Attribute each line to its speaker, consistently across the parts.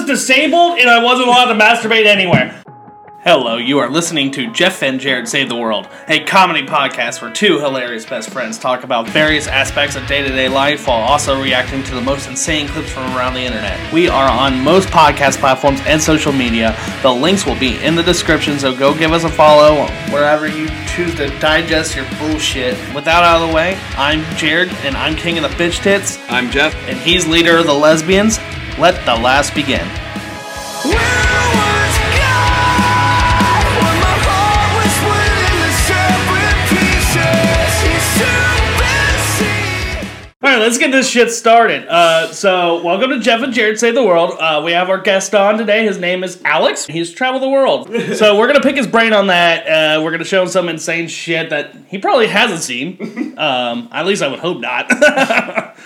Speaker 1: disabled and I wasn't allowed to masturbate anywhere. Hello, you are listening to Jeff and Jared Save the World, a comedy podcast where two hilarious best friends talk about various aspects of day to day life while also reacting to the most insane clips from around the internet. We are on most podcast platforms and social media. The links will be in the description, so go give us a follow wherever you choose to digest your bullshit. With that out of the way, I'm Jared and I'm king of the bitch tits
Speaker 2: I'm Jeff.
Speaker 1: and he's leader of the lesbians. Let the last begin.
Speaker 3: Where was God when my heart was split into separate pieces? He should been seen.
Speaker 1: All right, let's get this shit started. Uh, so, welcome to Jeff and Jared Save the World. Uh, we have our guest on today. His name is Alex. He's traveled the world. So, we're going to pick his brain on that. Uh, we're going to show him some insane shit that he probably hasn't seen. Um, at least I would hope not.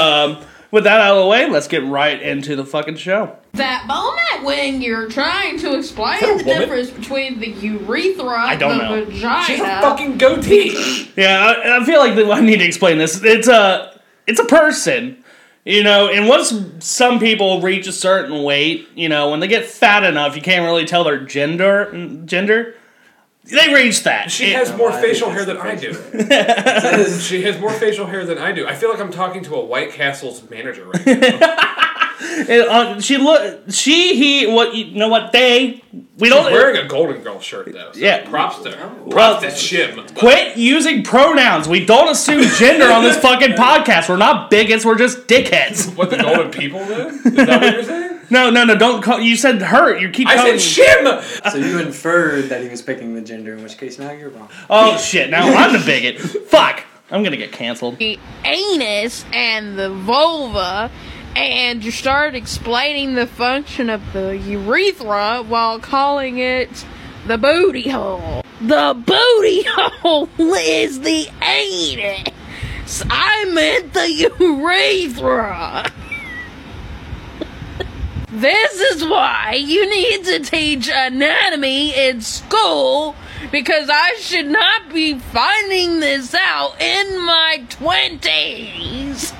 Speaker 1: um, with that out of the way, let's get right into the fucking show.
Speaker 4: that moment when you're trying to explain
Speaker 5: that a
Speaker 4: the
Speaker 5: woman?
Speaker 4: difference between the urethra and
Speaker 1: don't
Speaker 4: the
Speaker 1: know.
Speaker 4: vagina.
Speaker 5: She's a fucking goatee.
Speaker 1: Yeah, I, I feel like that I need to explain this. It's a it's a person, you know. And once some people reach a certain weight, you know, when they get fat enough, you can't really tell their gender. Gender, they reach that.
Speaker 5: She
Speaker 1: It-
Speaker 5: has more facial hair than I do. she has more facial hair than I do. I feel like I'm talking to a White Castle's manager right now.
Speaker 1: it, uh, she look. She he. What you know? What they? We don't
Speaker 5: She's wearing a Golden Girl shirt though. so
Speaker 1: Yeah.
Speaker 5: Props to her.
Speaker 1: Well-
Speaker 5: Props to Shim.
Speaker 1: quit using pronouns. We don't assume gender on this fucking podcast. We're not bigots. We're just dickheads.
Speaker 5: What the Golden People do? Is that what you're saying?
Speaker 1: No, no, no. Don't call. You said her. You keep.
Speaker 5: I
Speaker 1: calling-
Speaker 5: said Shim.
Speaker 6: So you inferred that he was picking the gender, in which case now you're wrong.
Speaker 1: Oh shit! Now I'm the bigot. Fuck. I'm gonna get canceled.
Speaker 4: the anus and the vulva, and you start explaining the function of the urethra while calling it the booty hole. The booty hole is the anus. I meant the urethra. This is why you need to teach anatomy in school because I should not be finding this out in my 20s.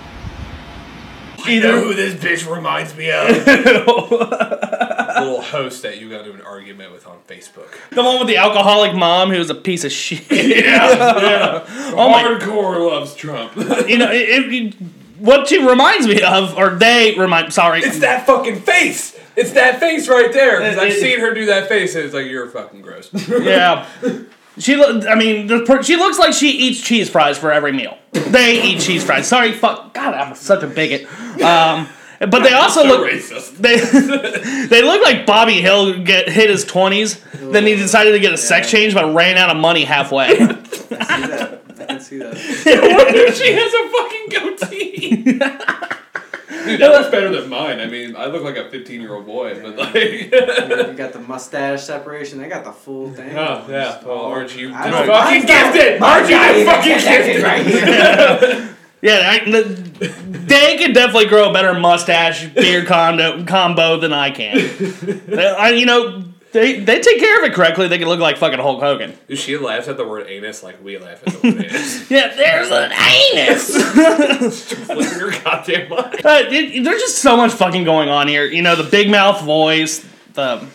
Speaker 1: Either
Speaker 5: who this bitch reminds me of? Little host that you got into an argument with on Facebook.
Speaker 1: The one with the alcoholic mom who's a piece of shit.
Speaker 5: Oh Hardcore loves Trump.
Speaker 1: you know, it, it- what she reminds me of, or they remind. Sorry,
Speaker 5: It's that fucking face. It's that face right there. Because I've
Speaker 1: It- it-
Speaker 5: seen her do that face, and it's like you're fucking gross.
Speaker 1: yeah. She, lo- I mean, the per- she looks like she eats cheese fries for every meal. They eat cheese fries. Sorry, fuck. God, I'm such a bigot. Um, but they also look.
Speaker 5: racist.
Speaker 1: They, they look like Bobby Hill get hit his twenties, then he decided to get a sex change but ran out of money halfway.
Speaker 6: I see that. I can see that.
Speaker 5: she has a fucking goatee. Dude, that looks better than mine. I mean, I look like a 15 year old boy, but like,
Speaker 6: You got the mustache separation. They got the full thing.
Speaker 5: oh yeah, well, aren't you
Speaker 6: I don't-
Speaker 5: fucking gifted? Aren't you fucking gifted?
Speaker 6: right here.
Speaker 1: Yeah, I, the, they could definitely grow a better mustache beard condo, combo than I can. They- I, you know, they they take care of it correctly. They can look like fucking Hulk Hogan.
Speaker 5: She laughs at the word anus like we laugh at the word anus.
Speaker 1: Yeah, there's an anus.
Speaker 5: Flip your goddamn mind.
Speaker 1: Uh, it- there's just so much fucking going on here. You know, the big mouth voice, the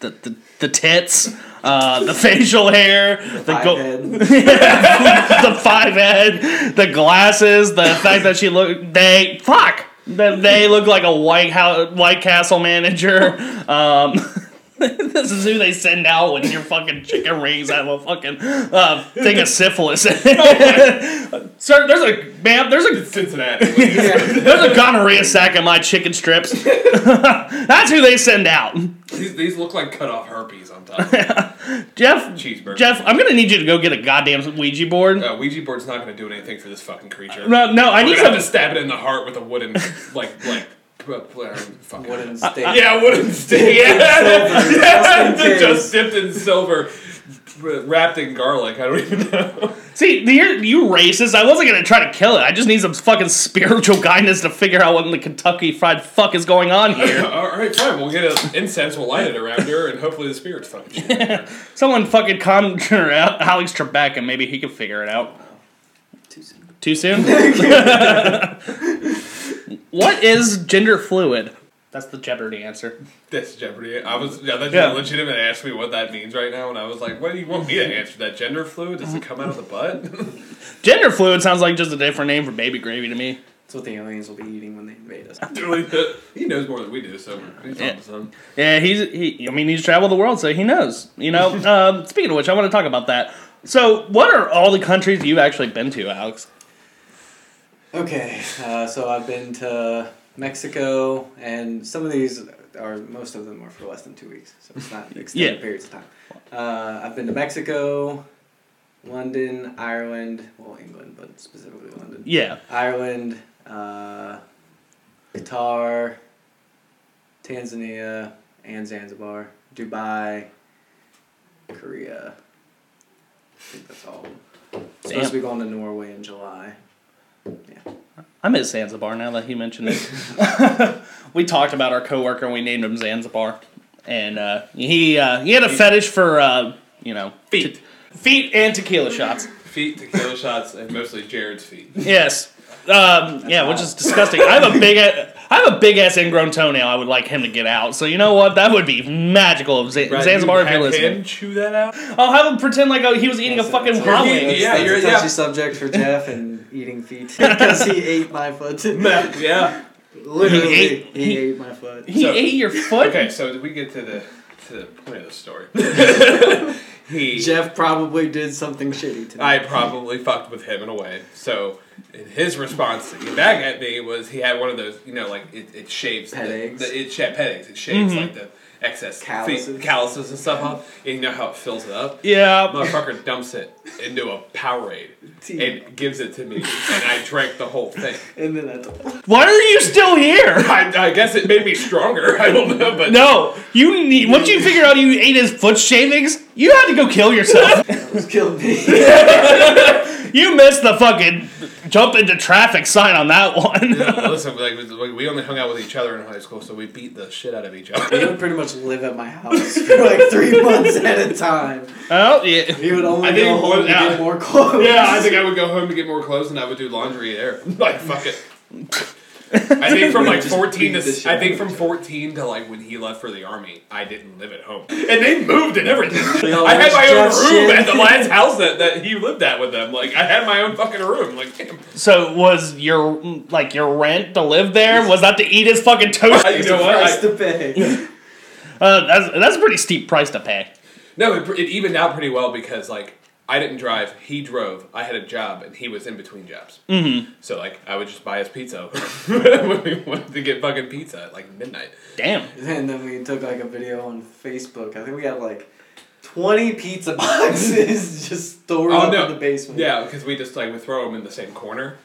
Speaker 1: the the, the tits. Uh, the facial hair, the
Speaker 6: Five
Speaker 1: go-
Speaker 6: head.
Speaker 1: the five head, the glasses, the fact that she look they fuck that they look like a White House White Castle manager. Um, this is who they send out when your fucking chicken rings out of a fucking uh, thing of syphilis. Sir, there's a ma'am, there's a
Speaker 5: Cincinnati.
Speaker 1: there's a gonorrhea sack in my chicken strips. That's who they send out.
Speaker 5: these, these look like cut off herpes on top. Of it.
Speaker 1: Jeff,
Speaker 5: Cheeseburger.
Speaker 1: Jeff, I'm gonna need you to go get a goddamn Ouija board.
Speaker 5: Uh, Ouija board's not going to do anything for this fucking creature.
Speaker 1: No, no, I
Speaker 5: We're
Speaker 1: need
Speaker 5: gonna have
Speaker 1: some.
Speaker 5: to stab it in the heart with a wooden, like, like, p- p- um, fucking.
Speaker 6: Wooden stake.
Speaker 5: Yeah, wooden stick. Yeah,
Speaker 6: Just in
Speaker 5: Just- just
Speaker 6: case.
Speaker 5: dipped in silver, wrapped in garlic. I don't even know.
Speaker 1: See, the- you're, you racist. I wasn't gonna try to kill it. I just need some fucking spiritual guidance to figure out what in the Kentucky Fried Fuck is going on here.
Speaker 5: All right, fine. We'll get an incense. We'll light it around here, and hopefully the spirits fucking. shit.
Speaker 1: Someone fucking conjure out Alex Trebek and maybe he can figure it out.
Speaker 6: Too soon.
Speaker 1: Too soon? what is gender fluid? That's the Jeopardy answer.
Speaker 5: That's Jeopardy. I was yeah, that
Speaker 1: Yeah.
Speaker 5: legitimate asked me what that means right now, and I was like, "What do you want me to answer? That gender fluid? Does it come out of the butt?"
Speaker 1: Gender fluid sounds like just a different name for baby gravy to me.
Speaker 6: That's what the aliens will be eating when they invade us.
Speaker 5: Really, he knows more than we do, so he's
Speaker 1: Yeah.
Speaker 5: on to something.
Speaker 1: Yeah, he's he. I mean, he's traveled the world, so he knows. You know. um, speaking of which, I want to talk about that. So, what are all the countries you've actually been to, Alex?
Speaker 6: Okay, uh, so I've been to Mexico, and some of these are most of them are for less than two weeks, so it's not extended
Speaker 1: Yeah.
Speaker 6: periods of time. Uh, I've been to Mexico, London, Ireland, well, England, but specifically London,
Speaker 1: Yeah,
Speaker 6: Ireland, uh, Qatar, Tanzania, and Zanzibar, Dubai, Korea. I think that's all. Supposed to be going to Norway in July.
Speaker 1: I miss Zanzibar now that he mentioned it. we talked about our coworker and we named him Zanzibar, and uh, he uh, he had a fetish for uh, you know
Speaker 5: Feet.
Speaker 1: te- feet and tequila shots.
Speaker 5: Feet, tequila shots, and mostly Jared's feet.
Speaker 1: Yes. Um, yeah, which is disgusting. I have a big, I have a big ass ingrown toenail. I would like him to get out. So you know what? That would be magical. If Z-
Speaker 5: Brad,
Speaker 1: Zanzibar,
Speaker 5: you
Speaker 1: if you're
Speaker 5: had
Speaker 1: listening,
Speaker 5: him chew that out.
Speaker 1: I'll have him pretend like oh, he was eating a fucking
Speaker 6: That's
Speaker 1: hot
Speaker 5: he-
Speaker 1: wing.
Speaker 5: yeah,
Speaker 6: that's
Speaker 5: you're-
Speaker 6: a touchy
Speaker 5: yeah.
Speaker 6: subject for Jeff and eating feet because he ate my foot.
Speaker 5: yeah.
Speaker 6: Literally,
Speaker 1: He
Speaker 6: he
Speaker 1: ate-
Speaker 6: ate,
Speaker 1: he-
Speaker 6: my foot.
Speaker 1: He
Speaker 5: So-
Speaker 1: ate your foot.
Speaker 5: Okay, so did we get to the to the point of the story? he.
Speaker 6: Jeff probably did something shitty today.
Speaker 5: I probably fucked with him in a way. So, and his response to get back at me was he had one of those, you know, like it, it shaves
Speaker 6: Pet
Speaker 5: the,
Speaker 6: eggs?
Speaker 5: The, it sh- pet eggs. It shaves like the excess fe-
Speaker 6: Calluses.
Speaker 5: calluses and stuff off. And you know how it fills it up.
Speaker 1: Yeah.
Speaker 5: Motherfucker dumps it into a Powerade and gives it to me, and I drank the whole thing.
Speaker 6: and then I told
Speaker 1: Why are you still here?
Speaker 5: I, I guess it made me stronger. I don't know, but
Speaker 1: No, you need. Once you figured out you ate his foot shavings, you had to go kill yourself.
Speaker 6: was killed me.
Speaker 1: you missed the fucking jump into traffic sign on that one.
Speaker 5: No, listen, like, we- we only hung out with each other in high school, so we beat the shit out of each
Speaker 6: he
Speaker 5: other.
Speaker 6: would pretty much live at my house for like three months at a time.
Speaker 1: Oh yeah.
Speaker 6: He would only
Speaker 5: I think
Speaker 6: go
Speaker 5: he
Speaker 6: home
Speaker 5: would-
Speaker 6: to
Speaker 5: yeah.
Speaker 6: get more clothes.
Speaker 5: Yeah, I think I would go home to get more clothes, and I would do laundry there. Like fuck it. I think from like
Speaker 6: Just
Speaker 5: fourteen to
Speaker 6: beat the shit
Speaker 5: I
Speaker 6: out
Speaker 5: think
Speaker 6: of
Speaker 5: from
Speaker 6: each
Speaker 5: fourteen to like when he left for the army, I didn't live at home, and they moved and everything.
Speaker 6: all
Speaker 5: I had
Speaker 6: watched
Speaker 5: my
Speaker 6: Jeff
Speaker 5: own room
Speaker 6: shit.
Speaker 5: at the last house that, that he lived at with them. Like I had my own fucking room. Like damn.
Speaker 1: So was your like your rent to live there? Was that to eat his fucking toast?
Speaker 5: I, you know what?
Speaker 6: Price
Speaker 5: I,
Speaker 6: to pay.
Speaker 1: Uh, that's that's a pretty steep price to pay.
Speaker 5: no, it, it evened out pretty well because like. I didn't drive. He drove. I had a job, and he was in between jobs. Mm-hmm. So like, I would just buy us pizza when we wanted to get fucking pizza at like midnight.
Speaker 1: Damn.
Speaker 6: and then we took like a video on Facebook. I think we had like twenty pizza boxes just stored up in the basement.
Speaker 5: Oh, Yeah, because we just like would throw them in the same corner.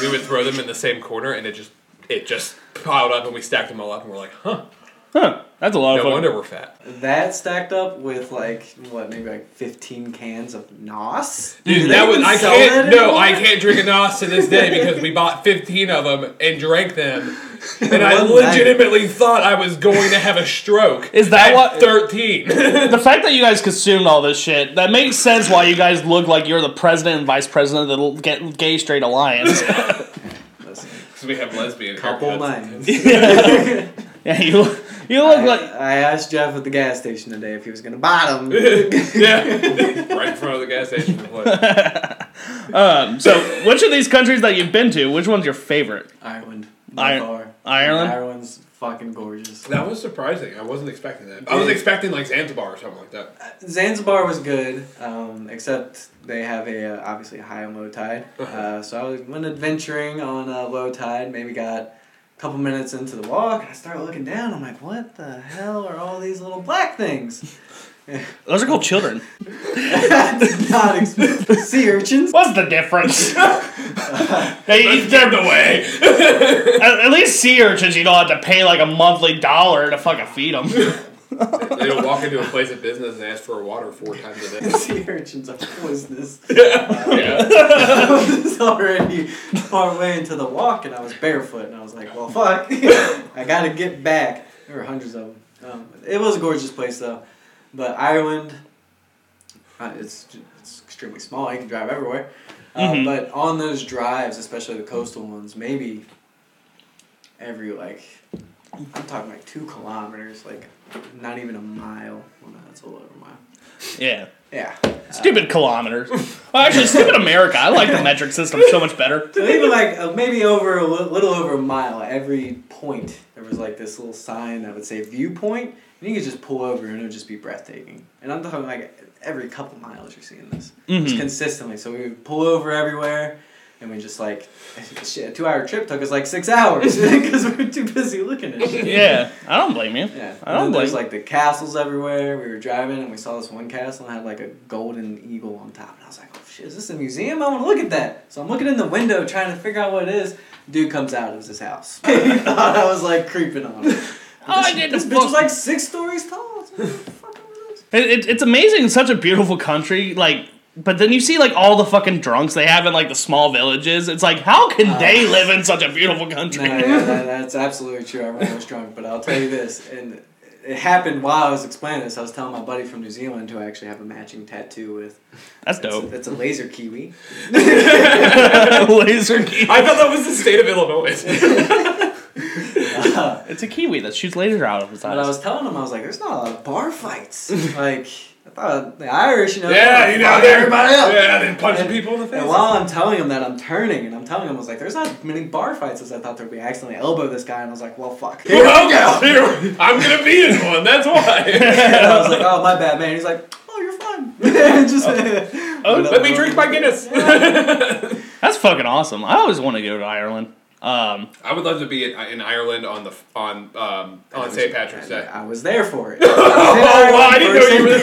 Speaker 5: we would throw them in the same corner, and it just it just piled up, and we stacked them all up, and we're like, huh,
Speaker 1: Huh. That's a lot
Speaker 5: no
Speaker 1: of fun.
Speaker 5: wonder we're fat.
Speaker 6: That stacked up with like what, maybe like fifteen cans of Nos.
Speaker 5: Dude,
Speaker 6: Do
Speaker 5: that
Speaker 6: they
Speaker 5: was
Speaker 6: even
Speaker 5: I
Speaker 6: sell
Speaker 5: can't
Speaker 6: that
Speaker 5: no,
Speaker 6: anymore?
Speaker 5: I can't drink a nos to this day because we bought fifteen of them and drank them, and I
Speaker 6: One night.
Speaker 5: legitimately thought I was going to have a stroke.
Speaker 1: Is that
Speaker 5: at
Speaker 1: what-
Speaker 5: thirteen?
Speaker 1: The fact that you guys consumed all this shit that makes sense why you guys look like you're the president and vice president of the Ga- Gay Straight Alliance.
Speaker 6: Listen,
Speaker 5: Because we have lesbian
Speaker 6: couple
Speaker 5: haircuts.
Speaker 6: lines.
Speaker 1: yeah, you you look like
Speaker 6: I asked Jeff at the gas station today if he was gonna bottom. them.
Speaker 5: yeah, right in front of the gas station. What?
Speaker 1: um. So which of these countries that you've been to? Which one's your favorite?
Speaker 6: Ireland,
Speaker 1: Ir-
Speaker 6: by far.
Speaker 1: Ireland?
Speaker 6: Ireland's fucking gorgeous.
Speaker 5: That was surprising. I wasn't expecting that. I was
Speaker 6: Yeah.
Speaker 5: expecting like Zanzibar or something like that.
Speaker 6: Zanzibar was good, um, except they have a uh, obviously a high and low tide.
Speaker 5: Uh-huh.
Speaker 6: Uh, so I was, went adventuring on a low tide. Maybe got a couple minutes into the walk, and I start looking down. I'm like, what the hell are all these little black things?
Speaker 1: Those are called children.
Speaker 6: I did not expect sea urchins.
Speaker 1: What's the difference? they eat them away. at, at least sea urchins, you don't have to pay like a monthly dollar to fucking feed them.
Speaker 5: They don't walk into a place of business and ask for water four times a day.
Speaker 6: sea urchins are poisonous.
Speaker 5: Yeah.
Speaker 6: I was already far way into the walk, and I was barefoot, and I was like, "Well, fuck, I gotta get back." There were hundreds of them. Um, it was a gorgeous place, though. But Ireland, uh, it's it's extremely small. You can drive everywhere. Uh,
Speaker 1: Mhm.
Speaker 6: But on those drives, especially the coastal ones, maybe every like I'm talking like two kilometers, like not even a mile. Well, no, that's a little over a mile.
Speaker 1: Yeah.
Speaker 6: Yeah.
Speaker 1: Stupid kilometers. Well, actually, stupid America. I like the metric system so much better.
Speaker 6: So even like uh, maybe over a li- little over a mile, at every point there was like this little sign that would say viewpoint, and you could just pull over and it would just be breathtaking. And I'm talking like every couple miles you're seeing this, It's
Speaker 1: Mhm.
Speaker 6: consistently. So we would pull over everywhere, and we just like shit, a two hour trip took us like six hours because we were too busy looking at shit.
Speaker 1: Yeah. I don't blame you.
Speaker 6: Yeah,
Speaker 1: I don't blame
Speaker 6: And then there's like the castles everywhere. We were driving and we saw this one castle and had like a golden eagle on top, and I was like, "Oh shit, is this a museum? I want to look at that." So I'm looking in the window trying to figure out what it is. Dude comes out. It was his house. he thought I was like creeping on him.
Speaker 1: Oh, I
Speaker 6: this,
Speaker 1: did
Speaker 6: this
Speaker 1: the
Speaker 6: bitch was
Speaker 1: book.
Speaker 6: like six stories tall. It's like, what the fuck is this?
Speaker 1: It, it, it's amazing. It's such a beautiful country. Like, but then you see like all the fucking drunks they have in like the small villages. It's like, how can
Speaker 6: Uh,
Speaker 1: they live in such a beautiful
Speaker 6: No,
Speaker 1: country?
Speaker 6: yeah, that, that's absolutely true. I was drunk, but I'll tell you this, and it happened while I was explaining this. I was telling my buddy from New Zealand who I actually have a matching tattoo with.
Speaker 1: That's
Speaker 6: It's,
Speaker 1: dope.
Speaker 6: it's a laser kiwi.
Speaker 1: Laser kiwi.
Speaker 5: I thought that was the state of Illinois.
Speaker 1: It's a kiwi that shoots laser out of his
Speaker 6: But I
Speaker 1: eyes.
Speaker 6: was telling him, I was like, there's not a lot of bar fights. like, I thought the Irish, you know,
Speaker 5: yeah,
Speaker 6: they
Speaker 5: you
Speaker 6: fuck
Speaker 5: know, there.
Speaker 6: everybody up.
Speaker 5: Yeah, then punching people in the face.
Speaker 6: And while I'm telling him that, I'm turning and I'm telling him, I was like, there's not many bar fights as I thought there'd be. I accidentally elbowed this guy and I was like, well, fuck.
Speaker 5: Here I go. Here- I'm gonna be in one. That's why.
Speaker 6: And I was like, oh, my bad, man. He's like, oh, you're fine. Just,
Speaker 1: Oh,
Speaker 5: Let me drink my Guinness.
Speaker 1: That's fucking awesome. I always want to go to Ireland. Um,
Speaker 5: I would love to be in, in Ireland on the on um, on St. Patrick's Day.
Speaker 6: I was there for it. I was in
Speaker 5: wow, Oh, I
Speaker 6: Ireland
Speaker 5: didn't
Speaker 6: for
Speaker 5: know you
Speaker 6: St.
Speaker 5: were there.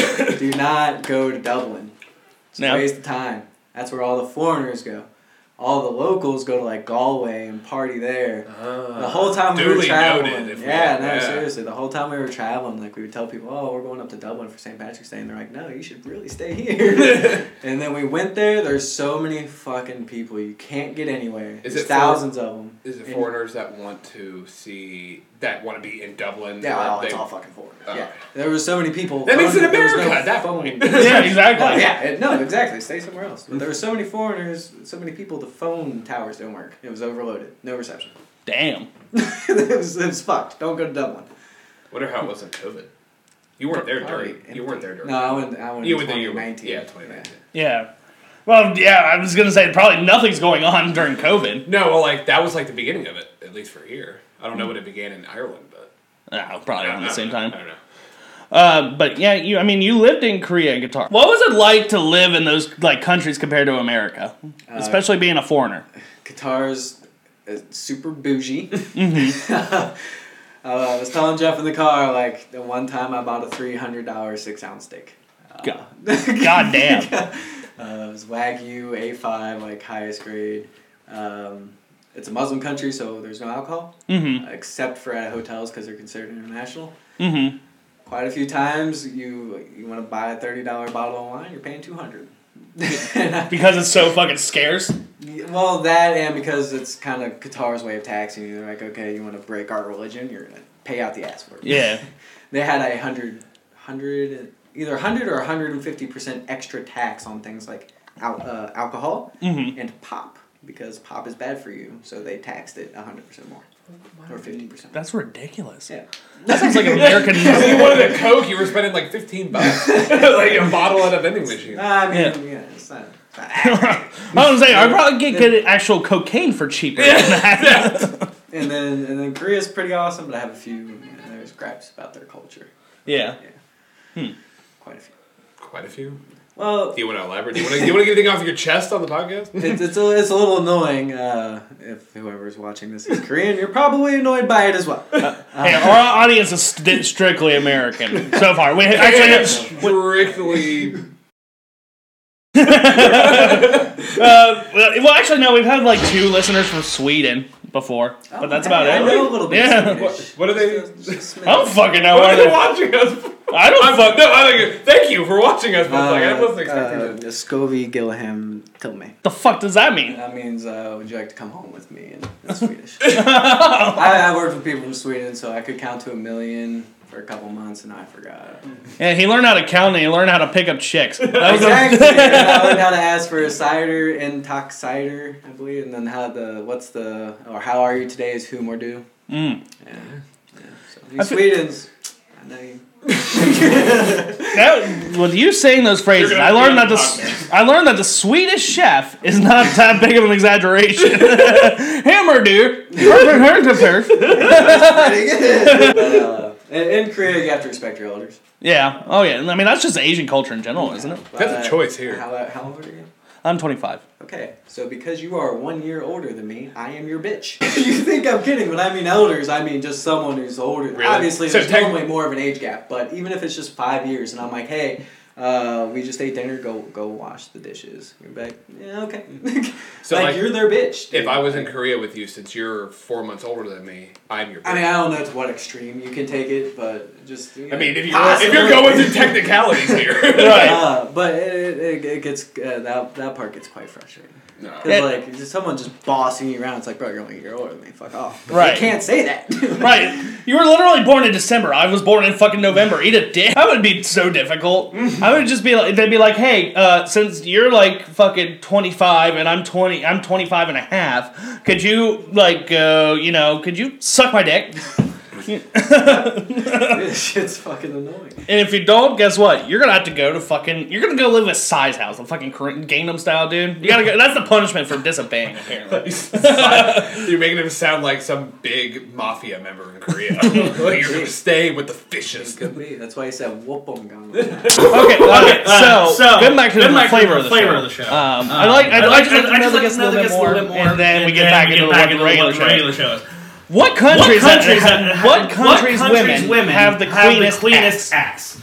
Speaker 6: Patrick's Day. Do not go to Dublin. It's
Speaker 1: No.
Speaker 6: a waste of time. That's where all the foreigners go. All the locals go to like Galway and party there. the whole time we were
Speaker 5: Ah, duly
Speaker 6: traveling.
Speaker 5: noted, if we-
Speaker 6: yeah, no,
Speaker 5: yeah.
Speaker 6: seriously. The whole time we were traveling, like we would tell people, "Oh, we're going up to Dublin for St. Patrick's Day," and they're like, "No, you should really stay here." and then we went there. There's so many fucking people. You can't get anywhere.
Speaker 5: Is
Speaker 6: There's
Speaker 5: it for-
Speaker 6: thousands of them.
Speaker 5: Is it
Speaker 6: And-
Speaker 5: foreigners that want to see that want to be in Dublin?
Speaker 6: Yeah,
Speaker 5: or
Speaker 6: oh, it's
Speaker 5: they-
Speaker 6: all fucking foreigners.
Speaker 5: Oh,
Speaker 6: yeah,
Speaker 5: okay.
Speaker 6: there were so many people.
Speaker 5: That makes it
Speaker 6: There was no
Speaker 5: America at that
Speaker 6: phone.
Speaker 5: point.
Speaker 1: yeah, exactly.
Speaker 6: Oh, yeah, it- no, exactly. Stay somewhere else. But there were so many foreigners, so many people. The phone towers didn't work. It was overloaded. No reception.
Speaker 1: Damn.
Speaker 6: it, was, it was fucked. Don't go to Dublin.
Speaker 5: Wonder how it wasn't COVID. You weren't there
Speaker 6: Probably
Speaker 5: during. You weren't there during.
Speaker 6: No, I went. I went.
Speaker 5: you
Speaker 6: in
Speaker 5: went there. You were.
Speaker 6: 2019.
Speaker 5: Yeah, 2019.
Speaker 1: Yeah. Well, yeah. I was gonna say probably nothing's going on during COVID.
Speaker 5: No, well, like that was like the beginning of it, at least for here. I don't know when it began in Ireland, but
Speaker 1: No, Ah, probably around the
Speaker 5: I-
Speaker 1: same
Speaker 5: I-
Speaker 1: time.
Speaker 5: I don't know.
Speaker 1: Uh, but yeah, you. I mean, you lived in Korea and Qatar. What was it like to live in those like countries compared to America, especially being a foreigner?
Speaker 6: Qatar's uh, super bougie. Uh, I was telling Jeff in the car like the one time I bought a three hundred dollar six ounce steak.
Speaker 1: God, God damn.
Speaker 6: Uh, it was Wagyu A5, like highest grade. Um, it's a Muslim country, so there's no alcohol,
Speaker 1: Mm-hmm.
Speaker 6: except for at hotels because they're considered international.
Speaker 1: Mm-hmm.
Speaker 6: Quite a few times, you you want to buy a thirty dollar bottle of wine, you're paying two hundred. and
Speaker 1: Because it's so fucking scarce.
Speaker 6: I, well, that and because it's kind of Qatar's way of taxing you. They're like, okay, you want to break our religion, you're gonna pay out the ass for it.
Speaker 1: Yeah.
Speaker 6: They had a hundred, hundred, either hundred or hundred and fifty percent extra tax on things like al- uh, alcohol
Speaker 1: Mm-hmm.
Speaker 6: and pop because pop is bad for you, so they taxed it 100% more or 50%.
Speaker 1: That's ridiculous.
Speaker 6: yeah.
Speaker 1: That sounds like American.
Speaker 5: If you wanted a Coke, you were spending like fifteen bucks, like a bottle at a vending machine.
Speaker 6: I mean,
Speaker 1: Yeah.
Speaker 6: yeah, it's not. it's not-
Speaker 1: I was saying I probably get good actual cocaine for cheaper. than that.
Speaker 6: and then and then Korea's pretty awesome, but I have a few you know, there's gripes about their culture,
Speaker 1: Yeah. Hmm.
Speaker 6: quite a few.
Speaker 5: Quite a few.
Speaker 6: Well,
Speaker 5: Do you want to elaborate? Do you want to, do you want to get anything off your chest on the podcast?
Speaker 6: it's it's a, it's a little annoying uh, if whoever's watching this is Korean, you're probably annoyed by it as well.
Speaker 1: Hey, our audience is st- strictly American so far. We actually have,
Speaker 5: strictly.
Speaker 1: Uh, well, actually, no. We've had like two listeners from Sweden before, but that's about
Speaker 6: I, I
Speaker 1: it.
Speaker 6: know a little bit.
Speaker 1: Yeah.
Speaker 6: Swedish.
Speaker 5: What, what are they?
Speaker 6: Just a- just a smidge.
Speaker 1: I don't fucking know.
Speaker 5: Why
Speaker 1: Why
Speaker 5: are they
Speaker 1: they,
Speaker 5: watching us?
Speaker 1: I don't
Speaker 5: I'm,
Speaker 1: fuck.
Speaker 5: no, I think. Thank you for watching us. But
Speaker 6: Uh,
Speaker 5: like, I wasn't expecting
Speaker 6: uh,
Speaker 5: this.
Speaker 6: Scovie Gilliam Tilme.
Speaker 1: The fuck does that mean?
Speaker 6: That means, uh, would you like to come home with me in, in Swedish? I, I worked with people from Sweden, so I could count to a million for a couple months, and I forgot.
Speaker 1: Yeah, he learned how to count and he learned how to pick up chicks. That was
Speaker 6: Exactly.
Speaker 1: the,
Speaker 6: and I learned how to ask for a cider and talk cider, I believe, and then how the what's the or how are you today is humor do.
Speaker 1: Mm.
Speaker 6: Yeah. yeah. So, you Sweden's. I know you.
Speaker 1: That, with you saying those phrases,
Speaker 5: gonna
Speaker 1: I learned that
Speaker 5: have to
Speaker 1: the s- I learned that the Swedish chef is not that big of an exaggeration. Hammer, dear.
Speaker 6: Uh, in, in Korea, you have to respect your elders.
Speaker 1: yeah. Oh yeah. I mean, that's just Asian culture in general, isn't it?
Speaker 5: That's a choice here.
Speaker 6: How, how old are you?
Speaker 1: I'm 25.
Speaker 6: Okay, so because you are one year older than me, I am your bitch. you think I'm kidding? When I mean elders, I mean just someone who's older.
Speaker 5: Really?
Speaker 6: Obviously,
Speaker 5: So
Speaker 6: there's
Speaker 5: tec-
Speaker 6: normally more of an age gap, but even if it's just five years, and I'm like, hey, uh, we just ate dinner. Go, go wash the dishes. You're like, yeah, okay.
Speaker 5: So,
Speaker 6: like,
Speaker 5: like,
Speaker 6: you're their bitch. dude.
Speaker 5: If I was in Korea with you, since you're four months older than me, I'm your.
Speaker 6: I mean, I don't know to what extreme you can take it, but just. you
Speaker 5: I
Speaker 6: know,
Speaker 5: mean, if you're if you're
Speaker 6: possibly.
Speaker 5: going through technicalities here,
Speaker 6: Uh, but it, it, it gets uh, that that part gets quite frustrating.
Speaker 5: No.
Speaker 6: 'Cause,
Speaker 1: It-
Speaker 6: like just someone just bossing you around, it's like, bro, you're only a year older than me. Fuck off. But
Speaker 1: Right.
Speaker 6: You can't say that.
Speaker 1: Right. You were literally born in December. I was born in fucking November. Eat a dick. That would be so difficult. I would just be like, they'd be like, hey, uh, since you're like fucking 25 and I'm 20, I'm 25 and a half, could you like go, you know, could you suck my dick?
Speaker 6: This shit's fucking annoying.
Speaker 1: And if you don't, guess what? You're gonna have to go to fucking. You're gonna go live in a size house, a fucking Korean Gangnam style, dude. You gotta go. That's the punishment for disobeying, apparently.
Speaker 5: you're making him sound like some big mafia member in Korea. like you're gonna stay with the fishes.
Speaker 6: Could be. That's why I said whoop 'em gum.
Speaker 1: Okay, okay.
Speaker 2: uh,
Speaker 1: so,
Speaker 2: so,
Speaker 1: going back to
Speaker 2: going
Speaker 1: the
Speaker 2: back to
Speaker 1: flavor,
Speaker 2: the
Speaker 1: of, the
Speaker 2: flavor
Speaker 1: show.
Speaker 2: of the show.
Speaker 1: Um, I like. I'd like to know the guest a little bit more, and then we get back into the regular, regular show.
Speaker 2: shows.
Speaker 1: What
Speaker 2: What
Speaker 1: countries? that-
Speaker 2: countries,
Speaker 1: have-
Speaker 2: have-
Speaker 1: what countries, women, have the cleanest, ass?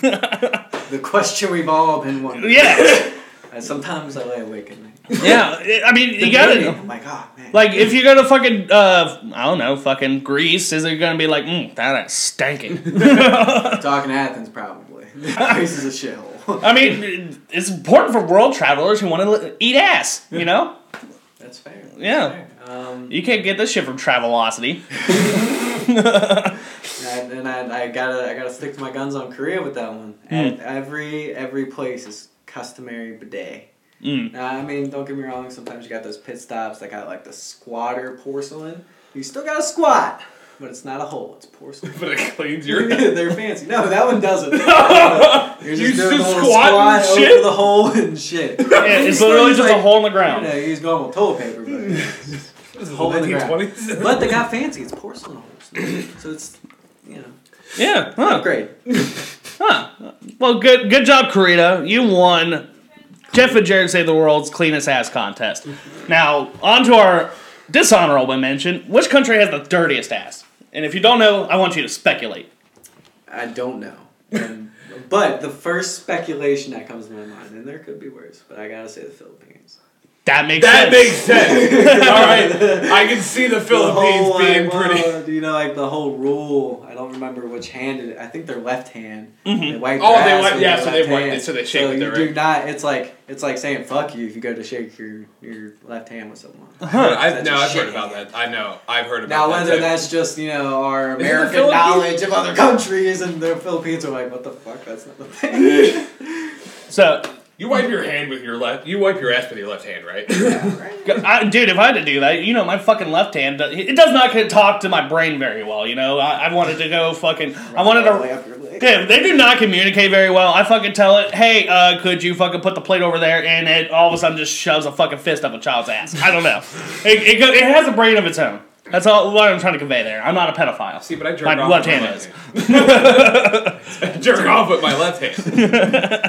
Speaker 2: ass?
Speaker 6: the question we've all been wondering.
Speaker 1: Yeah,
Speaker 6: And sometimes I lay awake at night.
Speaker 1: yeah. I mean, you gotta.
Speaker 6: Debating. I'm like, oh man.
Speaker 1: Like if you go to fucking uh I don't know fucking Greece, is it gonna be like mm, that is stanking?
Speaker 6: talking Athens probably. Greece is a shithole.
Speaker 1: I mean, it's important for world travelers who want to li- eat ass. You know,
Speaker 6: That's fair. That's
Speaker 1: Yeah.
Speaker 6: fair. Um,
Speaker 1: you can't get this shit from Travelocity.
Speaker 6: and and I, I gotta I gotta stick to my guns on Korea with that one.
Speaker 1: Hmm.
Speaker 6: And every every place is customary bidet.
Speaker 1: Mm.
Speaker 6: Now, I mean, don't get me wrong. Sometimes you got those pit stops that got like the squatter porcelain. You still got to squat, but it's not a hole. It's porcelain.
Speaker 5: But it cleans your.
Speaker 6: They're fancy. No, that one doesn't. You're just
Speaker 5: You
Speaker 6: doing
Speaker 5: just
Speaker 6: a little
Speaker 5: squat
Speaker 6: squat
Speaker 5: and shit?
Speaker 6: over the hole and shit. You
Speaker 1: Yeah, it's literally just a hole in the ground.
Speaker 6: know, you use normal toilet paper, but it's just a hole in the ground.
Speaker 5: 1920s.
Speaker 6: But they got fancy. It's porcelain holes, so it's you know
Speaker 1: Yeah, huh,
Speaker 6: upgrade.
Speaker 1: huh. Well, good good job, Karita. You won. Jeff and Jared say the world's cleanest ass contest. Now on to our dishonorable mention. Which country has the dirtiest ass? And if you don't know, I want you to speculate.
Speaker 6: I don't know. Um, but the first speculation that comes to my mind, and there could be worse, but I gotta say the Philippines.
Speaker 1: That makes
Speaker 5: That
Speaker 1: sense.
Speaker 5: makes sense. All right, I can see the
Speaker 6: The
Speaker 5: Philippines
Speaker 6: whole,
Speaker 5: being
Speaker 6: like,
Speaker 5: pretty.
Speaker 6: whoa, you know, like the whole rule. I don't remember which hand. It, I think their left hand. They wipe
Speaker 5: Oh,
Speaker 6: their
Speaker 5: they
Speaker 6: ass
Speaker 5: wipe-
Speaker 6: with
Speaker 5: yeah,
Speaker 6: their
Speaker 5: so they
Speaker 6: left
Speaker 5: wipe it,
Speaker 6: hand.
Speaker 5: so they shake with
Speaker 6: you
Speaker 5: their
Speaker 6: do
Speaker 5: right.
Speaker 6: not. It's like it's like saying fuck you if you go to shake your your left hand with someone.
Speaker 5: I,
Speaker 6: That's
Speaker 5: no,
Speaker 6: a
Speaker 5: I've heard
Speaker 6: shit
Speaker 5: about
Speaker 6: hand.
Speaker 5: that. I know. I've heard about
Speaker 6: Now,
Speaker 5: that.
Speaker 6: whether
Speaker 5: too.
Speaker 6: that's just you know our
Speaker 5: the
Speaker 6: American
Speaker 5: Philippines-
Speaker 6: knowledge of other countries and the Philippines are like, what the fuck? That's not the thing.
Speaker 1: So,
Speaker 5: you wipe your hand with your left, you wipe your ass with your left hand, right?
Speaker 1: I, dude, if I had to do that, you know, my fucking left hand, does- it does not get- talk to my brain very well. You know, I, I wanted to go fucking, I wanted
Speaker 6: Lay
Speaker 1: to.
Speaker 6: up your leg.
Speaker 1: Dude, they do not communicate very well. I fucking tell it, hey, uh, could you fucking put the plate over there? And it all of a sudden just shoves a fucking fist up a child's ass. I don't know. It, it, go- it has a brain of its own. That's all what I'm trying to convey there. I'm not a pedophile.
Speaker 5: See, but I jerk
Speaker 1: My
Speaker 5: off
Speaker 1: left
Speaker 5: with my
Speaker 1: hand
Speaker 5: left hand. I jerk off with my left hand.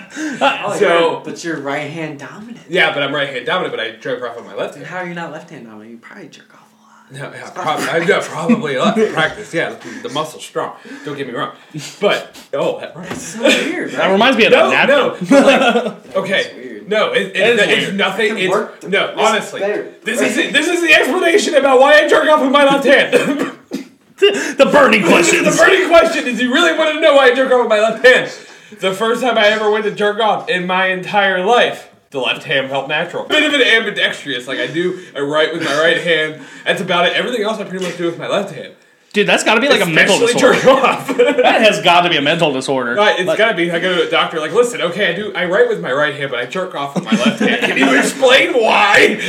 Speaker 6: Oh,
Speaker 5: So-
Speaker 6: you're- but you're right hand dominant.
Speaker 5: Yeah, but I'm right hand dominant, but I jerk off with my left hand.
Speaker 6: How are you not left hand dominant? You probably jerk off a lot.
Speaker 5: No, yeah, prob- I- yeah, probably a lot of practice. Yeah, the muscle's strong. Don't get me wrong. But, oh, that right.
Speaker 6: It's so weird,
Speaker 1: That
Speaker 6: right?
Speaker 1: reminds me of
Speaker 5: No,
Speaker 1: the napkin.
Speaker 5: no. but like, okay.
Speaker 6: weird.
Speaker 5: No, it, it,
Speaker 1: is
Speaker 5: it's
Speaker 1: weird.
Speaker 5: nothing.
Speaker 6: It
Speaker 5: It's,
Speaker 6: worked.
Speaker 5: no,
Speaker 6: This is
Speaker 5: honestly.
Speaker 6: better.
Speaker 5: This is, the, this is the explanation about why I jerk off with my left hand.
Speaker 1: The burning
Speaker 5: the
Speaker 1: questions.
Speaker 5: burning question is you really want to know why I jerk off with my left hand. The first time I ever went to jerk off in my entire life. The left hand felt natural. Bit of an ambidextrous, like I do I write with my right hand. That's about it. Everything else I pretty much do with my left hand.
Speaker 1: Dude, that's gotta be like a mental
Speaker 5: Especially
Speaker 1: disorder.
Speaker 5: jerk off.
Speaker 1: That has gotta be a mental disorder.
Speaker 5: Right, it's
Speaker 1: Like-
Speaker 5: gotta be. I go to a doctor. Like, listen, okay, I do. I write with my right hand, but I jerk off with my left hand. Can you explain why?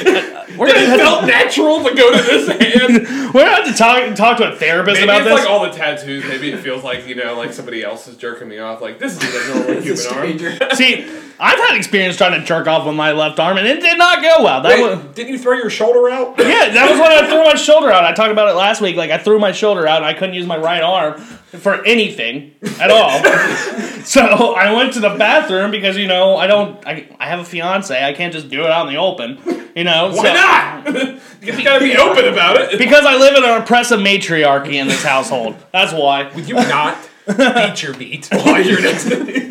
Speaker 1: We're
Speaker 5: Did
Speaker 1: gonna,
Speaker 5: it
Speaker 1: have
Speaker 5: felt natural to go to this hand?
Speaker 1: to, we're gonna have to talk talk to a therapist
Speaker 5: Maybe
Speaker 1: about
Speaker 5: it's
Speaker 1: this.
Speaker 5: like all the tattoos. Maybe it feels like you know, like somebody else is jerking me off. Like this is a normal
Speaker 6: It's a
Speaker 5: human arm.
Speaker 6: stranger.
Speaker 1: See, I've had experience trying to jerk off with my left arm, and it did not go well. That was,
Speaker 5: Wait, didn't you throw your shoulder out?
Speaker 1: yeah, that was when I threw my shoulder out. I talked about it last week. Like I threw my shoulder out, and I couldn't use my right arm for anything at all. so I went to the bathroom because you know I don't. I, I have a fiance. I can't just do it out in the open. You know
Speaker 5: Why not? you gotta be open about it.
Speaker 1: Because I live in an oppressive matriarchy in this household. That's why.
Speaker 5: Would you not beat your meat while you're next?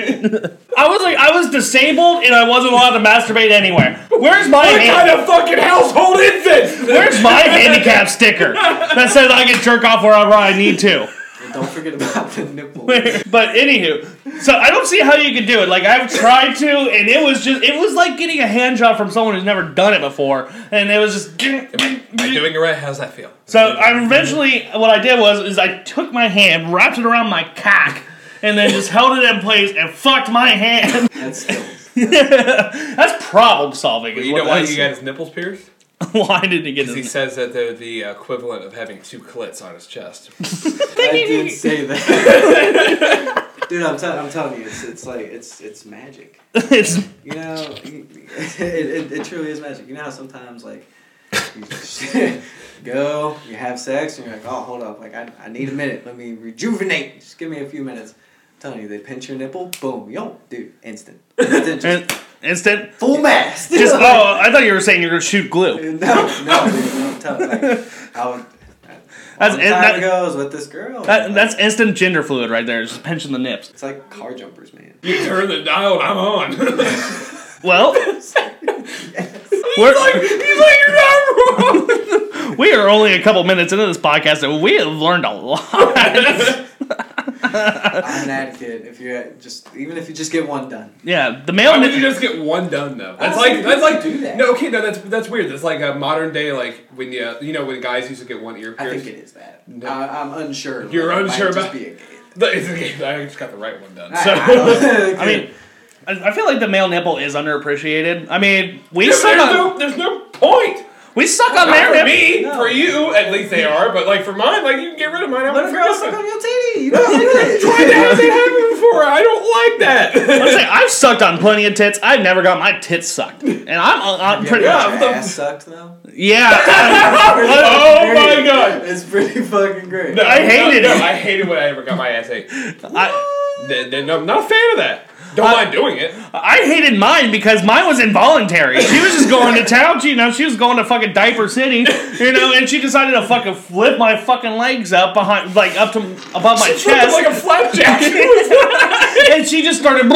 Speaker 1: I was like, I was disabled and I wasn't allowed to masturbate anywhere. Where's my
Speaker 5: What
Speaker 1: hand-
Speaker 5: kind of fucking household is this?
Speaker 1: Where's my handicap sticker that says I can jerk off wherever I need to?
Speaker 6: And Don't forget about the nipple.
Speaker 1: But anywho, so I don't see how you could do it. Like I've tried to, and it was just, it was like getting a hand job from someone who's never done it before, and it was just.
Speaker 5: doing it right. How's that feel?
Speaker 1: So I eventually, what I did was, is I took my hand, wrapped it around my cock, and then just held it in place and fucked my hand.
Speaker 6: That's skills.
Speaker 1: That's problem solving. is
Speaker 5: You
Speaker 1: what
Speaker 5: know why
Speaker 1: that's-
Speaker 5: you got his nipples pierced?
Speaker 1: why did he get
Speaker 5: Because he
Speaker 1: this?
Speaker 5: says that they're the equivalent of having two clits on his chest.
Speaker 6: I did say that. Dude, I'm, tell I'm telling you, it's, it's like, it's, it's magic.
Speaker 1: It's
Speaker 6: You know, you- it, it, it truly is magic. You know how sometimes, like, you just go, you have sex, and you're like, oh, hold up, like, I, I need a minute. Let me rejuvenate. Just give me a few minutes. I'm telling you, they pinch your nipple, boom, yo, dude, instant. Instant, just
Speaker 1: in- instant.
Speaker 6: full mast.
Speaker 1: Just oh, I thought you were saying you're gonna shoot glue.
Speaker 6: No, no, dude, I'm telling you, like, I was,
Speaker 1: That's
Speaker 6: long time
Speaker 1: that-
Speaker 6: ago, I was with this girl.
Speaker 1: That, that's instant gender fluid right there. Just pinching the nips.
Speaker 6: It's like car jumpers, man.
Speaker 5: you turn the dial, I'm on. he's like,
Speaker 1: Well, we're,
Speaker 5: he's like, you're not wrong.
Speaker 1: we are only a couple minutes into this podcast, and we have learned a lot.
Speaker 6: I'm an advocate. If you're just even if you just get one done,
Speaker 1: yeah, the male.
Speaker 5: Why did you
Speaker 1: nip-
Speaker 5: just get one done though? That's
Speaker 6: don't
Speaker 5: like
Speaker 6: think
Speaker 5: that's
Speaker 6: Oh, people
Speaker 5: like
Speaker 6: do that.
Speaker 5: no okay no that's that's weird. That's like a modern day like when you you know when guys used to get one ear
Speaker 6: I
Speaker 5: pierced.
Speaker 6: think it is that. I, I'm unsure.
Speaker 5: You're
Speaker 6: Like, it
Speaker 5: unsure
Speaker 6: might just
Speaker 5: about-
Speaker 6: be a gay.
Speaker 5: It's okay, I just got the right one done.
Speaker 6: I-
Speaker 5: So
Speaker 6: I, don't-
Speaker 1: I mean, I, I feel like the male nipple is underappreciated. I mean, we
Speaker 5: there's,
Speaker 1: suck
Speaker 5: there's
Speaker 1: on
Speaker 5: no there's no point.
Speaker 1: we suck on
Speaker 5: Not for
Speaker 1: their nip-
Speaker 5: me,
Speaker 6: No.
Speaker 5: for you at least they are, but like for mine, like you can get rid of mine. I'm
Speaker 6: let a
Speaker 5: gonna
Speaker 6: girl
Speaker 5: girl
Speaker 6: suck
Speaker 5: Why
Speaker 6: on your titty. You don't like
Speaker 5: the
Speaker 6: it.
Speaker 5: hell has it happened before? I don't like
Speaker 1: I'm
Speaker 5: that.
Speaker 1: saying, I've sucked on plenty of tits. I've never got my tits sucked, and I'm, uh, I'm
Speaker 6: Yeah,
Speaker 1: pretty.
Speaker 6: your
Speaker 1: Yeah.
Speaker 5: Yeah. the-
Speaker 6: ass sucked though.
Speaker 5: oh my
Speaker 6: Period.
Speaker 5: god.
Speaker 6: It's pretty fucking great.
Speaker 5: No,
Speaker 1: I hated
Speaker 5: no,
Speaker 1: it.
Speaker 5: No, I hated when I ever got my ass ate.
Speaker 1: I,
Speaker 5: Th- th- no, I'm not a fan of that. Don't
Speaker 1: Uh,
Speaker 5: mind doing it.
Speaker 1: I hated mine because mine was involuntary. She was just going to town. She, you know, she was going to fucking Diaper City, you know, and she decided to fucking flip my fucking legs up behind, like up to above my
Speaker 5: Flipped them
Speaker 1: chest,
Speaker 5: like a flapjack.
Speaker 1: and she just started. and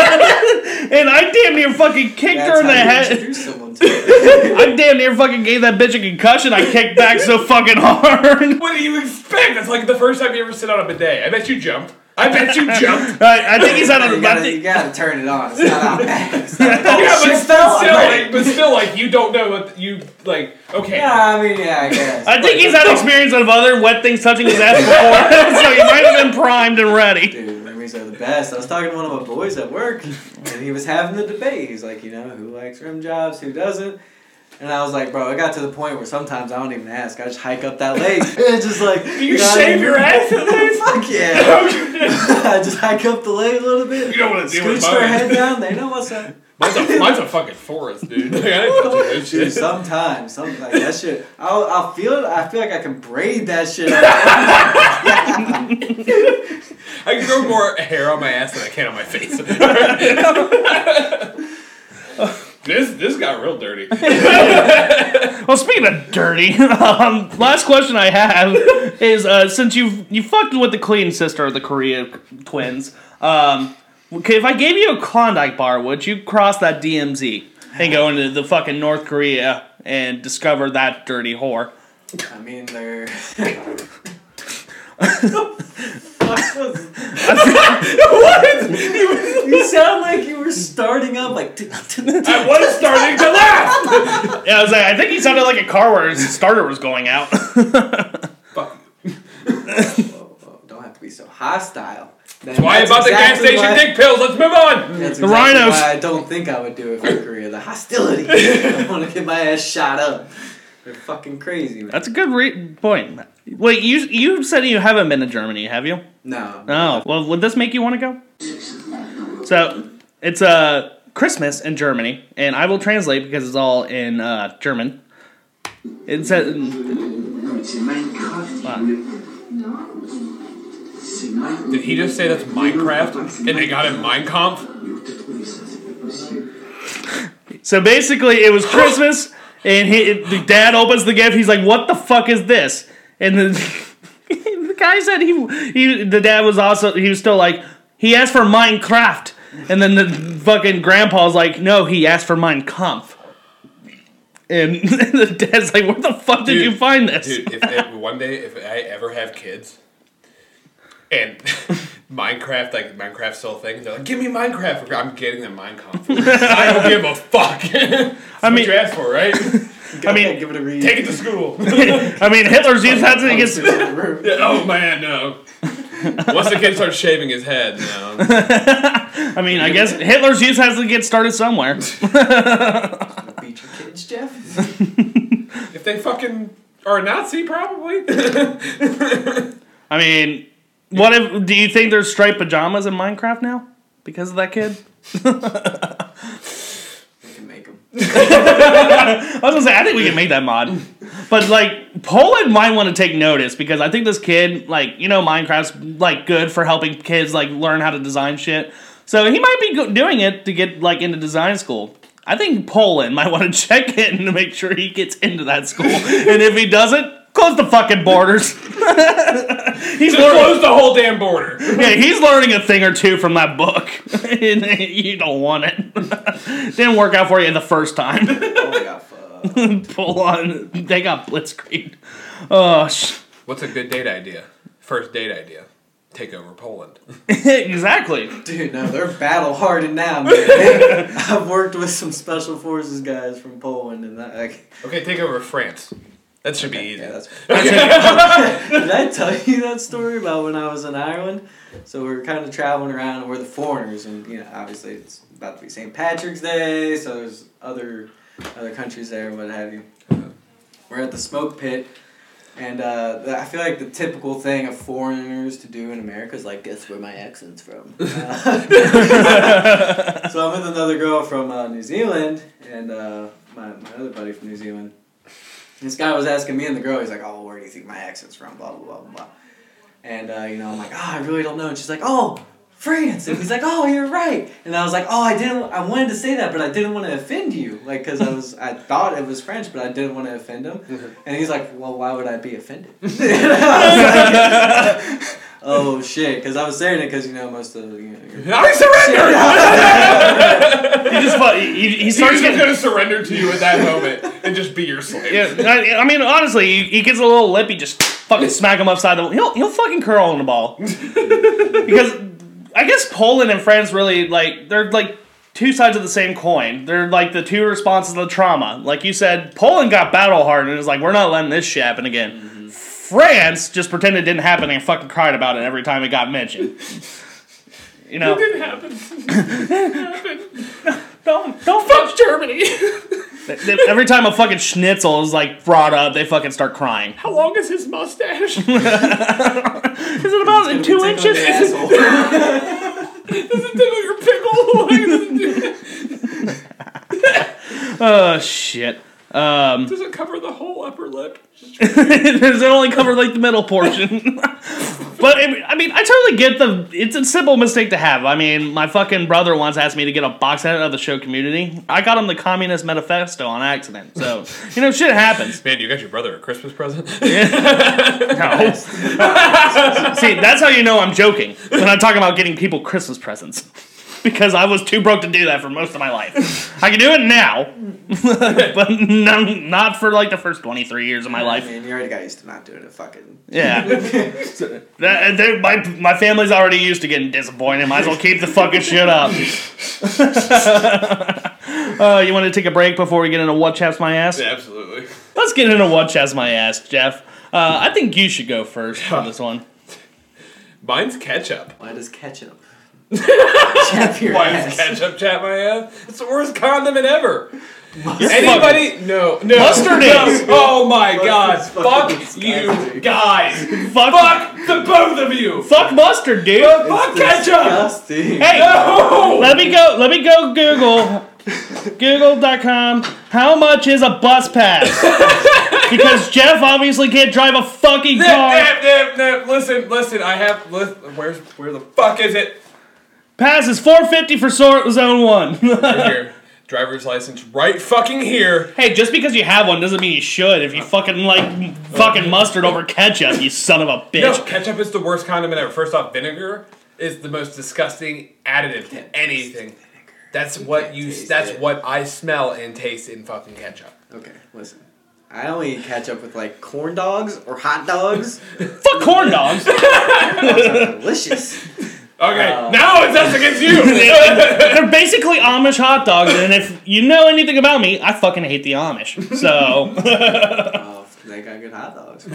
Speaker 1: I damn near fucking kicked her
Speaker 6: That's
Speaker 1: in the
Speaker 6: how you
Speaker 1: head.
Speaker 6: introduce someone to it.
Speaker 1: I damn near fucking gave that bitch a concussion. I kicked back so fucking hard.
Speaker 5: What do you expect? That's like the first time you ever sit on a bidet. I bet you jumped. I bet you jumped.
Speaker 1: I, I think he's out
Speaker 6: You
Speaker 1: of. I
Speaker 6: gotta, you
Speaker 1: think,
Speaker 6: gotta turn it on. It's not out bad. It's not
Speaker 5: yeah, but
Speaker 6: shit
Speaker 5: still,
Speaker 6: Oh, fell.
Speaker 5: like, but still, like, you don't know what you like. Okay,
Speaker 6: Yeah, I mean, yeah, I guess.
Speaker 1: I think he's had experience of other wet things touching his ass before, so he might have been primed and ready.
Speaker 6: Dude, memories are the best. I was talking to one of my boys at work, and he was having the debate. He's like, you know, who likes rim jobs, who doesn't? And I was like, bro, it got to the point where sometimes I don't even ask. I just hike up that leg. And it's just like,
Speaker 5: Do you shave your ass at least?
Speaker 6: Fuck yeah.
Speaker 5: you
Speaker 6: I just hike up the leg a little bit.
Speaker 5: don't want to deal
Speaker 6: Scooch
Speaker 5: with
Speaker 6: their head
Speaker 5: mine.
Speaker 6: down. They know what's up.
Speaker 5: Mine's a, mine's a fucking forest, dude. Like, I
Speaker 6: Oh,
Speaker 5: ain't touching this
Speaker 6: Dude,
Speaker 5: shit.
Speaker 6: sometimes, something like that shit. I'll, I'll feel it. I feel like I can braid that shit. Out.
Speaker 5: I can grow more hair on my ass than I can on my face. this this got real dirty.
Speaker 1: Well, speaking of dirty, um, last question I have is uh, since you you fucked with the clean sister of the Korea twins, um, okay, if I gave you a Klondike bar, would you cross that DMZ and go into the fucking North Korea and discover that dirty whore?
Speaker 6: I mean, they're.
Speaker 5: what?
Speaker 6: You sound like you were starting up like.
Speaker 5: I was starting to laugh.
Speaker 1: Yeah, I was like, I think he sounded like a car where his starter was going out.
Speaker 5: Fuck you.
Speaker 6: oh, Whoa, whoa, don't have to be so hostile. That's
Speaker 5: Why about the gas station
Speaker 6: why,
Speaker 5: dick pills? Let's move on.
Speaker 6: That's
Speaker 1: The
Speaker 6: exactly
Speaker 1: rhinos.
Speaker 6: why I don't think I would do it for Korea. The hostility. I want to get my ass shot up. They're fucking crazy, man.
Speaker 1: That's a good re- point. Wait, you you said you haven't been to Germany, have you?
Speaker 6: No.
Speaker 1: Oh, well, would this make you want to go? So, it's uh, Christmas in Germany, and I will translate because it's all in uh, German. It says,
Speaker 2: C'est Minecraft. C'est Minecraft.
Speaker 5: Did he just say that's Minecraft? And they got him Minecraft?
Speaker 1: so basically, it was Christmas, and he, the dad opens the gift. He's like, "What the fuck is this?" And the, the guy said he, he the dad was also he was still like he asked for Minecraft, and then the fucking grandpa's like, "No, he asked for Mein Kampf." And the dad's like, "Where the fuck did
Speaker 5: Dude,
Speaker 1: you find this?"
Speaker 5: Dude, if, if one day if I ever have kids and Minecraft, like Minecraft's still a thing, they're like, give me Minecraft. I'm getting them Minecraft. I don't give a fuck. That's
Speaker 1: I
Speaker 5: what
Speaker 1: mean,
Speaker 5: you asked for, right?
Speaker 1: I mean,
Speaker 6: give it a read.
Speaker 5: Take it to school.
Speaker 1: I mean, Hitler's used that to
Speaker 6: It's
Speaker 1: get.
Speaker 6: in the room.
Speaker 5: oh man, no. Once the kid starts shaving his head, no.
Speaker 1: I mean, I guess Hitler's youth has to get started somewhere.
Speaker 6: Beat your kids, Jeff.
Speaker 5: If they fucking are a Nazi, probably.
Speaker 1: I mean, what if? Do you think there's striped pajamas in Minecraft now because of that kid?
Speaker 6: You can make 'em.
Speaker 1: I was gonna say I think we can make that mod, but like Poland might want to take notice because I think this kid, like you know, Minecraft's like good for helping kids like learn how to design shit. So he might be go- doing it to get like into design school. I think Poland might want to check in to make sure he gets into that school, and if he doesn't, close the fucking borders. he's learning,
Speaker 5: Close the whole damn border.
Speaker 1: yeah, he's learning a thing or two from that book, and you don't want it. Didn't work out for you the first time
Speaker 6: Oh my god, fuck.
Speaker 1: full on. They got blitzkrieg. Oh, sh-
Speaker 5: What's a good date idea? First date idea. Take over Poland.
Speaker 1: exactly.
Speaker 6: Dude, no, they're battle hardened now, man. I've worked with some special forces guys from Poland and that like
Speaker 5: Okay, take over France. That should be easy.
Speaker 6: yeah, that's Did I tell you that story about when I was in Ireland? So we were kind of traveling around, and we're the foreigners, and you know, obviously it's about to be St. Patrick's Day, so there's other other countries there, what have you. Uh, We're at the smoke pit, and uh, the- I feel like the typical thing of foreigners to do in America is like, guess where my accent's from. Uh, so I'm with another girl from uh, New Zealand, and uh, my my other buddy from New Zealand. This guy was asking me and the girl, he's like, oh, where do you think my accent's from? Blah, blah, blah, blah, blah. And, uh, you know, I'm like, oh, I really don't know. And she's like, oh, France. And he's like, oh, you're right. And I was like, oh, I didn't, I wanted to say that, but I didn't want to offend you. Like, because I was, I thought it was French, but I didn't want to offend him. And he's like, well, why would I be offended? And I was like, oh, shit. Because I was saying it because, you know, most of the, you know, you're-
Speaker 5: I surrender.
Speaker 1: He just fu- he, he starts
Speaker 5: He's just
Speaker 1: getting.
Speaker 5: gonna surrender to you at that moment and just be your slave.
Speaker 1: Yeah, I, I mean, honestly, he, he gets a little lippy. Just fucking smack him upside the. He'll he'll fucking curl on the ball because I guess Poland and France really like they're like two sides of the same coin. They're like the two responses to trauma. Like you said, Poland got battle hardened and is like, we're not letting this shit happen again. France just pretended it didn't happen and fucking cried about it every time it got mentioned. You know,
Speaker 5: It happens.
Speaker 1: Don't don't fuck Germany. Every time a fucking schnitzel is like brought up, they fucking start crying.
Speaker 5: How long is his mustache?
Speaker 1: Is it about two
Speaker 6: Tickle the
Speaker 1: inches?
Speaker 6: asshole.
Speaker 5: Tickle your pickle.
Speaker 1: Oh shit. Um,
Speaker 5: Does it cover the whole upper lip?
Speaker 1: does it only cover like the middle portion? but it, I mean, I totally get the. It's a simple mistake to have. I mean, my fucking brother once asked me to get a box edit of the show Community. I got him the Communist Manifesto on accident, so you know shit happens.
Speaker 5: Man, you got your brother a Christmas present.
Speaker 1: No. See, that's how you know I'm joking when I'm talking about getting people Christmas presents. Because I was too broke to do that for most of my life. I can do it now, but no, not for like the first 23 years of my
Speaker 6: I
Speaker 1: life.
Speaker 6: mean, you already got used to not doing it fucking.
Speaker 1: Yeah. So, that- they- my, my family's already used to getting disappointed. Might as well keep the fucking shit up. uh, you want to take a break before we get into What Chaps My Ass?
Speaker 5: absolutely.
Speaker 1: Let's get into What Chaps My Ass, Jeff. Uh, I think you should go first on this one.
Speaker 5: Mine's ketchup.
Speaker 6: Why does ketchup? Chap your
Speaker 5: Why
Speaker 6: ass.
Speaker 5: is ketchup chap my ass? It's the worst condiment ever.
Speaker 1: You're fucking-
Speaker 5: Anybody? No, no.
Speaker 1: Mustard
Speaker 5: No.
Speaker 1: is.
Speaker 5: Oh my god.
Speaker 6: is
Speaker 5: Fuck
Speaker 6: fucking
Speaker 5: you
Speaker 6: disgusting.
Speaker 5: guys.
Speaker 1: Fuck, fuck,
Speaker 5: Fuck the both of you.
Speaker 1: mustard, dude.
Speaker 5: Fuck ketchup.
Speaker 6: Disgusting.
Speaker 1: Hey,
Speaker 5: No.
Speaker 1: let me go. Let me go. Google, Google.com. How much is a bus pass? because Jeff obviously can't drive a fucking
Speaker 5: Nip,
Speaker 1: car.
Speaker 5: nip, nip, nip. Listen, listen. I have. Listen, where's where the fuck is it?
Speaker 1: Pass is four fifty for sor- zone one.
Speaker 5: Right here. Driver's license right fucking here.
Speaker 1: hey, just because you have one doesn't mean you should. If you fucking like fucking mustard over ketchup, you son of a bitch.
Speaker 5: No, ketchup is the worst condiment ever. First off, vinegar is the most disgusting additive to anything. That's what you.
Speaker 6: taste
Speaker 5: That's
Speaker 6: it.
Speaker 5: what I smell and taste in fucking ketchup.
Speaker 6: Okay, listen. I only eat ketchup with like corn dogs or hot dogs.
Speaker 1: Fuck corn dogs.
Speaker 6: Delicious.
Speaker 5: Okay,
Speaker 6: Uh,
Speaker 5: now it's us against you.
Speaker 1: They're basically Amish hot dogs, and if you know anything about me, I fucking hate the Amish. So
Speaker 6: Oh, they got good hot dogs.
Speaker 5: the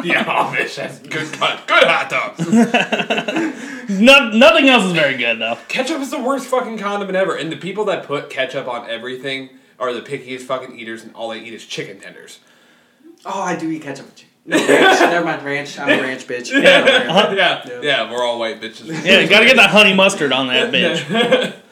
Speaker 5: Amish has oh, good cut, good hot dogs.
Speaker 1: no, nothing else is very good though.
Speaker 5: ketchup is the worst fucking condiment ever, and the people that put ketchup on everything are the pickiest fucking eaters, and all they eat is chicken tenders.
Speaker 6: Oh, I do eat ketchup. with chicken. No, ranch. Never mind, ranch. I'm a ranch bitch. Yeah.
Speaker 5: yeah, yeah, we're all white bitches.
Speaker 1: Yeah, you gotta get that honey mustard on that bitch.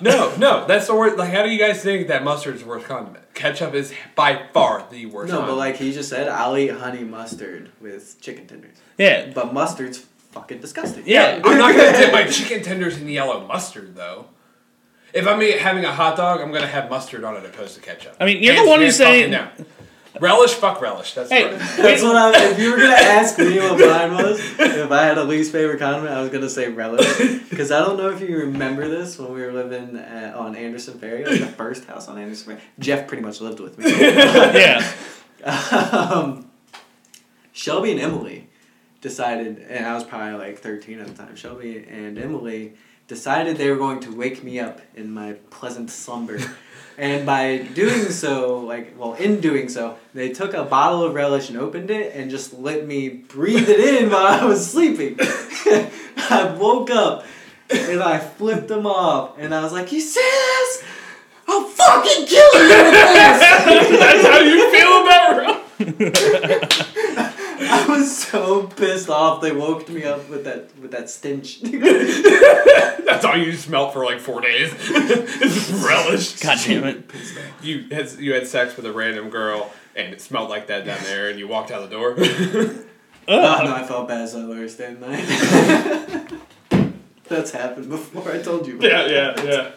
Speaker 5: No, no, that's the worst. Like, how do you guys think that mustard is the worst condiment? Ketchup is by far the worst.
Speaker 6: No, but
Speaker 5: condiment.
Speaker 6: like he just said, I'll eat honey mustard with chicken tenders.
Speaker 1: Yeah.
Speaker 6: But mustard's fucking disgusting.
Speaker 1: Yeah.
Speaker 5: I'm not gonna dip my chicken tenders in yellow mustard though. If I'm eat- having a hot dog, I'm gonna have mustard on it opposed to ketchup.
Speaker 1: I mean, you're the one who
Speaker 5: hands
Speaker 1: say-
Speaker 5: fucking down. relish, fuck relish. That's
Speaker 1: Hey,
Speaker 5: right.
Speaker 6: That's what I. If you were gonna ask me what mine was, if I had a least favorite condiment, I was gonna say relish. Because I don't know if you remember this when we were living uh on Anderson Ferry, like the first house on Anderson Ferry. Jeff pretty much lived with me.
Speaker 1: yeah.
Speaker 6: um, Shelby and Emily decided, and I was probably like thirteen at the time. Shelby and Emily decided they were going to wake me up in my pleasant slumber. And by doing so, like, well, in doing so, they took a bottle of relish and opened it and just let me breathe it in while I was sleeping. I woke up and I flipped them off and I was like, You see this? I'll fucking kill you with this!
Speaker 5: That's how you feel about relish.
Speaker 6: I was so pissed off. They woke me up with that with that stench. Oh,
Speaker 5: That's all you smelt for like four days. It's relish.
Speaker 1: God damn it.
Speaker 5: You had you had sex with a random girl and it smelled like that down there, and you walked out the door.
Speaker 6: oh no, I felt bad, so I lost that night. That's happened before. I told you.
Speaker 5: yeah, yeah, yeah.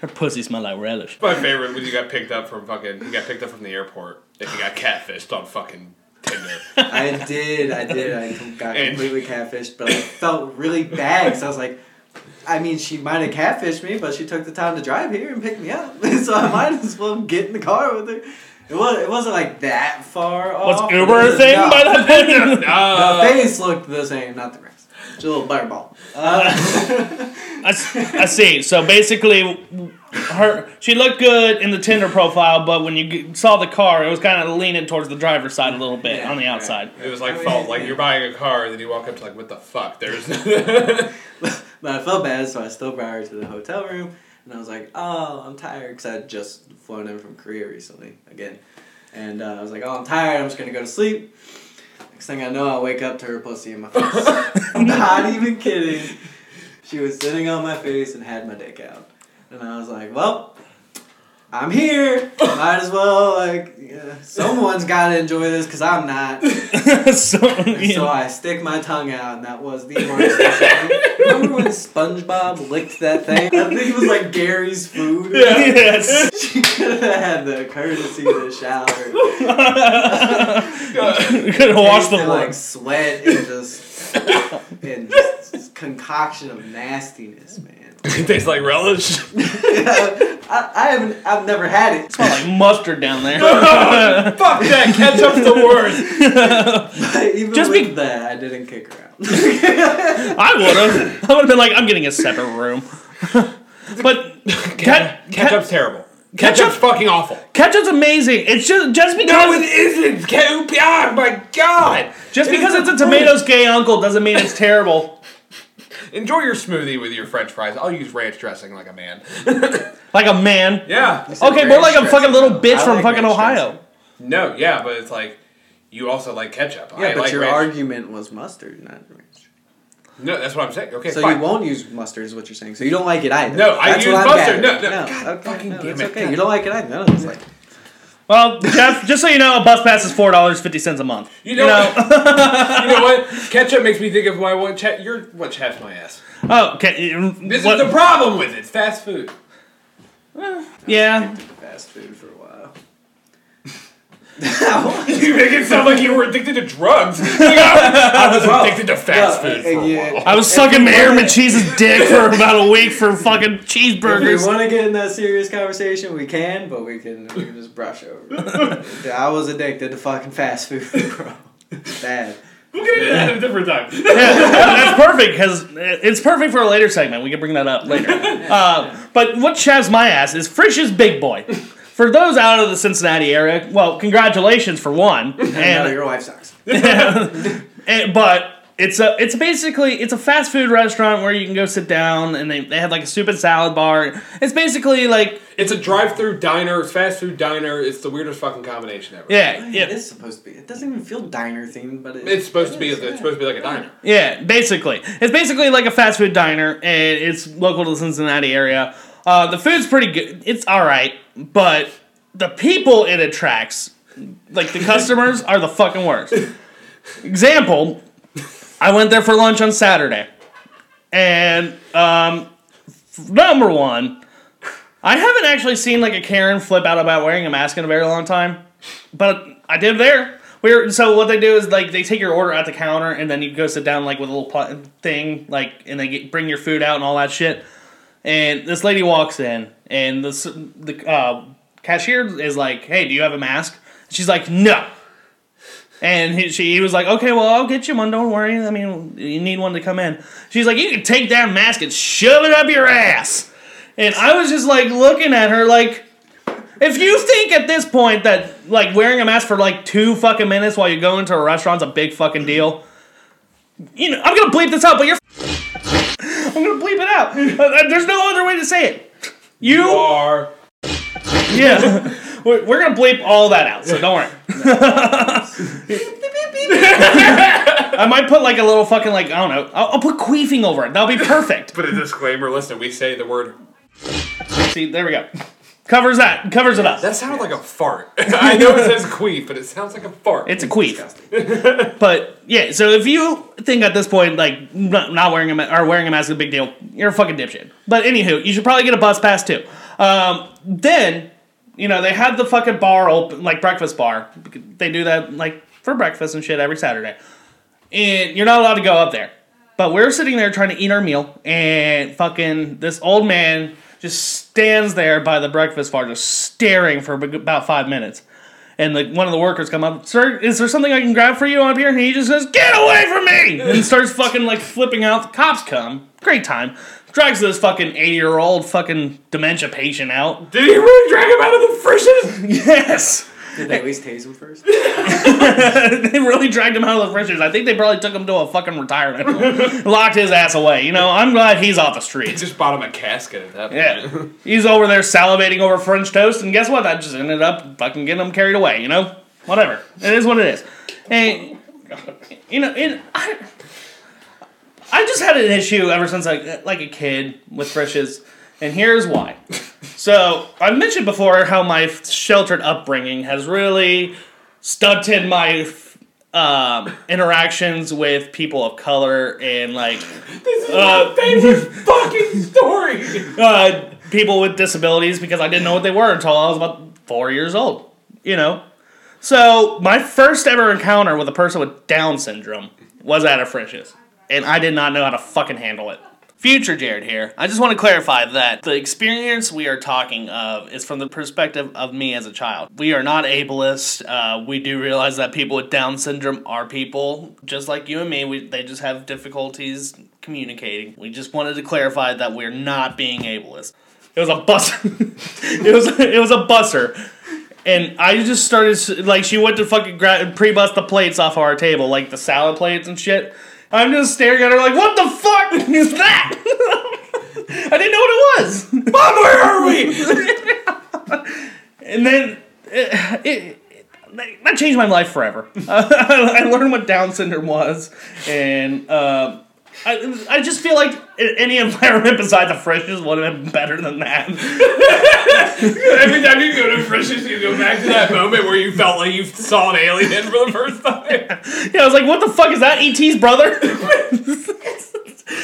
Speaker 1: Her pussy smell like relish.
Speaker 5: My favorite was you got picked up from fucking. You got picked up from the airport and you got catfished on fucking Tinder.
Speaker 6: I did. I did. I com- got
Speaker 5: And-
Speaker 6: completely catfished, but I felt really bad because I was like. I mean, she might have catfished me, but she took the time to drive here and pick me up, so I might as well get in the car with her. It was. It wasn't like that far
Speaker 1: What's
Speaker 6: off.
Speaker 1: Uber a thing
Speaker 6: No.
Speaker 1: by that point?
Speaker 5: Uh,
Speaker 6: The face looked the same, not the rest. Just a little butterball. Uh,
Speaker 1: I, s- I see. So basically, her she looked good in the Tinder profile, but when you g- saw the car, it was kind of leaning towards the driver's side a little bit
Speaker 6: Yeah,
Speaker 1: on the
Speaker 6: yeah.
Speaker 1: outside.
Speaker 5: it was like
Speaker 6: I mean,
Speaker 5: fault. Like you're buying a car, and then you walk up to like, what the fuck? There's. yeah,
Speaker 6: but I felt bad, so I still brought her to the hotel room, and I was like, "Oh, I'm tired," because I had just flown in from Korea recently again, and uh, I was like, "Oh, I'm tired. I'm just gonna go to sleep." Next thing I know, I wake up to her pussy in my face. I'm not even kidding. She was sitting on my face and had my dick out, and I was like, "Well." I'm here. Might as well like yeah, someone's got to enjoy this because I'm not.
Speaker 1: so,
Speaker 6: So I stick my tongue out, and that was the worst. thing. Remember when SpongeBob licked that thing? I think it was like Gary's food.
Speaker 1: yes.
Speaker 6: She could have had the courtesy to shower,
Speaker 1: you could have washed the
Speaker 6: Tasted, like
Speaker 1: legs.
Speaker 6: sweat and just and just concoction of nastiness, man.
Speaker 5: it tastes like relish.
Speaker 6: I, I haven't. I've never had it.
Speaker 1: Like mustard down there.
Speaker 5: Fuck that ketchup's the worst.
Speaker 6: Even
Speaker 1: Just
Speaker 6: with
Speaker 1: be-
Speaker 6: that, I didn't kick her out.
Speaker 1: I would have. I would have been like, I'm getting a separate room. but cat,
Speaker 5: Ketchup's terrible. Ketchup's
Speaker 1: Ketchup,
Speaker 5: fucking awful.
Speaker 1: ketchup's amazing. It's just just because
Speaker 5: No, it isn't. Ketchup. Oh my god.
Speaker 1: just
Speaker 5: It is
Speaker 1: because
Speaker 5: the
Speaker 1: it's a
Speaker 5: worst.
Speaker 1: tomato's gay uncle doesn't mean it's terrible.
Speaker 5: Enjoy your smoothie with your French fries. I'll use ranch dressing like a man.
Speaker 1: Like a man.
Speaker 5: yeah.
Speaker 1: Okay, more like a
Speaker 6: Ranch
Speaker 1: fucking little
Speaker 6: dressing.
Speaker 1: bitch
Speaker 6: I
Speaker 1: from
Speaker 6: like
Speaker 1: fucking
Speaker 6: ranch
Speaker 1: Ohio.
Speaker 6: dressing.
Speaker 5: No, yeah, but it's like you also like ketchup.
Speaker 6: Yeah,
Speaker 5: I
Speaker 6: but
Speaker 5: like
Speaker 6: your
Speaker 5: ranch.
Speaker 6: argument was mustard, not ranch.
Speaker 5: no, that's what I'm saying. Okay,
Speaker 6: So
Speaker 5: fine.
Speaker 6: you won't use mustard, is what you're saying. So you don't like it either.
Speaker 5: No, I
Speaker 6: That's
Speaker 5: use
Speaker 6: what I'm
Speaker 5: mustard.
Speaker 6: gathering.
Speaker 5: No, no. God
Speaker 6: okay,
Speaker 5: fucking
Speaker 6: no,
Speaker 5: damn
Speaker 6: it's
Speaker 5: it.
Speaker 6: okay. You don't like it either. None of us like it.
Speaker 1: Well, Jeff, just so you know, a bus pass is four dollars fifty cents a month.
Speaker 5: You know, you know what? Ketchup makes me think of my one chat. You're what chaps my ass.
Speaker 1: Oh, okay. mm,
Speaker 5: This is
Speaker 1: what-
Speaker 5: the problem with it. It's fast food.
Speaker 1: yeah.
Speaker 6: Fast food for a while.
Speaker 5: You make it sound like you were addicted to drugs. I was addicted to fast
Speaker 6: Well,
Speaker 5: food for a
Speaker 6: yeah.
Speaker 5: while.
Speaker 1: I was sucking Airman Cheese's dick for about a week for fucking
Speaker 6: If we
Speaker 1: cheeseburgers.
Speaker 6: want to get in that serious conversation, we can, but we can, we can just brush over. it. I was addicted to fucking fast food, bro. Bad.
Speaker 5: We'll get into that at a different time.
Speaker 1: Yeah, that's perfect because it's perfect for a later segment. We can bring that up later. Uh, but what chaps my ass is Frisch's Big Boy. For those out of the Cincinnati area, well, congratulations for one,
Speaker 6: No,
Speaker 1: and,
Speaker 6: your wife sucks.
Speaker 1: and- but it's a it's basically it's a fast food restaurant where you can go sit down and they, they have like a soup and salad bar. It's basically like
Speaker 5: It's a drive-through diner. It's fast food diner. It's the weirdest fucking combination ever.
Speaker 1: yeah
Speaker 6: It
Speaker 1: yeah
Speaker 6: is supposed to be. It doesn't even feel diner themed, but it,
Speaker 5: It's supposed
Speaker 6: it
Speaker 5: to be.
Speaker 6: is,
Speaker 5: It's supposed to be like a diner.
Speaker 1: yeah basically it's basically like a fast food diner and it's local to the Cincinnati area. Uh, the food's pretty good. It's all right, but the people it attracts, like the customers, are the fucking worst. Example, I went there for lunch on Saturday, and um, f- number one, I haven't actually seen like a Karen flip out about wearing a mask in a very long time, but I did there. We were, so what they do is like they take your order at the counter and then you go sit down like with a little pl- thing like and they get, bring your food out and all that shit. And this lady walks in, and the s- the uh, cashier is like, "Hey, do you have a mask?" She's like, "No." And he, she he was like, "Okay, well, I'll get you one. Don't worry. I mean, you need one to come in." She's like, "You can take that mask and shove it up your ass." And I was just like looking at her like. If you think at this point that like wearing a mask for like two fucking minutes while you go into a restaurant's a big fucking deal, you know I'm gonna bleep this out, but you're I'm gonna bleep it out. Uh, uh, There's no other way to say it. You
Speaker 5: Bar.
Speaker 1: yeah, we're we're gonna bleep all that out, so don't worry. I might put like a little fucking like I don't know. I'll, I'll put queefing over it. That'll be perfect.
Speaker 5: Put a disclaimer. Listen, we say the word.
Speaker 1: See, there we go. Covers that. Covers it up.
Speaker 5: That sounded like a fart. I know it says queef, but it sounds like a fart.
Speaker 1: It's a queef. but yeah, so if you think at this point like not, not wearing a ma- or wearing a mask is a big deal, you're a fucking dipshit. But anywho, you should probably get a bus pass too. Um, then you know they have the fucking bar open, like breakfast bar. They do that like for breakfast and shit every Saturday, and you're not allowed to go up there. But we're sitting there trying to eat our meal, and fucking this old man just stands there by the breakfast bar, just staring for about five minutes. And the, one of the workers come up, sir, is there something I can grab for you up here? And he just says, get away from me! And starts fucking like flipping out. The cops come, great time, drags this fucking 80 year old fucking dementia patient out.
Speaker 5: Did he really drag him out of the fridges?
Speaker 1: Yes!
Speaker 6: Did they at least tase him first?
Speaker 1: they really dragged him out of the fridges. I think they probably took him to a fucking retirement home. Locked his ass away. You know, I'm glad he's off the streets.
Speaker 5: Just bought him a casket at that point.
Speaker 1: Yeah. He's over there salivating over French toast, and guess what? I just ended up fucking getting him carried away, you know? Whatever. It is what it is. And, you know, and I, I just had an issue ever since I, like a kid with frishes, and here's why. So, I've mentioned before how my sheltered upbringing has really stunted my um, interactions with people of color and like
Speaker 5: This is
Speaker 1: Uh,
Speaker 5: my favorite fucking story.
Speaker 1: uh, people with disabilities because I didn't know what they were until I was about four years old. You know, so my first ever encounter with a person with Down syndrome was at a Frisch's, and I did not know how to fucking handle it. Future Jared here. I just want to clarify that the experience we are talking of is from the perspective of me as a child. We are not ableist. Uh, we do realize that people with Down syndrome are people just like you and me. We, they just have difficulties communicating. We just wanted to clarify that we're not being ableist. It was a bus. it was it was a busser, and I just started s- like she went to fucking gra- pre-bust the plates off of our table, like the salad plates and shit. I'm just staring at her like, what the fuck is that? I didn't know what it was. Mom, where are we? and then it, it, it- that changed my life forever. I learned what Down syndrome was, and. Uh, I, I just feel like a- any environment besides the freshness would have been better than that.
Speaker 5: Every time you go to Frisch's, you go back to that moment where you felt like you saw an alien for the first time.
Speaker 1: Yeah, I was like, what the fuck is that? E.T.'s brother?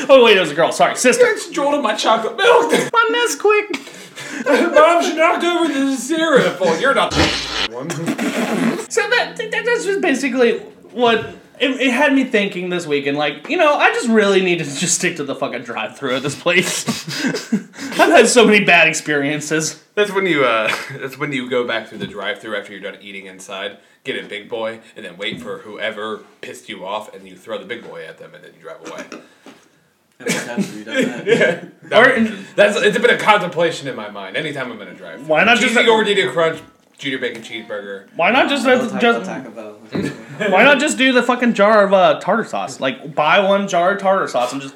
Speaker 1: oh, wait, it was a girl. Sorry, sister.
Speaker 5: It's drooling my chocolate milk.
Speaker 1: On this quick.
Speaker 5: Mom, she knocked over the syrup. Oh, you're not the one.
Speaker 1: So that, that that's just basically what it, it had me thinking this weekend. Like, you know, I just really need to just stick to the fucking drive-through at this place. I've had so many bad experiences.
Speaker 5: That's when you uh, that's when you go back through the drive-through after you're done eating inside, get a big boy, and then wait for whoever pissed you off, and you throw the big boy at them, and then you drive away.
Speaker 6: How many times have you done that?
Speaker 1: Or-
Speaker 5: That's it's been a contemplation in my mind. Anytime I'm in a drive,
Speaker 1: Why not just-
Speaker 5: cheesy gordita crunch, junior bacon cheeseburger?
Speaker 1: why not just, uh,
Speaker 6: I'll talk- I'll
Speaker 1: just
Speaker 6: talk about it.
Speaker 1: why not just do the fucking jar of uh, tartar sauce? Like, buy one jar of tartar sauce and just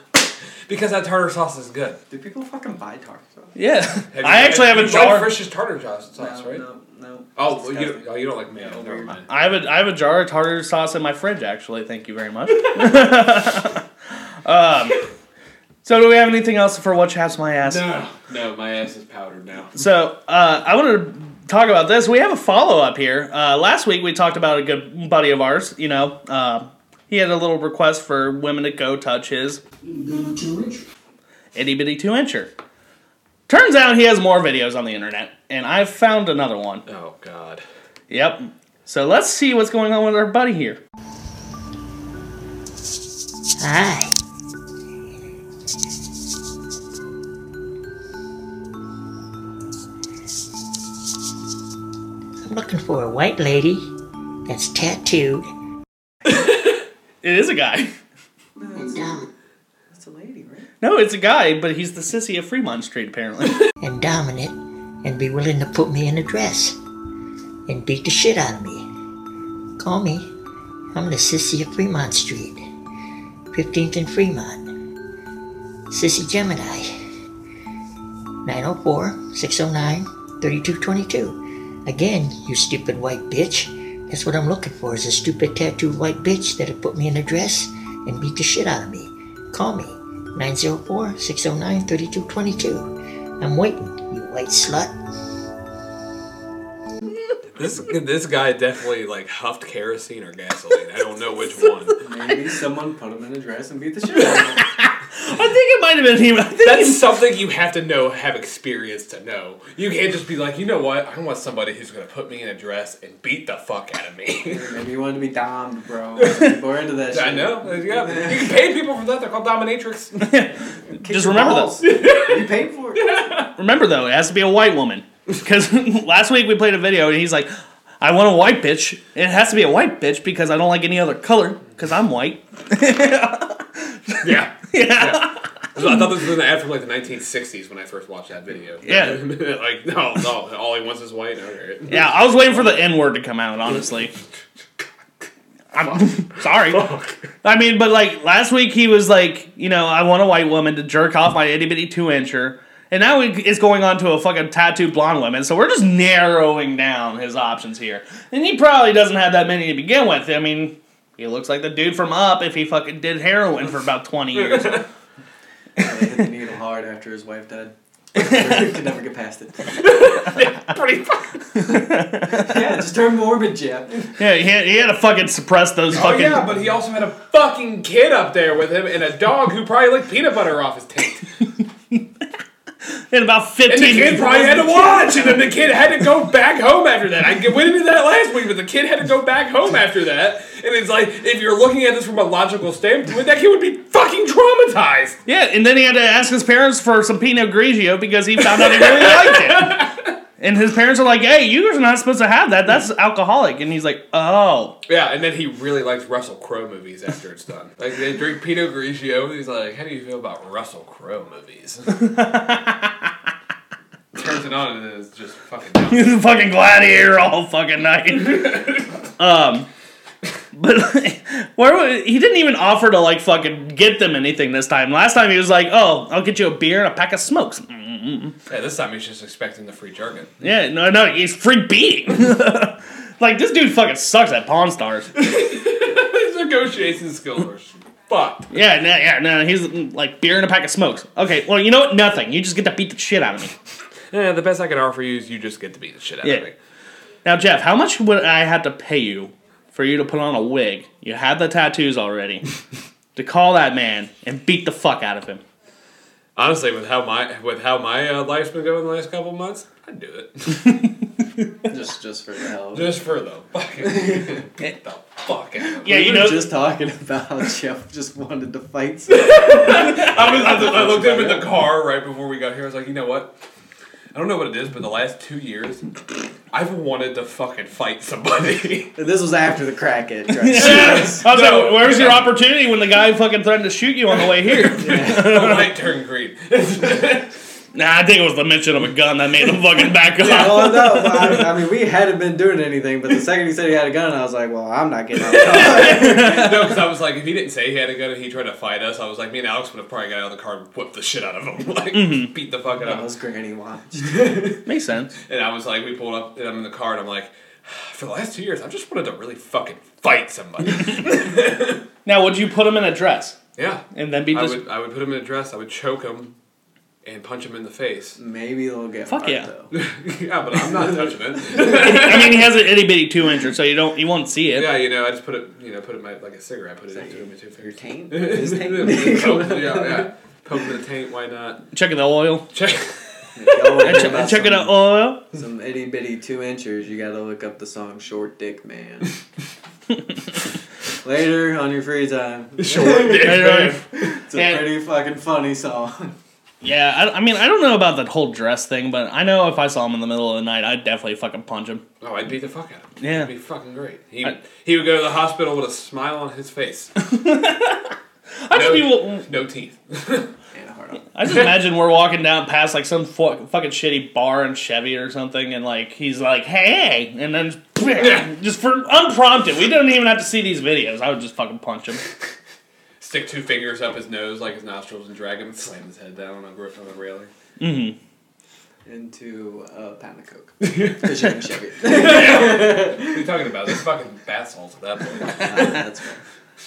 Speaker 5: Because that tartar sauce is good.
Speaker 6: Do people fucking buy tartar sauce?
Speaker 1: yeah.
Speaker 5: Have
Speaker 1: I
Speaker 5: you-
Speaker 1: actually have a
Speaker 5: you
Speaker 1: jar.
Speaker 5: Like Frisch's tartar sauce, sauce right?
Speaker 6: No, no.
Speaker 5: Oh,
Speaker 6: It's
Speaker 5: well, you,
Speaker 6: disgusting.
Speaker 5: don't- oh, you don't like mayo? Never mind.
Speaker 1: I have a I have a jar of tartar sauce in my fridge. Actually, thank you very much. um, so, do we have anything else for what chaps my ass?
Speaker 5: No, no, my ass is powdered now.
Speaker 1: So uh, I wanted to talk about this. We have a follow up here. Uh, last week we talked about a good buddy of ours. You know, uh, he had a little request for women to go touch his itty bitty two incher. Turns out he has more videos on the internet, and I've found another one.
Speaker 5: Oh God.
Speaker 1: Yep. So let's see what's going on with our buddy here.
Speaker 7: Hi. I'm looking for a white lady that's tattooed
Speaker 1: It is a guy.
Speaker 7: and dom-
Speaker 6: That's a lady, right?
Speaker 1: No, it's a guy, but he's the sissy of Fremont Street, apparently.
Speaker 7: and dominant and be willing to put me in a dress and beat the shit out of me. Call me. I'm the sissy of Fremont Street, 15th and Fremont. Sissy Gemini, 904 609 3222. Again, you stupid white bitch. That's what I'm looking for is a stupid tattooed white bitch that'll put me in a dress and beat the shit out of me. Call me 904 609 3222. I'm waiting, you white slut.
Speaker 5: This this guy definitely like huffed kerosene or gasoline. I don't know which one.
Speaker 6: Maybe someone put him in a dress and beat the shit out of him.
Speaker 1: I think it might have been him. I think
Speaker 5: That's something you have to know, have experience to know. You can't just be like, you know what? I want somebody who's gonna put me in a dress and beat the fuck out of me.
Speaker 6: Maybe you wanted to be domed, bro. People are into that shit.
Speaker 5: I know. Yeah, you can pay people for that. They're called dominatrix.
Speaker 6: Kick
Speaker 1: Just
Speaker 6: your
Speaker 1: remember
Speaker 6: balls. you paid for it.
Speaker 1: Remember though, it has to be a white woman. Because last week we played a video and he's like, "I want a white bitch. It has to be a white bitch because I don't like any other color because I'm white."
Speaker 5: Yeah.
Speaker 1: Yeah,
Speaker 5: So I thought this was an ad from like the 1960s when I first watched that video.
Speaker 1: Yeah.
Speaker 5: like no, no. All he wants is white. Okay.
Speaker 1: yeah. I was waiting for the N word to come out. Honestly, I'm sorry. I mean, but like last week he was like, you know, I want a white woman to jerk off my itty bitty two incher. And now he- it's going on to a fucking tattooed blonde woman, so we're just narrowing down his options here. And he probably doesn't have that many to begin with. I mean, he looks like the dude from Up if he fucking did heroin for about 20 years.
Speaker 6: They hit the needle hard after his wife died. Could never get past it.
Speaker 1: Pretty fu-
Speaker 6: Yeah, just turn morbid, Jeff.
Speaker 1: yeah, he had, he had to fucking suppress those
Speaker 5: Oh
Speaker 1: fucking.
Speaker 5: yeah, but he also had a fucking kid up there with him and a dog who probably licked peanut butter off his taint.
Speaker 1: in about
Speaker 5: And the
Speaker 1: 15
Speaker 5: kid probably had to watch, and then the kid had to go back home after that. I went into that last week, but the kid had to go back home after that. And it's like, if you're looking at this from a logical standpoint, that kid would be fucking traumatized.
Speaker 1: Yeah, and then he had to ask his parents for some Pinot Grigio because he found out he really liked it. And his parents are like, "Hey, you're not supposed to have that. That's alcoholic." And he's like, "Oh,
Speaker 5: Yeah, and then he really likes Russell Crowe movies after it's done. Like, they drink Pinot Grigio, and he's like, how do you feel about Russell Crowe movies? person on it is just fucking dumb.
Speaker 1: He's a fucking gladiator all fucking night. um, but like, where wa- he didn't even offer to like fucking get them anything this time. Last time he was like, "Oh, I'll get you a beer and a pack of smokes." Mm.
Speaker 5: yeah, this time he's just expecting the free jargon.
Speaker 1: Yeah, no, no, he's free beating. like this dude fucking sucks at Pawn Stars.
Speaker 5: His negotiation skills are fucked.
Speaker 1: Yeah, no, yeah, no, he's mm, like beer and a pack of smokes. Okay, well, you know what? Nothing. You just get to beat the shit out of me.
Speaker 5: Yeah, Eh, the best I can offer you is you just get to beat the shit out
Speaker 1: Yeah.
Speaker 5: of me.
Speaker 1: Now, Jeff, how much would I have to pay you for you to put on a wig? You had the tattoos already. to call that man and beat the fuck out of him.
Speaker 5: Honestly, with how my with how my uh, life's been going the last couple of months, I'd do it
Speaker 6: just just for the hell. of it.
Speaker 5: just for the fucking get the fuck out. Of me.
Speaker 1: Yeah,
Speaker 6: we
Speaker 1: you
Speaker 6: were
Speaker 1: know,
Speaker 6: just talking about how Jeff just wanted to fight. So
Speaker 5: I, was, I, I looked at him in the car right before we got here. I was like, you know what? I don't know what it is, but the last two years, I've wanted to fucking fight somebody.
Speaker 6: this was after the crack it.
Speaker 1: I
Speaker 6: Right?
Speaker 1: was like,
Speaker 5: No.
Speaker 1: where's your opportunity when the guy fucking threatened to shoot you on the way here?
Speaker 5: I might turn green.
Speaker 1: Nah, I think it was the mention of a gun that made him fucking back off.
Speaker 6: well, no, well, I, I mean, we hadn't been doing anything, but the second he said he had a gun, I was like, well, I'm not getting out of the car.
Speaker 5: No, because I was like, if he didn't say he had a gun and he tried to fight us, I was like, me and Alex would have probably got out of the car and whipped the shit out of him. Like, beat the fuck out
Speaker 6: That
Speaker 5: of him.
Speaker 6: was Granny watched.
Speaker 1: Makes sense.
Speaker 5: And I was like, we pulled up and I'm in the car and I'm like, for the last two years, I've just wanted to really fucking fight somebody.
Speaker 1: Now, would you put him in a dress
Speaker 5: yeah.
Speaker 1: and then beat
Speaker 5: I
Speaker 1: this?
Speaker 5: would, I would put him in a dress, I would choke him and punch him in the face.
Speaker 6: Maybe they'll get
Speaker 1: Fuck
Speaker 6: hard,
Speaker 1: yeah.
Speaker 6: though.
Speaker 5: yeah, but I'm not touching it.
Speaker 1: I mean, he has an itty bitty two incher, so you don't, you won't see it.
Speaker 5: yeah, you know, I just put it, you know, put it in my, like a cigarette, put it into my two
Speaker 6: Your
Speaker 5: fingers.
Speaker 6: taint? His taint?
Speaker 5: Poke- yeah, yeah. Poke him in the taint, why not?
Speaker 1: Checking the oil,
Speaker 5: Check.
Speaker 6: Y'all worry
Speaker 1: Check- Oh,
Speaker 6: about
Speaker 1: checking
Speaker 6: some-
Speaker 1: the oil.
Speaker 6: Some itty bitty two inchers, you gotta look up the song Short Dick Man. Later on your free time.
Speaker 5: Short
Speaker 1: Right,
Speaker 5: dick. man.
Speaker 1: right.
Speaker 6: It's a
Speaker 1: And-
Speaker 6: pretty fucking funny song.
Speaker 1: Yeah, I, I mean, I don't know about that whole dress thing, but I know if I saw him in the middle of the night, I'd definitely fucking punch him.
Speaker 5: Oh, I'd beat the fuck out of him.
Speaker 1: Yeah.
Speaker 5: It'd be fucking great. He,
Speaker 1: I-
Speaker 5: he would go to the hospital with a smile on his face.
Speaker 1: I just,
Speaker 5: No.
Speaker 1: be,
Speaker 5: No teeth.
Speaker 6: And hard on.
Speaker 1: I just imagine we're walking down past like some fu- fucking shitty bar in Chevy or something, and like he's like, "Hey," and then just, just for unprompted, we don't even have to see these videos. I would just fucking punch him.
Speaker 5: Stick two fingers up his nose, like his nostrils, and drag him and slam his head down on a, gr- on a railing.
Speaker 6: Into a pound of coke. 'Cause you're in Chevy.
Speaker 5: What are you talking about? That's fucking bath salts at that point.
Speaker 6: Ah, that's fair.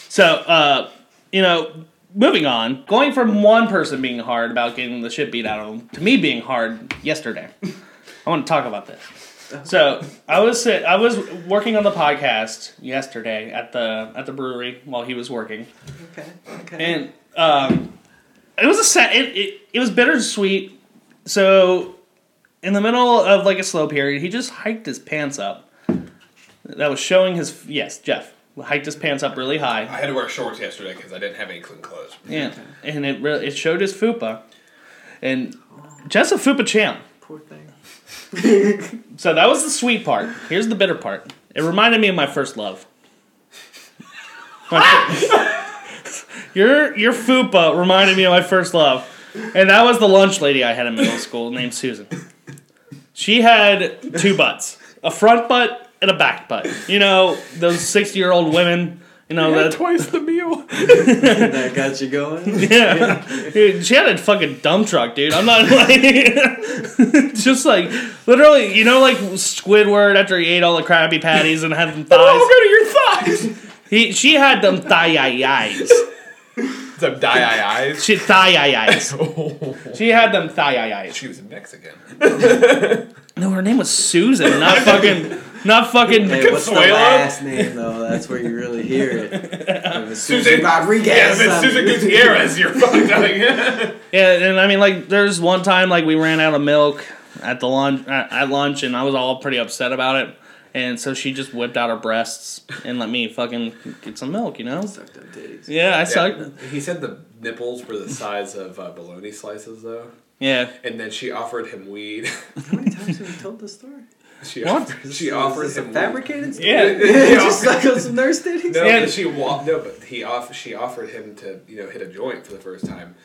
Speaker 1: So, uh, you know, moving on, going from one person being hard about getting the shit beat out of them to me being hard yesterday. I want to talk about this. So I was sit- I was working on the podcast yesterday at the at the brewery while he was working,
Speaker 6: Okay. Okay.
Speaker 1: and um, it was a set. It, it it was bittersweet. So in the middle of like a slow period, he just hiked his pants up. That was showing his yes, Jeff hiked his pants up really high.
Speaker 5: I had to wear shorts yesterday because I didn't have any clean clothes.
Speaker 1: Yeah, and it really it showed his fupa, and just a fupa champ.
Speaker 6: Poor thing.
Speaker 1: So that was the sweet part. Here's the bitter part. It reminded me of my first love. My
Speaker 6: Ah!
Speaker 1: fir- your your fupa reminded me of my first love, and that was the lunch lady I had in middle school named Susan. She had two butts, a front butt and a back butt. You know those sixty year old women. You know that
Speaker 5: Twice the meal.
Speaker 6: That got you going?
Speaker 1: Yeah. Dude, she had a fucking dump truck, dude. I'm not like just like literally, you know, like Squidward after he ate all the Krabby Patties and had them thighs.
Speaker 5: Oh, go to your thighs.
Speaker 1: He she had them thigh eyes.
Speaker 5: Some die eyes.
Speaker 1: She thigh eyes.
Speaker 5: Oh,
Speaker 1: She had them thigh eyes.
Speaker 5: she was Mexican.
Speaker 1: No, her name was Susan, not fucking not fucking
Speaker 6: Hey, what's the
Speaker 5: Consuelo?
Speaker 6: last name though? That's where you really hear it. It was Susan,
Speaker 5: Susan-
Speaker 6: Rodriguez.
Speaker 5: Yeah, if it's
Speaker 6: son.
Speaker 5: Susan Gutierrez, you're fucking dying.
Speaker 1: Yeah, and I mean, like, there's one time like we ran out of milk at the lunch at at lunch, and I was all pretty upset about it. And so she just whipped out her breasts and let me fucking get some milk, you know?
Speaker 6: Suck them titties.
Speaker 1: Yeah, I sucked.
Speaker 5: He said the nipples were the size of uh, bologna slices, though.
Speaker 1: Yeah.
Speaker 5: And then she offered him weed.
Speaker 6: How many times have you told this story?
Speaker 5: She
Speaker 1: What?
Speaker 5: offers, she
Speaker 6: Is
Speaker 5: offers
Speaker 6: this a
Speaker 5: him
Speaker 6: fabricated story?
Speaker 1: Yeah.
Speaker 5: weed.
Speaker 6: Just suck on some nurse titties?
Speaker 5: no,
Speaker 1: Yeah.
Speaker 5: but she wa- no, but he off she offered him to you know hit a joint for the first time,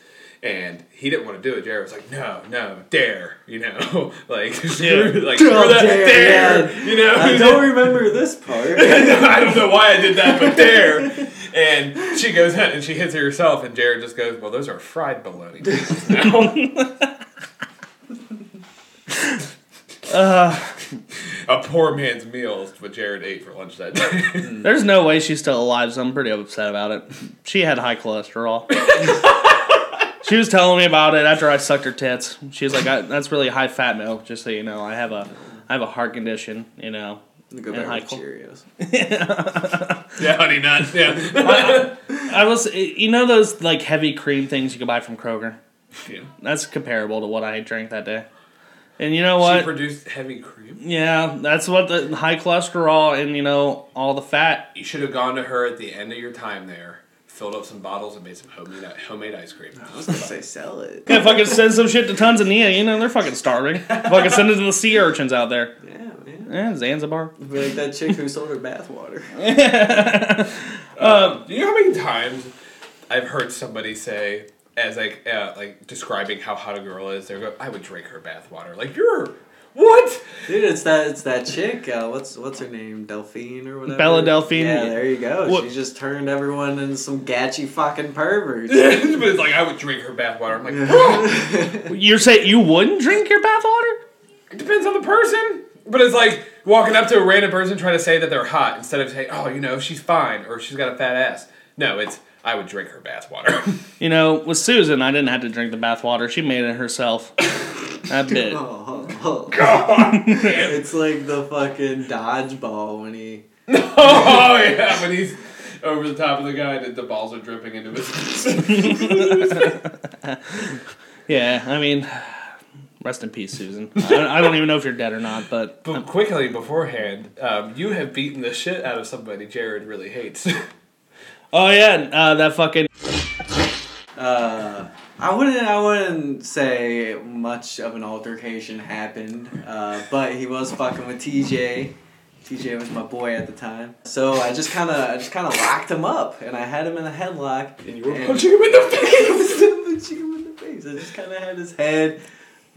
Speaker 5: And he didn't want to do it. Jared was like, "No, no, dare," you know, like,
Speaker 1: Yeah.
Speaker 5: like screw that
Speaker 6: dare,
Speaker 5: dare,
Speaker 6: yeah.
Speaker 5: you know.
Speaker 6: I don't remember this part.
Speaker 5: I don't know why I did that, but dare. And she goes in and she hits herself, and Jared just goes, "Well, those are fried bologna." A poor man's meal is what Jared ate for lunch that day.
Speaker 1: There's no way she's still alive, so I'm pretty upset about it. She had high cholesterol. she was telling me about it after I sucked her tits. She was like, I, "That's really high fat milk." Just so you know, I have a I have a heart condition. You know,
Speaker 6: Go
Speaker 1: And
Speaker 6: back
Speaker 1: Heiko.
Speaker 6: with Cheerios.
Speaker 5: yeah, honey nut. Yeah.
Speaker 1: I was you know those like heavy cream things you can buy from Kroger.
Speaker 5: Yeah.
Speaker 1: That's comparable to what I drank that day. And you know
Speaker 5: She
Speaker 1: what?
Speaker 5: produced heavy cream.
Speaker 1: yeah, that's what the high cholesterol and you know all the fat.
Speaker 5: You should have gone to her at the end of your time there, filled up some bottles, and made some homemade homemade ice cream.
Speaker 6: I was gonna say salad.
Speaker 1: Yeah, fucking send some shit to Tanzania. You know they're fucking starving. fucking send it to the sea urchins out there.
Speaker 6: Yeah, man.
Speaker 1: Yeah, Zanzibar.
Speaker 6: Be like that chick who sold her bathwater.
Speaker 5: Do you know how many times I've heard somebody say, as like uh, like describing how hot a girl is, they go, "I would drink her bathwater." Like you're what?
Speaker 6: Dude, it's that it's that chick. Uh, what's what's her name? Delphine or whatever.
Speaker 1: Bella Delphine.
Speaker 6: Yeah, there you go.
Speaker 1: What-
Speaker 6: She just turned everyone into some gatchy fucking perverts.
Speaker 5: but it's like I would drink her bathwater. I'm like, "Bruh,
Speaker 1: You're saying you wouldn't drink your bathwater?
Speaker 5: it depends on the person. But it's like walking up to a random person trying to say that they're hot instead of saying, "Oh, you know, she's fine" or "She's got a fat ass." No, it's I would drink her bathwater.
Speaker 1: You know, with Susan, I didn't have to drink the bathwater. She made it herself. I bet.
Speaker 6: Oh, oh, oh. it's like the fucking dodgeball when he.
Speaker 5: oh yeah, when he's over the top of the guy, and the balls are dripping into his.
Speaker 1: Yeah, I mean, rest in peace, Susan. I, I don't even know if you're dead or not, but
Speaker 5: But quickly beforehand, um, you have beaten the shit out of somebody Jared really hates.
Speaker 1: oh yeah, uh, that fucking
Speaker 6: Uh, I wouldn't. I wouldn't say much of an altercation happened, uh, but he was fucking with TJ. TJ was my boy at the time, so I just kind of, I just kind of locked him up, and I had him in a headlock.
Speaker 5: and you were
Speaker 6: and-
Speaker 5: punching him in the
Speaker 6: I
Speaker 5: face.
Speaker 6: was punching him in the face. I just kind of had his head.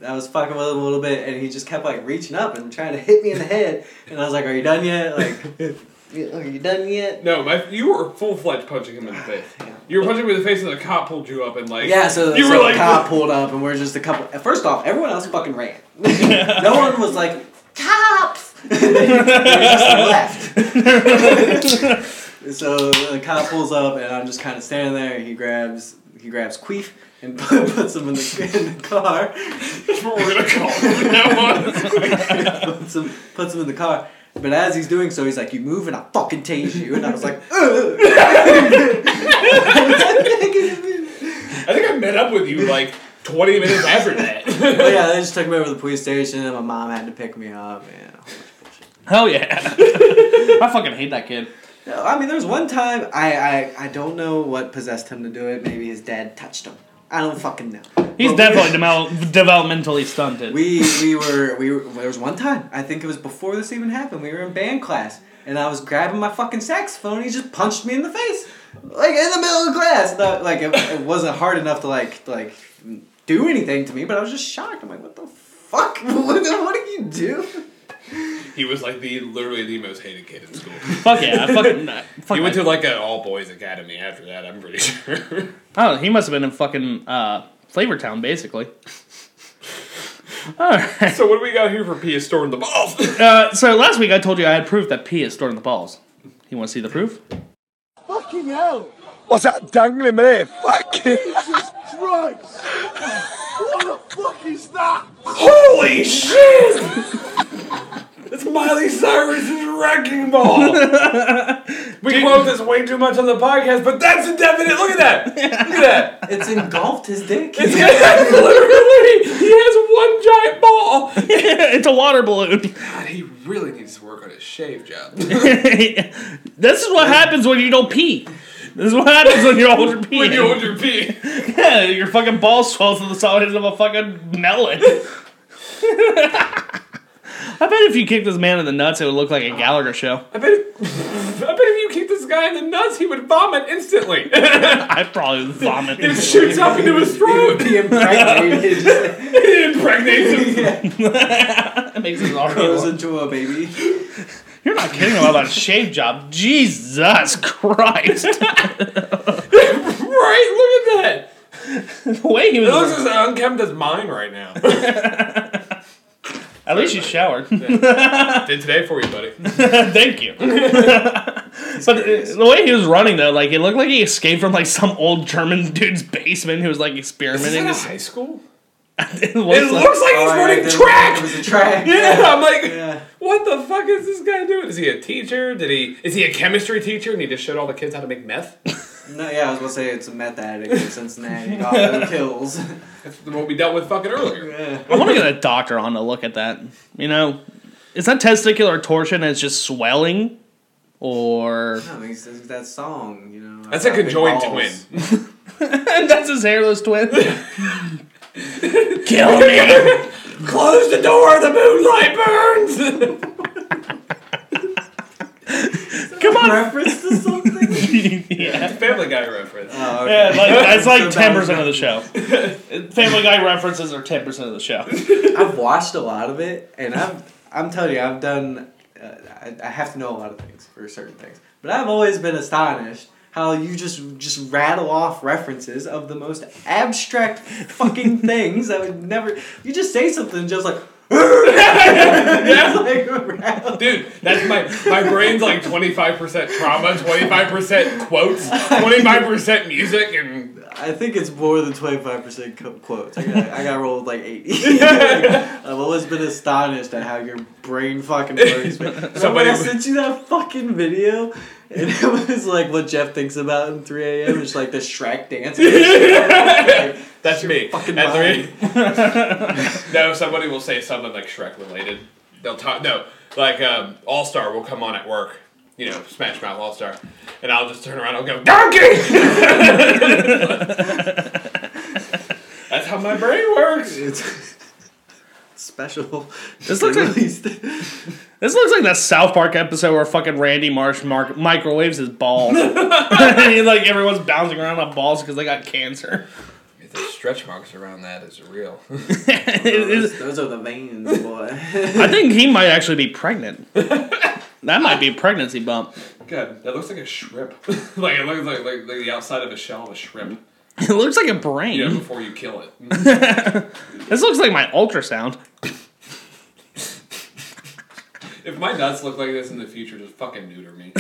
Speaker 6: I was fucking with him a little bit, and he just kept like reaching up and trying to hit me in the head. And I was like, "Are you done yet? Like, are you done yet?"
Speaker 5: No, my, you were full fledged punching him in the face. You were punching him in the face, and the cop pulled you up and like.
Speaker 6: Yeah. So,
Speaker 5: you
Speaker 6: so
Speaker 5: were
Speaker 6: the
Speaker 5: like,
Speaker 6: cop pulled up, and we're just a couple. First off, everyone else fucking ran. no one was like cops. they just left. so the cop pulls up, and I'm just kind of standing there. And he grabs he grabs Queef and puts him in the, in the car.
Speaker 5: we're gonna call him that one.
Speaker 6: puts him puts him in the car. But as he's doing so, he's like, "You move, and I'll fucking tase you." And I was like, "Ugh."
Speaker 5: I think I met up with you like 20 minutes after that.
Speaker 6: but yeah, they just took me over to the police station, and my mom had to pick me up. And
Speaker 1: hell yeah. I fucking hate that kid.
Speaker 6: No, I mean, there was one time I, I I don't know what possessed him to do it. Maybe his dad touched him. I don't fucking know.
Speaker 1: He's
Speaker 6: But
Speaker 1: definitely demel- developmentally stunted.
Speaker 6: We we were we were, there was one time I think it was before this even happened. We were in band class and I was grabbing my fucking saxophone. And he just punched me in the face, like in the middle of class. Not, like it, it wasn't hard enough to like to, like do anything to me, but I was just shocked. I'm like, what the fuck? What, the- what did you do?
Speaker 5: he was like the literally the most hated kid in school.
Speaker 1: fuck yeah, I fucking. I- Fuck
Speaker 5: He went
Speaker 1: I-
Speaker 5: to like an all boys academy after that, I'm pretty sure.
Speaker 1: Oh, he must have been in fucking uh, Flavortown, basically. All right.
Speaker 5: so, what do we got here for Pia storing the balls?
Speaker 1: Uh, so last week I told you I had proof that P is storing the balls. You want to see the proof?
Speaker 8: What's that dangling there? Fucking
Speaker 9: Christ! What the fuck is that?
Speaker 5: Holy shit! It's Miley Cyrus's wrecking ball. we quote this way too much on the podcast, but that's a definite. Look at that! Look at that!
Speaker 6: It's engulfed his dick.
Speaker 5: It's literally he has one giant ball.
Speaker 1: it's a water balloon.
Speaker 5: God, he really needs to work on his shave job.
Speaker 1: this is what happens when you don't pee. This is what happens when you hold your pee.
Speaker 5: when you hold your pee,
Speaker 1: yeah, your fucking ball swells to the size of a fucking melon. I bet if you kicked this man in the nuts, it would look like a Gallagher show.
Speaker 5: I bet, if, I bet if you kicked this guy in the nuts, he would vomit instantly.
Speaker 1: I'd probably vomit.
Speaker 5: it shoots up into his throat.
Speaker 6: Be impregnated. just
Speaker 5: it impregnates him.
Speaker 1: That makes it
Speaker 6: grows
Speaker 1: awkward.
Speaker 6: into a baby.
Speaker 1: You're not kidding about that shave job. Jesus Christ.
Speaker 5: Right? Look at that.
Speaker 1: the way he was.
Speaker 5: It looks as unkempt as mine right now.
Speaker 1: at least you showered.
Speaker 5: Did today for you, buddy.
Speaker 1: Thank you. but uh, the way he was running though, like it looked like he escaped from like some old German dude's basement who was like
Speaker 5: Is
Speaker 1: experimenting.
Speaker 5: that a
Speaker 1: It,
Speaker 5: high school?
Speaker 1: it
Speaker 5: It
Speaker 1: looks like,
Speaker 5: looks like he's
Speaker 6: Alright,
Speaker 5: running
Speaker 6: Oh, then It
Speaker 5: track.
Speaker 6: was a track.
Speaker 5: Yeah, I'm like,
Speaker 6: Yeah.
Speaker 5: what the fuck is this guy doing? Is he a teacher? Did he? Is he a chemistry teacher? And he just showed all the kids how to make meth.
Speaker 6: No, yeah, I was gonna say it's a meth addict in Cincinnati. Got no kills.
Speaker 5: That's what we dealt with fucking earlier.
Speaker 6: Yeah.
Speaker 1: I want to get a doctor on to look at that. You know, is that testicular torsion? It's just swelling, or
Speaker 6: No, he's, it's that song, you know.
Speaker 5: That's
Speaker 6: I
Speaker 5: like a
Speaker 6: got big
Speaker 5: conjoined
Speaker 6: balls.
Speaker 5: twin.
Speaker 1: and that's his hairless twin. Kill me.
Speaker 5: Close the door. The moonlight burns.
Speaker 1: Come on.
Speaker 6: Reference to something?
Speaker 1: yeah.
Speaker 5: Family Guy reference.
Speaker 6: oh, okay.
Speaker 1: Yeah, like, that's like
Speaker 6: So bad.
Speaker 1: ten percent of the show. Family Guy references are ten percent of the show.
Speaker 6: I've watched a lot of it, and I'm I'm telling you, I've done. Uh, I, I have to know a lot of things for certain things, but I've always been astonished how you just just rattle off references of the most abstract fucking things I would never. You just say something just like. It's like rattle-
Speaker 5: Dude, that's my my brain's like twenty five percent trauma, twenty five percent quotes, twenty five percent music, and
Speaker 6: I think it's more than twenty five percent quotes. I got I got rolled like eighty. I've always been astonished at how your brain fucking works. Somebody
Speaker 5: Somebody-
Speaker 6: I sent you that fucking video, and it was like what Jeff thinks about in three a.m. It's like the Shrek dance. Like,
Speaker 5: that's me.
Speaker 6: fucking
Speaker 5: At
Speaker 6: mind.
Speaker 5: three, no, somebody will say something like Shrek related. They'll talk. No, like um, All Star will come on at work. You know, Smash Mouth All Star, and I'll just turn around. and I'll go donkey. that's how my brain works.
Speaker 6: it's special.
Speaker 1: This looks like This looks like that South Park episode where fucking Randy Marsh mark- microwaves his balls. and he, like everyone's bouncing around on balls because they got cancer.
Speaker 5: The stretch marks around that is real.
Speaker 6: those, those are the veins, boy.
Speaker 1: I think he might actually be pregnant. That might be a pregnancy bump.
Speaker 5: God, that looks like a shrimp. like it looks like, like like the outside of a shell of a shrimp.
Speaker 1: It looks like a brain.
Speaker 5: You know, before you kill it.
Speaker 1: This looks like my ultrasound.
Speaker 5: If my nuts look like this in the future, just fucking neuter me.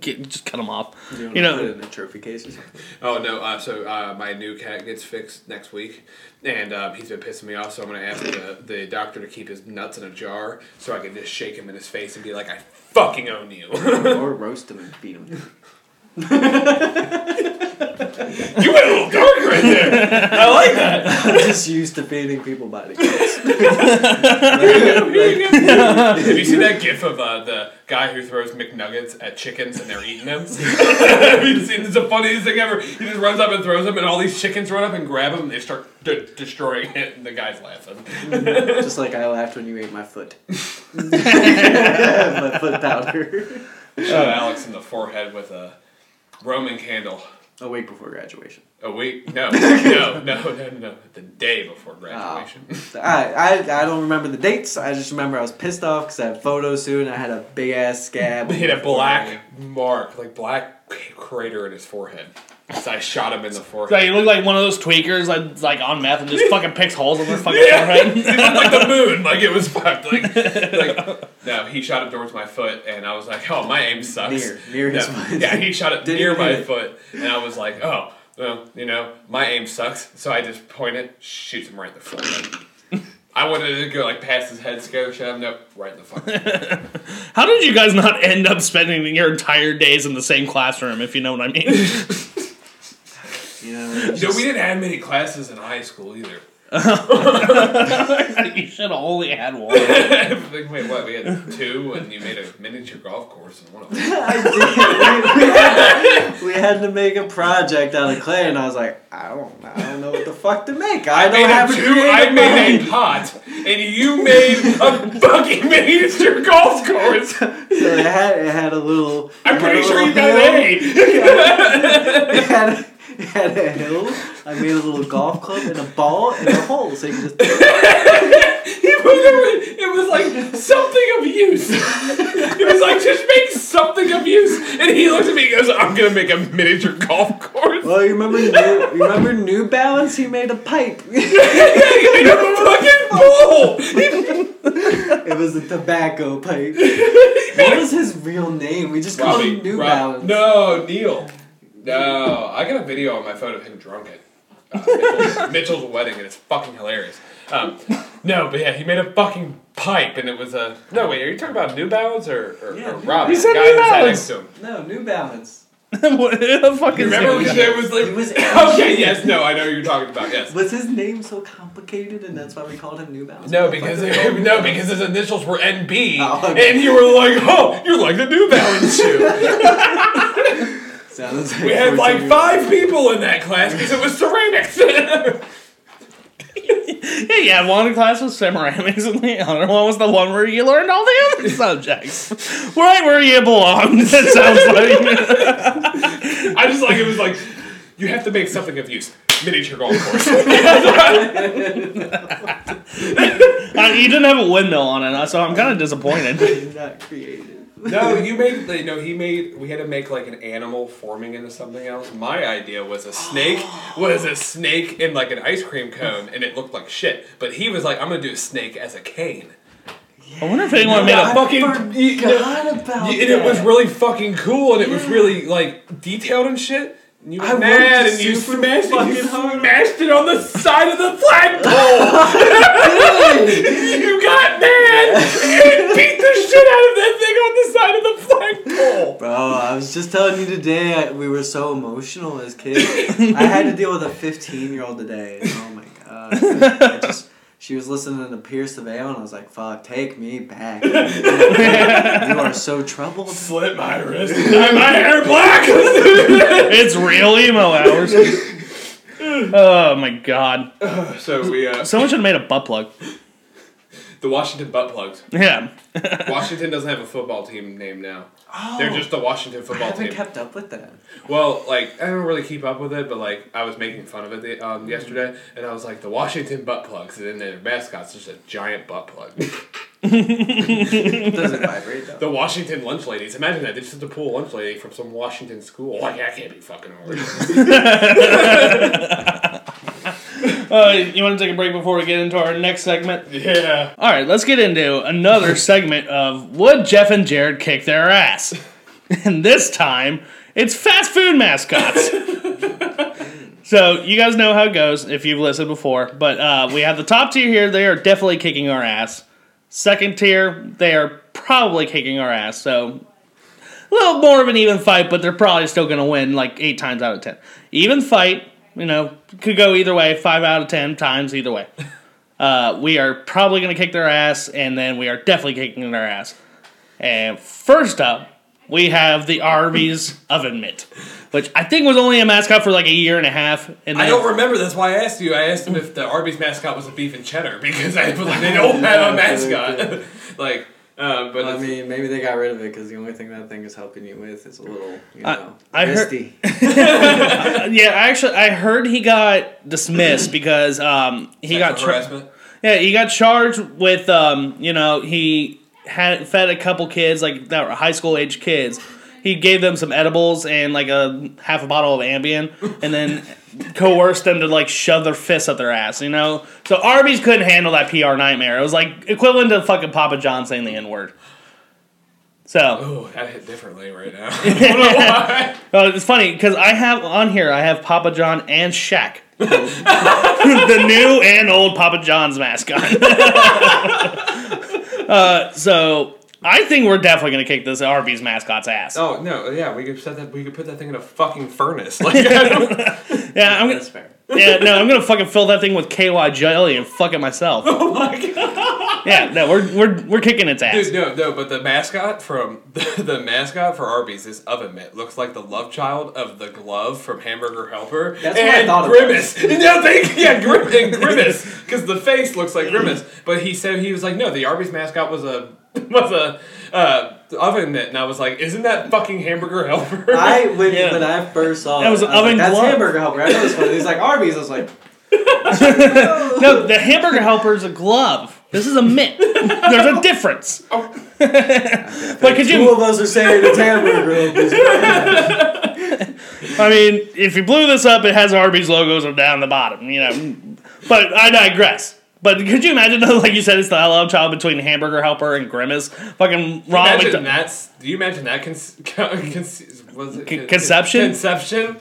Speaker 1: Get- just cut him off. You
Speaker 6: put it
Speaker 1: know,
Speaker 6: in a trophy case or something.
Speaker 5: oh no! Uh, so uh, my new cat gets fixed next week, and um, he's been pissing me off. So I'm gonna ask the, the doctor to keep his nuts in a jar so I can just shake him in his face and be like, "I fucking own you. you
Speaker 6: or roast them and beat them.
Speaker 5: went a little dark right there.
Speaker 6: just used to beating people by the
Speaker 5: Have you seen that gif of uh, the guy who throws McNuggets at chickens and they're eating them? Have you seen? It's the funniest thing ever. He just runs up and throws them, and all these chickens run up and grab him, and they start de- destroying it, and the guy's laughing.
Speaker 6: Just like I laughed when you ate my foot. my foot powder.
Speaker 5: Shot Alex in the forehead with a Roman candle.
Speaker 6: A week before graduation.
Speaker 5: A week? Oh, No, no, no, no, no. The day
Speaker 6: Oh.
Speaker 5: before graduation.
Speaker 6: So I, I, I don't remember the dates. I just remember I was pissed off because I had photo soon. I had a big ass scab.
Speaker 5: He had a black mark, like black crater in his forehead. So I shot him in the forehead.
Speaker 1: like, he looked like one of those tweakers like, like on meth and just fucking picks holes in their fucking
Speaker 5: He
Speaker 1: forehead.
Speaker 5: looked like the moon, like it was fucked. Like, like no, he shot it towards my foot, and I was like, oh, my aim sucks.
Speaker 6: Near- near his
Speaker 5: No,
Speaker 6: foot.
Speaker 5: Yeah, he shot it
Speaker 6: Didn't
Speaker 5: near
Speaker 6: even
Speaker 5: my
Speaker 6: hit it.
Speaker 5: foot, and I was like, oh, well, you know, my aim sucks. So I just point it, shoot him right in the foot. I wanted to go like past his head, scare the shit out of him. Nope, right in the fucking.
Speaker 1: How did you guys not end up spending your entire days in the same classroom, if you know what I mean?
Speaker 6: You know,
Speaker 5: so we didn't have many classes in high school either.
Speaker 1: you should have only had one.
Speaker 5: Like, wait, what? We had two, and you made a miniature golf course in one of them.
Speaker 6: I did. We, we had, we had to make a project out of clay, and I was like, I don't, I don't know what the fuck to make. I don't
Speaker 5: made
Speaker 6: have
Speaker 5: a
Speaker 6: a
Speaker 5: two,
Speaker 6: creative
Speaker 5: I made a
Speaker 6: mind.
Speaker 5: pot, and you made a fucking miniature golf course.
Speaker 6: So it had, it had a little.
Speaker 5: I'm
Speaker 6: it had a
Speaker 5: pretty sure
Speaker 6: little
Speaker 5: you got
Speaker 6: hill.
Speaker 5: an A.
Speaker 6: It had, a- it had a hill. I made a little golf club and a ball and a hole, so you could just.
Speaker 5: It was, it was like something of use. It was like just make something of use. And he looks at me and goes, I'm gonna make a miniature golf course.
Speaker 6: Well, Oh, you remember New, you remember New Balance? He made a pipe.
Speaker 5: He made a fucking bowl. He-
Speaker 6: It was a tobacco pipe. What was his real name? We just called him New
Speaker 5: Rob-
Speaker 6: Balance.
Speaker 5: No, Neil. No, I got a video on my phone of him drunk at uh, Mitchell's, Mitchell's wedding, and it's fucking hilarious. Um, no, but yeah, he made a fucking pipe, and it was a. No, wait, are you talking about New Balance or, or,
Speaker 6: Yeah.
Speaker 5: or Rob?
Speaker 1: You
Speaker 5: the
Speaker 1: said
Speaker 5: guy
Speaker 1: New
Speaker 5: who sat
Speaker 1: Balance.
Speaker 5: next to him?
Speaker 6: No, New Balance.
Speaker 1: what the fuck is
Speaker 5: Remember
Speaker 1: that?
Speaker 5: when there was like
Speaker 6: It was-
Speaker 5: okay, yes, no, I know what you're talking about. Yes.
Speaker 6: Was his name so complicated, and that's why we called him New Balance?
Speaker 5: No, because no, because his initials were NB,
Speaker 6: Oh, okay.
Speaker 5: and you were like, "Oh, you're like the New Balance shoe."
Speaker 6: Sounds like
Speaker 5: We had like five people in that class because it was ceramics.
Speaker 1: Yeah, you had one class with ceramics, and the other one was the one where you learned all the other subjects. Right where you belong. That sounds like.
Speaker 5: I just like it was like you have to make something of use. Miniature golf course.
Speaker 1: Uh, you didn't have a window on it, uh, so I'm kind of disappointed.
Speaker 6: He's not creative.
Speaker 5: no, you made. like, No, he made. We had to make like an animal forming into something else. My idea was a snake. Was a snake in like an ice cream cone, and it looked like shit. But he was like, "I'm gonna do a snake as a cane."
Speaker 1: I wonder if anyone made
Speaker 5: I
Speaker 1: a.
Speaker 5: fucking-
Speaker 6: forgot
Speaker 5: you know,
Speaker 6: about
Speaker 5: Yeah, and it was
Speaker 6: that.
Speaker 5: really fucking cool, and it was really like detailed and shit. And you were
Speaker 6: I worked
Speaker 5: mad, and you
Speaker 6: super
Speaker 5: smashed, it, you
Speaker 6: fucking hard.
Speaker 5: smashed it on the side of the flagpole. you got mad and beat the shit out of that thing on the side of the flagpole.
Speaker 6: Bro, I was just telling you today I, we were so emotional as kids. I had to deal with a 15 year old today. and Oh my god. I just, she was listening to Pierce the Veil and I was like, fuck, take me back. you are so troubled.
Speaker 5: Slit my wrist, and dye my hair black.
Speaker 1: It's real emo hours. Oh my god.
Speaker 5: so we, uh,
Speaker 1: Someone should have made a butt plug.
Speaker 5: the Washington butt plugs.
Speaker 1: Yeah.
Speaker 5: Washington doesn't have a football team name now.
Speaker 6: Oh.
Speaker 5: They're just the Washington
Speaker 6: I
Speaker 5: football
Speaker 6: haven't
Speaker 5: team.
Speaker 6: kept up with that.
Speaker 5: Well, like I don't really keep up with it, but like I was making fun of it the, um, yesterday, and I was like, the Washington butt plugs, and then their mascot's just a giant butt plug.
Speaker 6: It doesn't vibrate though.
Speaker 5: the Washington lunch ladies. Imagine that. They just have to pull a lunch lady from some Washington school. Like that can't be fucking hard.
Speaker 1: Uh, you want to take a break before we get into our next segment?
Speaker 5: yeah.
Speaker 1: All right, let's get into another segment of Would Jeff and Jared Kick Their Ass? And this time, it's fast food mascots. so, you guys know how it goes if you've listened before, but uh, we have the top tier here. They are definitely kicking our ass. Second tier, they are probably kicking our ass. So, a little more of an even fight, but they're probably still going to win like eight times out of ten. Even fight, you know, could go either way, five out of ten times either way. Uh, we are probably going to kick their ass, and then we are definitely kicking their ass. And first up, we have the Arby's Oven Mitt, which I think was only a mascot for like a year and a half. And
Speaker 5: I
Speaker 1: then-
Speaker 5: don't remember. That's why I asked you. I asked him if the Arby's mascot was a beef and cheddar because I was like, they don't have a mascot. like, uh, but
Speaker 6: I
Speaker 5: it's-
Speaker 6: mean, maybe they got rid of it because the only thing that thing is helping you with is a little, you know,
Speaker 1: I heard-
Speaker 6: misty.
Speaker 1: yeah, I actually, I heard he got dismissed because um, he got
Speaker 5: sexual
Speaker 1: tra-
Speaker 5: harassment.
Speaker 1: Yeah, he got charged with um, you know, he had fed a couple kids like that were high school age kids. He gave them some edibles and like a half a bottle of Ambien, and then coerced them to like shove their fists up their ass. You know, so Arby's couldn't handle that PR nightmare. It was like equivalent to fucking Papa John saying the N word. So
Speaker 5: Oh, that hit differently right now. I don't know why.
Speaker 1: uh, it's funny because I have on here I have Papa John and Shaq, the new and old Papa John's mascot. uh, so I think we're definitely gonna kick this Arby's mascot's ass.
Speaker 5: Oh no, yeah, we could set that. We could put that thing in a fucking furnace. Like, I don't,
Speaker 1: yeah, I'm gonna.
Speaker 6: That's fair.
Speaker 1: Yeah, no, I'm gonna fucking fill that thing with KY jelly and fuck it myself.
Speaker 5: Oh my god.
Speaker 1: Yeah, no, we're we're we're kicking its ass.
Speaker 5: Dude, no, no, but the mascot from the, mascot for Arby's is oven mitt. Looks like the love child of the glove from Hamburger Helper.
Speaker 6: That's what I
Speaker 5: and
Speaker 6: thought it
Speaker 5: Grimace. no, thank yeah, Grim, and Grimace, because the face looks like Grimace. But he said he was like, no, the Arby's mascot was a was a uh, oven mitt, and I was like, isn't that fucking Hamburger Helper?
Speaker 6: I when,
Speaker 1: Yeah.
Speaker 6: when I first saw
Speaker 1: That was
Speaker 6: it,
Speaker 1: an
Speaker 6: I was
Speaker 1: oven
Speaker 6: like, that's
Speaker 1: glove.
Speaker 6: hamburger helper. I know this one. He's like Arby's. I was like,
Speaker 1: No, the hamburger helper is a glove. This is a mitt. There's a difference.
Speaker 5: Oh.
Speaker 1: but could
Speaker 6: two
Speaker 1: you?
Speaker 6: of us are saying it's hamburger. Helper.
Speaker 1: I mean, if you blew this up, it has Arby's logos down the bottom. You know, but I digress. But could you imagine though? Like you said, it's the love child between hamburger helper and grimace. Fucking Ronald
Speaker 5: Imagine
Speaker 1: McDonald.
Speaker 5: that's. Do you imagine that cons- con- con- was it con-
Speaker 1: conception?
Speaker 5: Conception.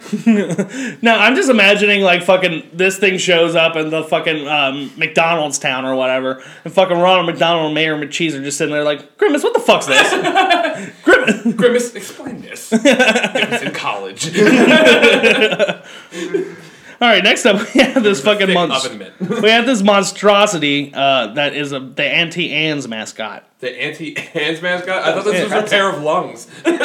Speaker 1: No, I'm just imagining like fucking this thing shows up in the fucking um, McDonald's town or whatever, and fucking Ronald McDonald and Mayor McCheese are just sitting there like grimace. What the fuck's this? grimace.
Speaker 5: Grimace, explain this. Grimace in college. Thick
Speaker 1: All right, next up we have this fucking monster.
Speaker 5: oven mitt.
Speaker 1: we have this monstrosity uh, that is a, the Auntie Anne's mascot.
Speaker 5: The anti hands mascot? I thought this was
Speaker 6: that's-
Speaker 5: a pair of lungs.
Speaker 6: Hang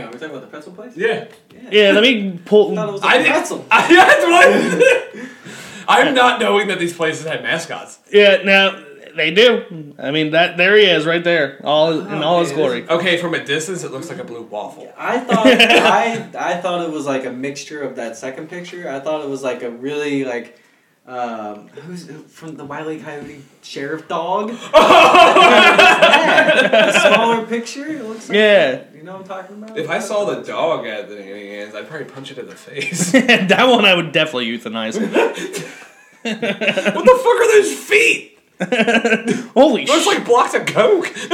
Speaker 6: on, are we talking about the pretzel place?
Speaker 5: Yeah.
Speaker 1: Yeah, let me pull.
Speaker 6: I thought it was
Speaker 5: I
Speaker 6: like a
Speaker 5: didn't-
Speaker 6: pretzel.
Speaker 5: I, that's what I'm not knowing that these places had mascots.
Speaker 1: Yeah, now they do. I mean that there he is right there, all in all his
Speaker 6: man.
Speaker 1: glory.
Speaker 5: Okay, from a distance, it looks like a blue waffle.
Speaker 6: I thought I I thought it was like a mixture of that second picture. I thought it was like a really like um who's from the Wiley Coyote sheriff dog. Yeah, a smaller picture. It looks like
Speaker 1: Yeah,
Speaker 6: that. You know what I'm talking about?
Speaker 5: If I saw the dog at the Nanny Ann's, I'd probably punch it in the face. what
Speaker 1: that one I would definitely euthanize.
Speaker 5: the fuck are those feet?
Speaker 1: Holy
Speaker 5: Looks
Speaker 1: shit!
Speaker 5: like blocks of coke.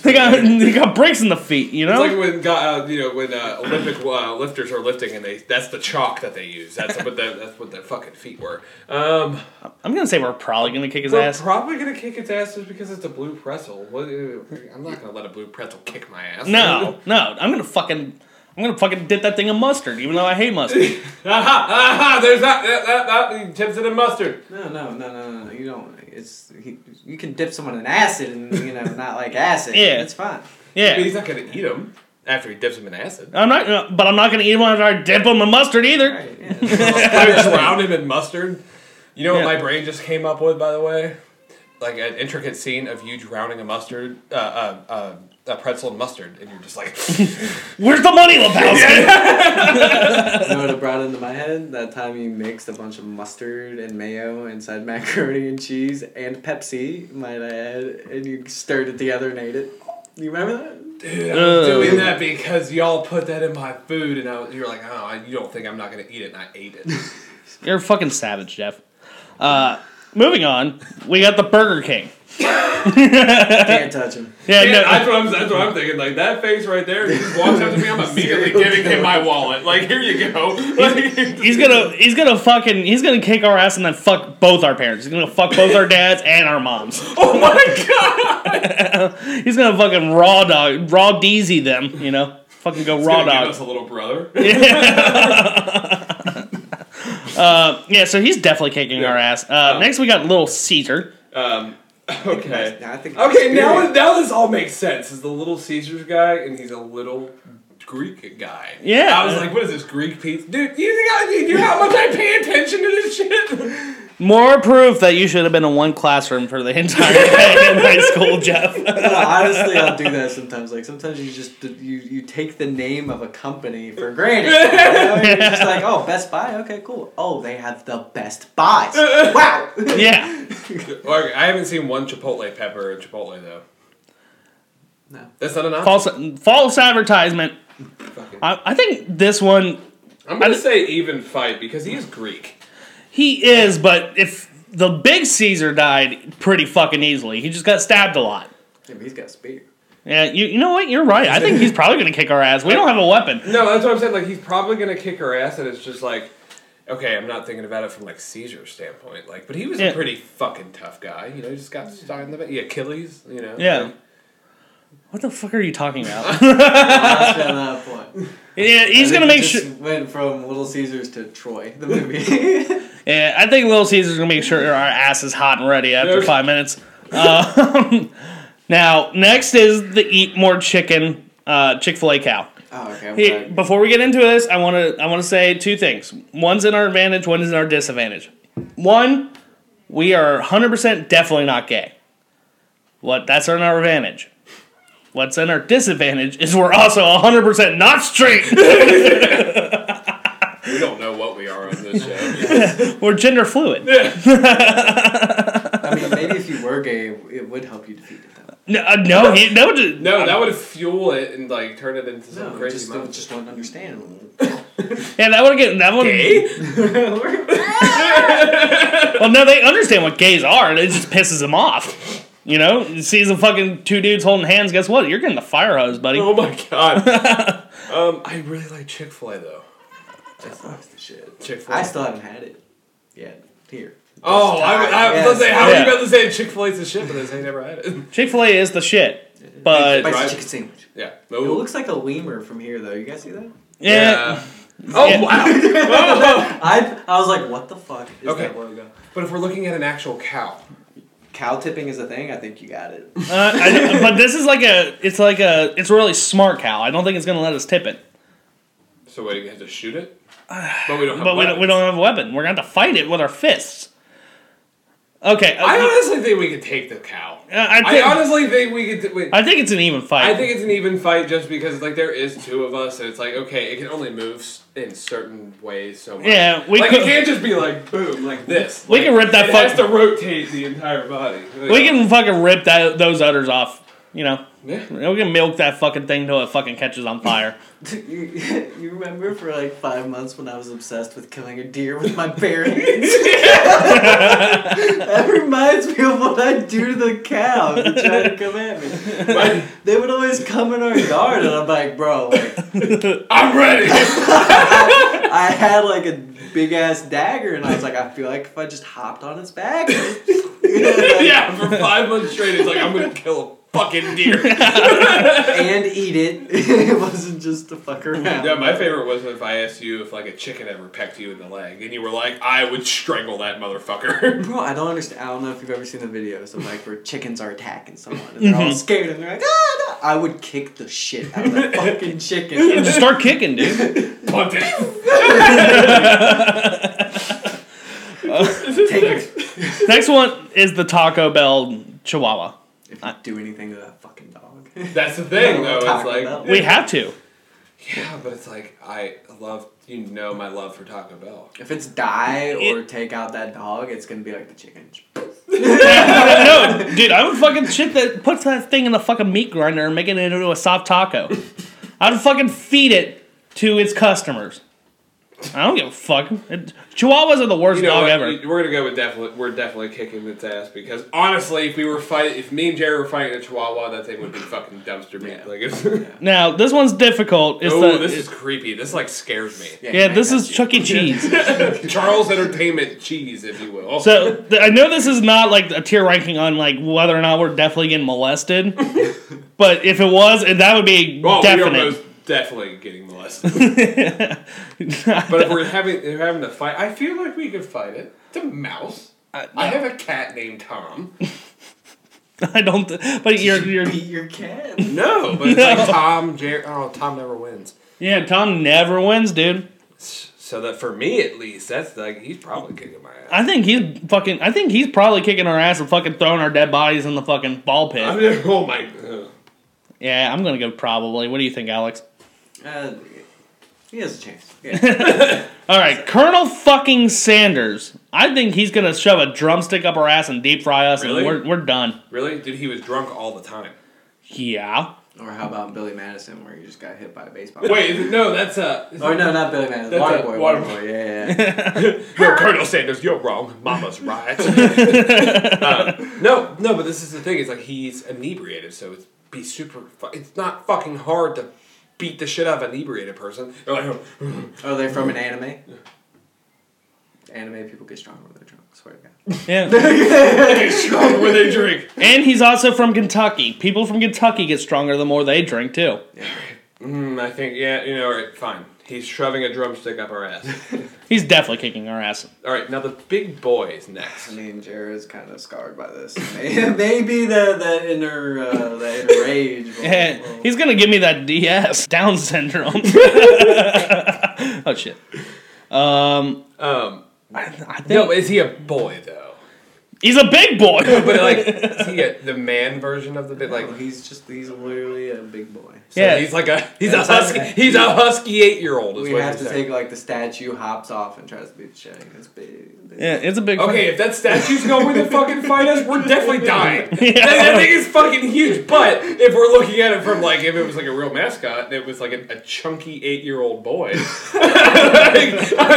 Speaker 1: they got they got breaks in the feet, you know.
Speaker 5: It's like when go- uh, you know when uh, Olympic uh, lifters are lifting and they that's the chalk that they use. That's what the, that's what their fucking feet were. Um,
Speaker 1: I'm gonna say we're probably gonna kick his
Speaker 5: we're
Speaker 1: ass.
Speaker 5: probably gonna kick its ass just because it's a blue pretzel. What, uh, I'm not gonna let a blue pretzel kick my ass.
Speaker 1: no, no, I'm gonna fucking I'm gonna fucking dip that thing in mustard, even though I hate mustard.
Speaker 5: aha! Aha! There's that that that, that he tips it in mustard.
Speaker 6: No, no, no, no, no, no. You don't. It's he, you can dip someone in acid and you know not like acid.
Speaker 1: Yeah.
Speaker 6: it's fine.
Speaker 1: Yeah.
Speaker 5: But he's not gonna eat him after he dips him in acid.
Speaker 1: I'm not, uh, but I'm not gonna eat one after I dip them in mustard either.
Speaker 6: Right. Yeah.
Speaker 5: I drown him in mustard. You know
Speaker 1: Yeah.
Speaker 5: what my brain just came up with, by the way? Like an intricate scene of you drowning a mustard, uh, uh, uh, a pretzel in mustard, and you're just like,
Speaker 1: Where's the money, Lebowski?
Speaker 6: you know what it brought into my head? That time you mixed a bunch of mustard and mayo inside macaroni and cheese and Pepsi, might I add, and you stirred it together and ate it. You remember that?
Speaker 5: dude, I'm doing that because y'all put that in my food, and I was, you're like, oh, I- you don't think I'm not gonna eat it, and I ate it.
Speaker 1: You're a fucking savage, Jeff. Uh, moving on, we got the Burger King.
Speaker 6: Can't touch him.
Speaker 1: Yeah,
Speaker 5: Yeah,
Speaker 1: no,
Speaker 5: that's, what I'm, that's what I'm thinking. Like that face right there, he just walks up to me. I'm immediately giving him my wallet. Like here you go. Like,
Speaker 1: he's gonna he's gonna fucking he's gonna kick our ass and then fuck both our parents. He's gonna fuck both our dads and our moms.
Speaker 5: oh my god!
Speaker 1: He's gonna fucking raw dog raw deezy them. You know, fucking go raw
Speaker 5: Gonna
Speaker 1: dog.
Speaker 5: give us a little brother.
Speaker 1: Yeah, so he's definitely kicking our ass. Uh, next, we got Little Caesar.
Speaker 5: Um, okay.
Speaker 6: Now I think of
Speaker 5: Okay, now
Speaker 6: experience.
Speaker 5: now this all makes sense. Is the little Caesars guy, and he's a little Greek guy.
Speaker 1: Yeah.
Speaker 5: I was like, what is this Greek pizza, dude? You got you know how much I pay attention to this shit.
Speaker 1: More proof that you should have been in one classroom for the entire day in high school, Jeff.
Speaker 6: No, honestly, I'll do that sometimes. Like sometimes you just you you take the name of a company for granted. You know? You're just like, oh, Best Buy. Okay, cool. Oh, they have the best buys. Wow.
Speaker 1: Yeah,
Speaker 5: Or, I haven't seen one Chipotle pepper in Chipotle though.
Speaker 6: No.
Speaker 5: that's not enough.
Speaker 1: false false advertisement. I, I think this one
Speaker 5: I'm gonna
Speaker 1: I-
Speaker 5: say even fight because he is Greek.
Speaker 1: He is, but if the big Caesar died pretty fucking easily, he just got stabbed a lot.
Speaker 6: Yeah, but he's got a spear.
Speaker 1: Yeah, you, you know what? You're right. I think he's probably going to kick our ass. We don't have a weapon.
Speaker 5: No, that's what I'm saying. Like he's probably gonna kick her ass, and it's just like, okay, I'm not thinking about it from like Caesar's standpoint. Like, but he was
Speaker 1: Yeah.
Speaker 5: a pretty fucking tough guy. You know, he just got stuck in the back. Yeah, Achilles. You know.
Speaker 1: Yeah.
Speaker 5: like,
Speaker 1: What the fuck are you talking about?
Speaker 6: That's been that point.
Speaker 1: yeah, he's gonna make sure.
Speaker 6: Just Went from Little Caesars to Troy, the movie.
Speaker 1: Yeah, I think Little Caesar's gonna make sure our ass is hot and ready after five minutes. Um, now, next is the eat more chicken uh, Chick Fil A cow.
Speaker 6: oh, okay. I'm
Speaker 1: Hey,
Speaker 6: sorry.
Speaker 1: before we get into this, I want to I want to say two things. One's in our advantage, one is in our disadvantage. One, we are 100% definitely not gay. What that's in our advantage. What's in our disadvantage is we're also 100% not straight.
Speaker 5: We don't know what we are on this show.
Speaker 1: we're gender fluid.
Speaker 6: I mean, maybe if you were gay, it would help you defeat it. Though.
Speaker 1: No, uh, no, he, no, d-
Speaker 5: No, that would fuel it and like turn it into some
Speaker 6: No,
Speaker 5: crazy
Speaker 6: just
Speaker 5: monster.
Speaker 6: don't, just don't understand.
Speaker 1: Yeah, that would get that would. Well, no, they understand what gays are. It just pisses them off. You know, you see some fucking two dudes holding hands. Guess what? You're getting the fire hose, buddy.
Speaker 5: Oh my god. um, I really like Chick Fil A though. Chick Fil
Speaker 6: I
Speaker 5: A.
Speaker 6: still haven't had it yet. Here.
Speaker 5: Oh, I, I was about to say, how
Speaker 1: Yeah.
Speaker 5: are you about to say Chick Fil A's the shit, but they say never had it.
Speaker 1: Chick Fil A is the shit, but
Speaker 6: Spicy
Speaker 5: Right.
Speaker 6: chicken sandwich.
Speaker 5: Yeah.
Speaker 6: It looks like a lemur from here, though. You guys see that?
Speaker 1: yeah,
Speaker 5: Oh
Speaker 1: Yeah.
Speaker 5: wow. Oh, Whoa, whoa.
Speaker 6: I I was like, what the fuck is
Speaker 5: Okay.
Speaker 6: that logo?
Speaker 5: But if we're looking at an actual cow,
Speaker 6: Cow tipping is a thing. I think you got it.
Speaker 1: uh, I- but this is like a, it's like a, it's a really smart cow. I don't think it's gonna let us tip it.
Speaker 5: so what do you have to shoot it? But we don't have
Speaker 1: But we don't, we don't have a weapon. We're gonna have to fight it with our fists. Okay, uh,
Speaker 5: I honestly think we could take the cow.
Speaker 1: I,
Speaker 5: I
Speaker 1: think,
Speaker 5: honestly think we could. wait,
Speaker 1: I think it's an even fight.
Speaker 5: I think it's an even fight just because like there is two of us and it's like okay, it can only move s- in certain ways so much.
Speaker 1: Yeah, we
Speaker 5: like
Speaker 1: could-
Speaker 5: it can't just be like boom like this.
Speaker 1: We
Speaker 5: Like,
Speaker 1: can rip that
Speaker 5: It
Speaker 1: fuck-
Speaker 5: has to rotate the entire body.
Speaker 1: we can fucking rip that those udders off. You know,
Speaker 5: Yeah.
Speaker 1: we can milk that fucking thing till it fucking catches on fire.
Speaker 6: You, you remember for like five months when I was obsessed with killing a deer with my bare hands? that reminds me of what I do to the cow that try to come at me. Like, they would always come in our yard, and I'm like, bro, like,
Speaker 5: I'm ready.
Speaker 6: I had like a big ass dagger, and I was like, I feel like if I just hopped on its back.
Speaker 5: yeah, for five months straight, it's like I'm gonna kill a fucking deer.
Speaker 6: And eat it. it wasn't just to fuck around.
Speaker 5: yeah, my favorite was if I asked you if like a chicken ever pecked you in the leg, and you were like, I would strangle that motherfucker.
Speaker 6: Bro, I don't understand. I don't know if you've ever seen the videos of like where chickens are attacking someone and they're all scared and they're like, ah, no. I would kick the shit out of that fucking chicken.
Speaker 1: Just start kicking, dude.
Speaker 5: Punt it.
Speaker 6: Take it.
Speaker 1: Next one is the Taco Bell Chihuahua.
Speaker 6: If you do anything to that fucking dog.
Speaker 5: That's the thing, though.
Speaker 6: Taco
Speaker 5: It's like
Speaker 6: Bell.
Speaker 1: We have to.
Speaker 5: yeah, but it's like I love you know my love for Taco Bell.
Speaker 6: If it's die or take out that dog, it's gonna be like the chicken.
Speaker 1: no, dude, I would fucking shit that puts that thing in the fucking meat grinder and making it into a soft taco. I would fucking feed it to its customers. I don't give a fuck. It- Chihuahuas are the worst
Speaker 5: You know
Speaker 1: dog
Speaker 5: what?
Speaker 1: ever.
Speaker 5: You- We're gonna go with definitely. We're definitely kicking its ass because honestly, if we were fight, if me and Jerry were fighting a Chihuahua, that thing would be fucking dumpster meat. Like, it's,
Speaker 1: Now this one's difficult. It's
Speaker 5: oh,
Speaker 1: the-
Speaker 5: this is creepy. This like scares me.
Speaker 1: yeah, this is Chuck E. Cheese.
Speaker 5: Charles Entertainment cheese, if you will.
Speaker 1: so th- I know this is not like a tier ranking on like whether or not we're definitely getting molested, but if it was, eh, that would be
Speaker 5: well,
Speaker 1: definite.
Speaker 5: Oh, we are most definitely getting molested. but if we're having if we're having to fight, I feel like we could fight it. It's a mouse. I have a cat named Tom.
Speaker 1: I don't. Th- but you're, you're
Speaker 6: Beat your cat.
Speaker 5: No, but it's like Tom. Jerry. Oh, Tom never wins.
Speaker 1: yeah. Tom never wins, dude.
Speaker 5: So that for me at least, that's like he's probably kicking my ass.
Speaker 1: I think he's fucking. I think he's probably kicking our ass and fucking throwing our dead bodies in the fucking ball pit.
Speaker 5: I mean, oh my. ugh.
Speaker 1: yeah, I'm gonna go probably. What do you think, Alex?
Speaker 6: Uh, he has a chance. Yeah.
Speaker 1: All right, Colonel fucking Sanders. I think he's gonna shove a drumstick up our ass and deep fry us, and
Speaker 5: Really?
Speaker 1: we're we're done.
Speaker 5: Really, dude, he was drunk all the time.
Speaker 1: Yeah.
Speaker 6: or how about Billy Madison where you just got hit by a baseball?
Speaker 5: Wait, is it- no, that's uh, is
Speaker 6: Or no, not Billy Madison.
Speaker 5: That's a
Speaker 6: Waterboy.
Speaker 5: Waterboy.
Speaker 6: Waterboy. Yeah, yeah.
Speaker 5: it- no, Colonel Sanders, you're wrong. Mama's right. Um, no, no, but this is the thing. It's like he's inebriated, so it's be super. Fu- it's not fucking hard to beat
Speaker 6: Oh,
Speaker 5: the shit out of an inebriated person. They're like,
Speaker 6: Are they from an anime? anime people get stronger when they're drunk. Swear to God.
Speaker 1: Yeah.
Speaker 5: Strong with a drink.
Speaker 1: and he's also from Kentucky. People from Kentucky get stronger the more they drink too.
Speaker 5: Mm, I think, yeah, you know, all right, fine. He's shoving a drumstick up our ass.
Speaker 1: He's definitely kicking our ass.
Speaker 5: All right, now the big boys
Speaker 6: I
Speaker 5: next.
Speaker 6: mean, Jared's kind of scarred by this. May- Maybe the that inner uh, that inner rage. will-
Speaker 1: Eh,
Speaker 6: will-
Speaker 1: He's gonna give me that DS Down syndrome. oh shit. Um,
Speaker 5: Um,
Speaker 1: I think
Speaker 5: no, is he a boy though?
Speaker 1: he's a big boy.
Speaker 5: But like, is he a, the man version of the bit? Like,
Speaker 6: Well, he's just he's literally a big boy.
Speaker 5: so
Speaker 1: yeah.
Speaker 5: he's like a he's a husky he's a husky eight year old.
Speaker 6: We have to take like the statue hops off and tries to beat the shit out of this big. big-
Speaker 1: Yeah, it's a big.
Speaker 5: Okay, if that statue's going to fucking fight us, we're definitely dying.
Speaker 1: Yeah.
Speaker 5: That, that thing is fucking huge. But if we're looking at it from like, if it was like a real mascot, and it was like a, a chunky eight-year-old boy. like, I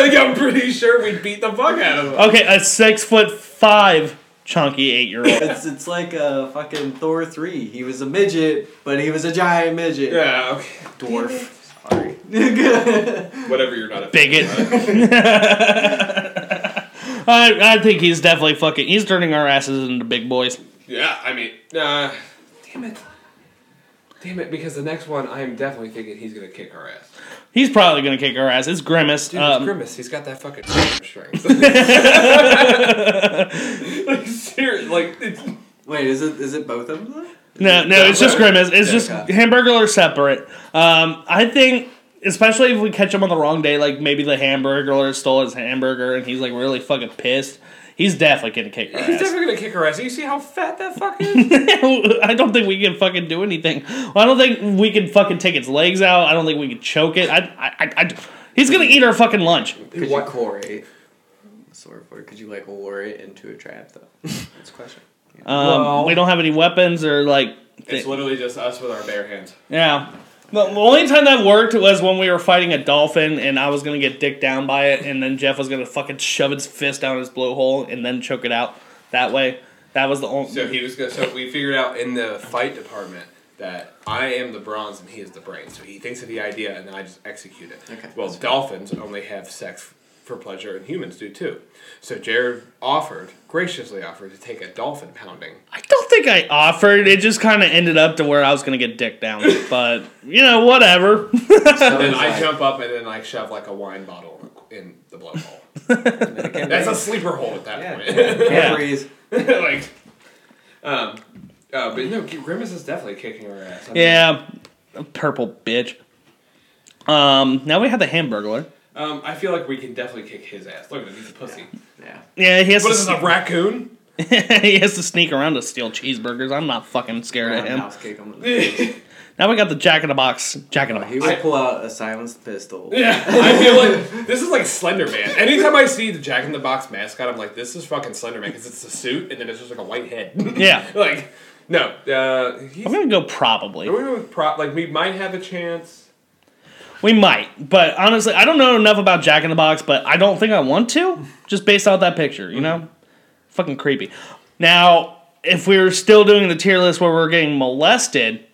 Speaker 5: think I'm pretty sure we'd beat the fuck out of him.
Speaker 1: Okay, a six foot five chunky eight year old.
Speaker 6: It's it's like a fucking Thor three. He was a midget, but he was a giant midget.
Speaker 5: Yeah, okay.
Speaker 6: Dwarf. Sorry.
Speaker 5: Whatever you're not a
Speaker 1: Bigot. I, I think he's definitely fucking. He's turning our asses into big boys.
Speaker 5: Yeah, I mean, uh, damn it. Damn it, because the next one, I am definitely thinking he's gonna kick our ass.
Speaker 1: He's probably gonna kick our ass. It's grimace.
Speaker 5: Dude,
Speaker 1: um,
Speaker 5: it's Grimace, he's got that fucking strength. like, seriously, like, it's,
Speaker 6: Wait, is it is it both of them?
Speaker 1: No, no, it's just grimace. It's just
Speaker 6: okay.
Speaker 1: hamburger are separate. Um, I think, especially if we catch him on the wrong day, like maybe the hamburger stole his hamburger and he's like really fucking pissed. He's definitely gonna kick our
Speaker 5: he's
Speaker 1: ass.
Speaker 5: definitely gonna kick our ass. You see how fat that fuck is?
Speaker 1: I don't think we can fucking do anything. I don't think we can fucking take its legs out. I don't think we can choke it. I, I, I, I- he's gonna eat our fucking lunch.
Speaker 6: Could
Speaker 5: What-
Speaker 6: you core it? Sorry for it. Could you like lure it into a trap though? That's a question.
Speaker 1: Um,
Speaker 5: Well-
Speaker 1: we don't have any weapons or like.
Speaker 5: it's literally just us with our bare hands.
Speaker 1: Yeah. The the only time that worked was when we were fighting a dolphin and I was gonna get dicked down by it, and then Jeff was gonna fucking shove his fist down his blowhole and then choke it out that way. That was the only.
Speaker 5: So he was gonna, so we figured out in the fight department that I am the bronze and he is the brain. So he thinks of the idea and then I just execute it.
Speaker 6: Okay.
Speaker 5: Well, dolphins only have sex for pleasure and humans do too. So Jared offered, graciously offered, to take a dolphin pounding.
Speaker 1: I don't think I offered. It just kind of ended up to where I was gonna get dicked down, but you know, whatever.
Speaker 6: So
Speaker 5: And
Speaker 6: it's
Speaker 5: I
Speaker 6: like-
Speaker 5: jump up and then I shove like a wine bottle in the blowhole.
Speaker 6: I can't
Speaker 5: That's a
Speaker 6: believe-
Speaker 5: sleeper hole at that
Speaker 6: Yeah.
Speaker 5: point.
Speaker 6: can't
Speaker 1: Yeah.
Speaker 6: breathe.
Speaker 5: like, um, uh, but no, Grimace is definitely kicking her ass. I mean,
Speaker 1: yeah, purple bitch. Um, now we have the Hamburglar.
Speaker 5: Um, I feel like we can definitely kick his ass. Look at him, he's a pussy.
Speaker 6: Yeah.
Speaker 1: Yeah, he has
Speaker 5: What
Speaker 1: to.
Speaker 5: is this, a raccoon?
Speaker 1: sne- he has to sneak around to steal cheeseburgers. I'm not fucking scared of him.
Speaker 6: Roundhouse kick him.
Speaker 5: yeah,
Speaker 1: Now we got the Jack in the Box. Jack in the Box.
Speaker 6: He would pull out a silenced pistol.
Speaker 5: I feel like this is like Slender Man. Anytime I see the Jack in the Box mascot, I'm like, this is fucking Slender Man because it's a suit and then it's just like a white head.
Speaker 1: Yeah.
Speaker 5: like, no, uh, he's.
Speaker 1: I'm gonna go probably.
Speaker 5: Are we going with prop? Like, we might have a chance.
Speaker 1: We might, but honestly, I don't know enough about Jack in the Box, but I don't think I want to, just based off that picture, you know? Fucking creepy. Now, if we were still doing the tier list where we're getting molested,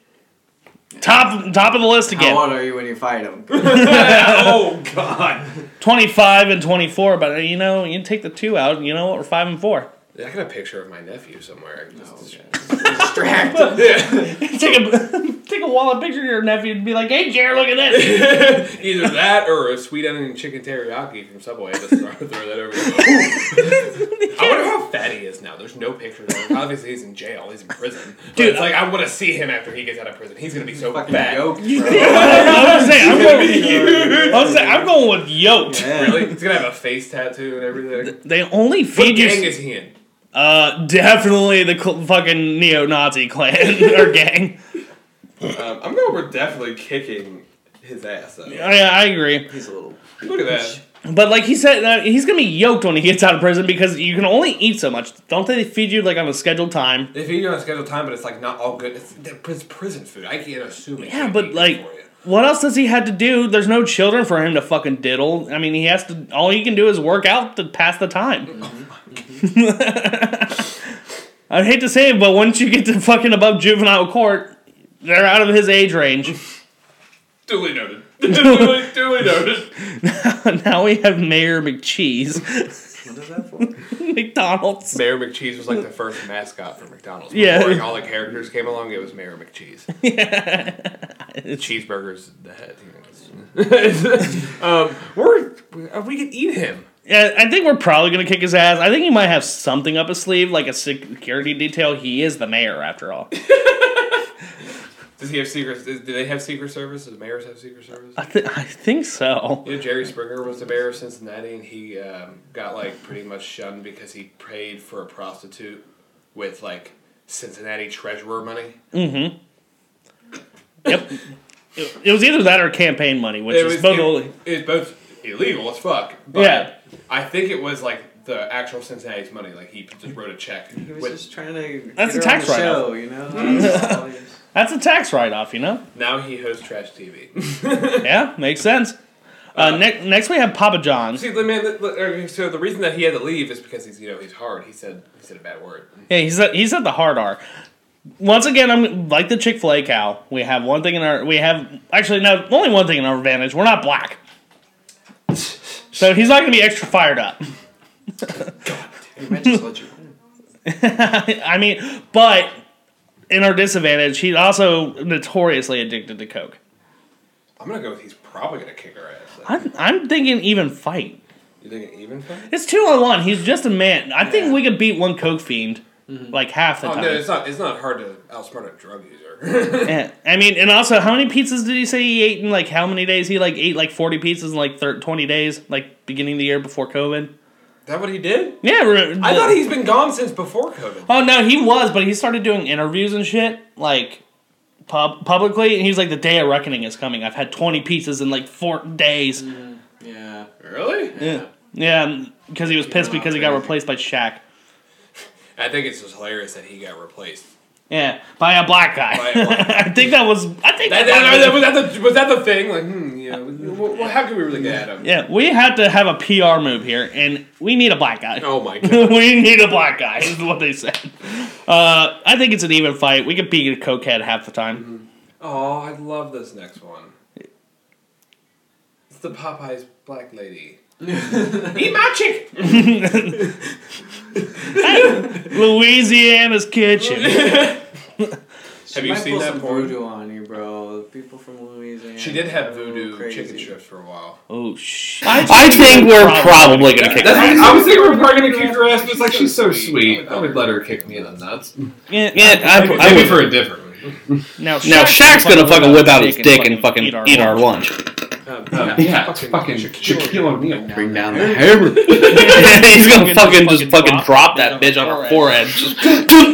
Speaker 1: top top of the list
Speaker 6: How
Speaker 1: again.
Speaker 6: old are you when you fight him?
Speaker 5: Oh, God.
Speaker 1: 25 and 24, but uh, you know, you take the two out, and you know what? We're 5 and 4.
Speaker 5: I got a picture of my nephew somewhere. I can just-
Speaker 6: Distract.
Speaker 1: Take a take a wallet picture of your nephew and be like, "Hey, Jared, look at this."
Speaker 5: Either that or a sweet onion chicken teriyaki from Subway. Just throw, throw that over. The I wonder how fat he is now. There's no pictures. of him. Obviously, he's in jail. He's in prison. But
Speaker 1: Dude,
Speaker 5: it's like I want to see him after he gets out of prison. He's gonna be so
Speaker 6: Fucking
Speaker 5: fat.
Speaker 6: yoked,
Speaker 1: I was saying, I'm going, I was saying, I'm going with yoked.
Speaker 6: bro.
Speaker 5: Really? He's gonna have a face tattoo and everything.
Speaker 1: They only
Speaker 5: What
Speaker 1: feed you
Speaker 5: gang is he in?
Speaker 1: Uh, definitely the cl- fucking neo-Nazi clan or gang.
Speaker 5: Um, I'm going. We're definitely kicking his ass. Though.
Speaker 1: I, I agree,
Speaker 6: He's a little.
Speaker 5: Look at that.
Speaker 1: but like he said, uh, he's gonna be yoked when he gets out of prison because you can only eat so much. Don't they feed you like on a scheduled time?
Speaker 5: They feed you on scheduled time, but it's like not all good. It's, it's prison food. I can't assume. It
Speaker 1: Yeah,
Speaker 5: can't
Speaker 1: but
Speaker 5: be good
Speaker 1: like,
Speaker 5: for you.
Speaker 1: what else does he have to do? There's no children for him to fucking diddle. I mean, he has to. All he can do is work out to pass the time.
Speaker 5: Mm-hmm.
Speaker 1: I'd hate to say it, but once you get to fucking above juvenile court, they're out of his age range.
Speaker 5: duly noted. duly, duly noted.
Speaker 1: now we have Mayor McCheese.
Speaker 6: is that for?
Speaker 1: McDonald's.
Speaker 5: Mayor McCheese was like the first mascot for McDonald's.
Speaker 1: Yeah.
Speaker 5: Before like, all the characters came along, it was Mayor McCheese. The cheeseburgers, the head. you know. um, we're, uh, we could eat him.
Speaker 1: Yeah, I think we're probably gonna kick his ass. I think he might have something up his sleeve, like a security detail. He is the mayor after all.
Speaker 5: Does he have secret? Do they have secret service? Does mayors have secret service?
Speaker 1: I, th- I think so.
Speaker 5: You know, Jerry Springer was the mayor of Cincinnati, and he um, got like pretty much shunned because he paid for a prostitute with like Cincinnati treasurer money.
Speaker 1: Yep. It, it was either that or campaign money, which
Speaker 5: It
Speaker 1: is
Speaker 5: was
Speaker 1: both.
Speaker 5: it, it's both illegal as fuck. But
Speaker 1: Yeah.
Speaker 5: I think it was like the actual Cincinnati's money. Like he just wrote a check.
Speaker 6: He was
Speaker 5: with-
Speaker 6: just trying to.
Speaker 1: That's
Speaker 6: get
Speaker 1: a
Speaker 6: her on
Speaker 1: tax
Speaker 6: the
Speaker 1: write-off.
Speaker 6: show, you know.
Speaker 1: that's a tax write-off, you know.
Speaker 5: now he hosts trash TV.
Speaker 1: Yeah, makes sense. Uh, ne- next we have Papa John's.
Speaker 5: See, the man. that- look, okay, So the reason that he had to leave is because he's you know he's hard. He said he said a bad word.
Speaker 1: Yeah, he's at, he's at the hard R. Once again, I'm like the Chick Fil A cow. We have one thing in our we have actually no only one thing in our advantage. We're not black, so he's not gonna be extra fired up.
Speaker 6: You might just let you win.
Speaker 1: I mean, but in our disadvantage, he's also notoriously addicted to coke.
Speaker 5: I'm gonna go with he's probably gonna kick her ass.
Speaker 1: I'm I'm thinking even fight.
Speaker 5: you think it even? Fun?
Speaker 1: It's two on one. He's just a man. I think we could beat one coke fiend like half the
Speaker 5: Oh
Speaker 1: time.
Speaker 5: no, it's not. It's not hard to outsmart a drug user.
Speaker 1: Yeah. I mean, and also, how many pizzas did he say he ate in like how many days? He like ate like 40 pizzas in like thir- 20 days, like beginning of the year before COVID.
Speaker 5: Is that what he did?
Speaker 1: Yeah, re-
Speaker 5: I thought he's been gone since before COVID.
Speaker 1: Oh no, he was, but he started doing interviews and shit like pub- publicly, and he was like, "The day of reckoning is coming. I've had 20 pizzas in like four days."
Speaker 5: Mm.
Speaker 6: Yeah.
Speaker 5: Really?
Speaker 1: Yeah, yeah, because he was pissed because he got replaced by Shaq.
Speaker 5: I think it's just hilarious that he got replaced.
Speaker 1: Yeah, by a black guy.
Speaker 5: By a black
Speaker 1: I think that was. I think that-
Speaker 5: That- that- was, that the, was that the thing? Like, hmm, yeah. Well, well, how can we really get at him?
Speaker 1: Yeah, we had to have a PR move here, and we need a black guy.
Speaker 5: Oh my god.
Speaker 1: we need a black guy, is what they said. Uh, I think it's an even fight. We could beat a cokehead half the time.
Speaker 5: Oh, I love this next one. It's the Popeyes black lady. Eat my chick. Mm-hmm.
Speaker 1: Louisiana's Kitchen.
Speaker 5: Have
Speaker 6: You
Speaker 5: you
Speaker 6: might
Speaker 5: seen
Speaker 6: pull
Speaker 5: that
Speaker 6: some
Speaker 5: porn?
Speaker 6: voodoo on you, bro. The people from Louisiana.
Speaker 5: She did
Speaker 6: go
Speaker 5: have voodoo
Speaker 6: crazy.
Speaker 5: chicken strips for a while.
Speaker 1: Oh, shit.
Speaker 10: I think we're probably gonna kick.
Speaker 5: I was thinking we were probably gonna kick her ass, but it's like she's so sweet. I would let her kick me in the nuts.
Speaker 1: Yeah,
Speaker 10: Yeah, I, I
Speaker 5: Maybe
Speaker 10: would.
Speaker 5: for a different reason.
Speaker 1: Now,
Speaker 10: Now Shaq's gonna fucking whip out his
Speaker 1: and
Speaker 10: dick and fucking eat our lunch.
Speaker 5: Um, yeah, it's fucking Shaquille O'Neal.
Speaker 10: Bring down the hammer. He's gonna fucking just fucking drop that bitch on her forehead. Just,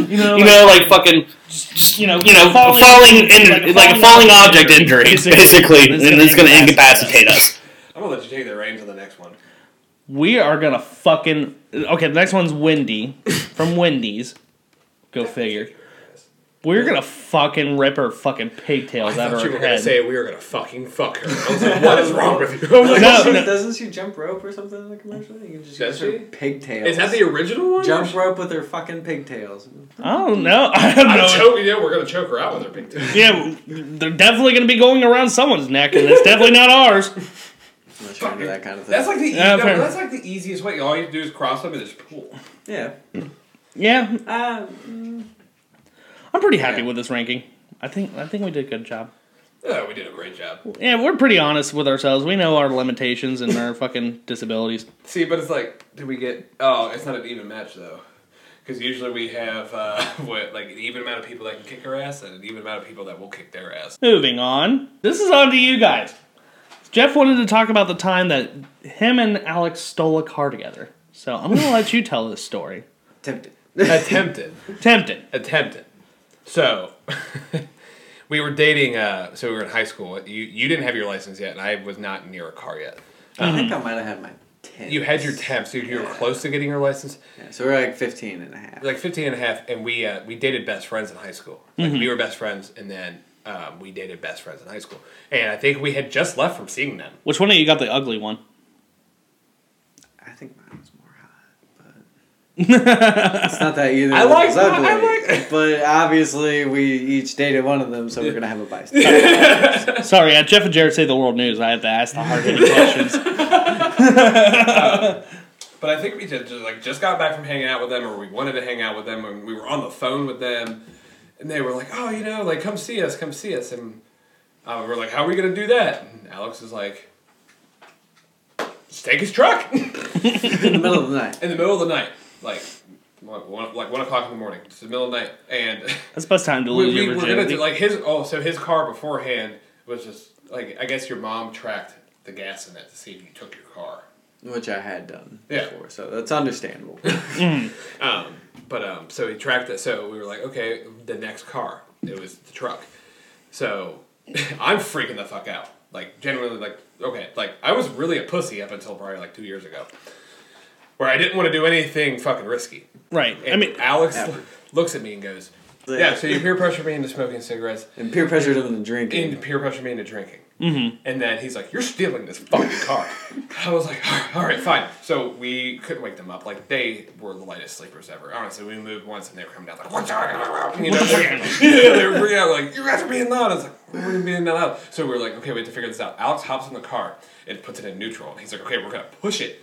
Speaker 10: you
Speaker 1: know,
Speaker 10: know, like fucking, just,
Speaker 1: you know,
Speaker 10: you know,
Speaker 1: falling-
Speaker 10: falling,
Speaker 1: like a
Speaker 10: in, like a falling object injury,
Speaker 1: Basically.
Speaker 10: basically,
Speaker 1: It's
Speaker 10: and
Speaker 1: gonna
Speaker 10: it's gonna
Speaker 1: incapacitate
Speaker 10: incapacitate us.
Speaker 5: I'm gonna let you take the reins on the next one.
Speaker 1: We are gonna fucking. Okay, the next one's Wendy from Wendy's. Go figure. We're gonna fucking rip her fucking pigtails out of
Speaker 5: thought
Speaker 1: her
Speaker 5: you were gonna
Speaker 1: head.
Speaker 5: say we were gonna fucking fuck her. I was like, what is wrong with you? I was like,
Speaker 1: No,
Speaker 6: Doesn't,
Speaker 1: no.
Speaker 6: she, doesn't she jump rope or something in the commercial? You can just
Speaker 5: Does
Speaker 6: use her
Speaker 5: she?
Speaker 6: pigtails.
Speaker 5: is that the original one?
Speaker 6: jump rope with her fucking pigtails?
Speaker 1: I don't know. I don't
Speaker 5: I'm
Speaker 1: know.
Speaker 5: choking. Yeah, we're gonna choke her out with her pigtails.
Speaker 1: Yeah, they're definitely gonna be going around someone's neck, and it's definitely not ours.
Speaker 6: I'm not sure into that kind of thing.
Speaker 5: That's like the e-
Speaker 1: Yeah,
Speaker 5: no,
Speaker 1: fair.
Speaker 5: that's like the easiest way. All you have to do is cross them and just pull.
Speaker 6: yeah.
Speaker 1: Yeah,
Speaker 6: Uh,
Speaker 1: I'm pretty happy with this ranking. I think I think we did a good job.
Speaker 5: Yeah, we did a great job.
Speaker 1: Yeah, we're pretty honest with ourselves. We know our limitations and our fucking disabilities.
Speaker 5: See, but it's like, do we get? Oh, it's not an even match though, because usually we have uh, what like an even amount of people that can kick her ass and an even amount of people that will kick their ass.
Speaker 1: Moving on. This is on to you guys. Jeff wanted to talk about the time that him and Alex stole a car together. So I'm gonna let you tell this story.
Speaker 6: tempted.
Speaker 1: Uh-huh.
Speaker 5: Attempted.
Speaker 1: Tempted.
Speaker 5: attempted. So we were dating. Uh, so we were in high school. You you didn't have your license yet, and I was not near a car yet.
Speaker 6: I think I might have had my 10.
Speaker 5: You had your temp, so you were close to getting your license,
Speaker 6: Yeah, so we're like 15 and a half.
Speaker 5: like 15 and a half. And we uh, we dated best friends in high school. Like we were best friends, and then um, we dated best friends in high school. And I think we had just left from seeing them.
Speaker 1: Which one of you got the ugly one?
Speaker 6: I think mine was more hot, but it's not that either.
Speaker 5: I
Speaker 6: of them
Speaker 5: like
Speaker 6: is
Speaker 5: mine,
Speaker 6: ugly.
Speaker 5: I like-
Speaker 6: But obviously, we each dated one of them, so we're gonna have a bias.
Speaker 1: Sorry, uh, at Jeff and Jared say the world news. I had to ask the hard hitting questions.
Speaker 5: But I think we just, just like just got back from hanging out with them, or we wanted to hang out with them, and we were on the phone with them, and they were like, "Oh, you know, like come see us, come see us," and uh, we're like, "How are we gonna do that?" And Alex is like, "Just take his truck."
Speaker 6: in the middle of the night.
Speaker 5: in the middle of the night, like like one, like one o'clock in the morning. It's the middle of the night, and
Speaker 1: That's the best time to
Speaker 5: we,
Speaker 1: lose
Speaker 5: we
Speaker 1: your
Speaker 5: were gonna
Speaker 1: virginity.
Speaker 5: do, like his. Oh, so his car beforehand was just like I guess your mom tracked the gas in it to see if you took your car.
Speaker 6: Which I had done
Speaker 5: Yeah.
Speaker 6: before, so that's understandable.
Speaker 5: Um, but um, so he tracked it. So we were like, okay, the next car. It was the truck. So I'm freaking the fuck out. Like genuinely, like okay, like I was really a pussy up until probably like two years ago, where I didn't want to do anything fucking risky.
Speaker 1: right. I
Speaker 5: And
Speaker 1: mean,
Speaker 5: Alex
Speaker 6: Average.
Speaker 5: looks at me and goes, "Yeah." So you peer pressure me into smoking cigarettes,
Speaker 6: and peer pressured him into drinking.
Speaker 5: and peer pressure me into drinking. Mm-hmm. And then he's like, "You're stealing this fucking car." I was like, "All right, fine." So we couldn't wake them up. Like they were the lightest sleepers ever. Honestly, we moved once and they were coming down like, "What's up?" You know, they yeah, they were freaking out. Like, "You guys are being loud." I was like, "We're not being that loud." So we were like, "Okay, we have to figure this out." Alex hops in the car and puts it in neutral, and he's like, "Okay, we're gonna push it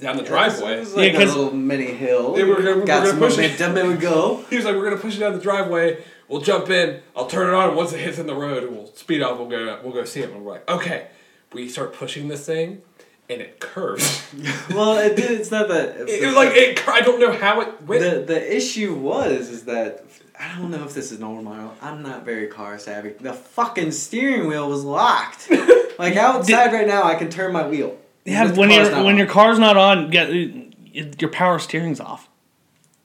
Speaker 5: down the driveway."
Speaker 6: It was like
Speaker 1: Yeah,
Speaker 6: a
Speaker 1: 'cause-
Speaker 6: little mini hill.
Speaker 5: Yeah, we're gonna- we're
Speaker 6: Got
Speaker 5: gonna
Speaker 6: some
Speaker 5: push it.
Speaker 6: momentum, and we go.
Speaker 5: He was like, "We're gonna push it down the driveway. We'll jump in. I'll turn it on. and Once it hits in the road, we'll speed off. We'll go. We'll go see it." And we're like, "Okay." We start pushing this thing, and it curves.
Speaker 6: Well, it did, it's not that.
Speaker 5: it, it was like it. cur- I don't know how it went.
Speaker 6: the the issue was is that I don't know if this is normal. I'm not very car savvy. The fucking steering wheel was locked. like outside right now, I can turn my wheel.
Speaker 1: yeah,
Speaker 6: With the
Speaker 1: when
Speaker 6: car's
Speaker 1: your
Speaker 6: not
Speaker 1: when your
Speaker 6: on.
Speaker 1: car's not on, get, your power steering's off.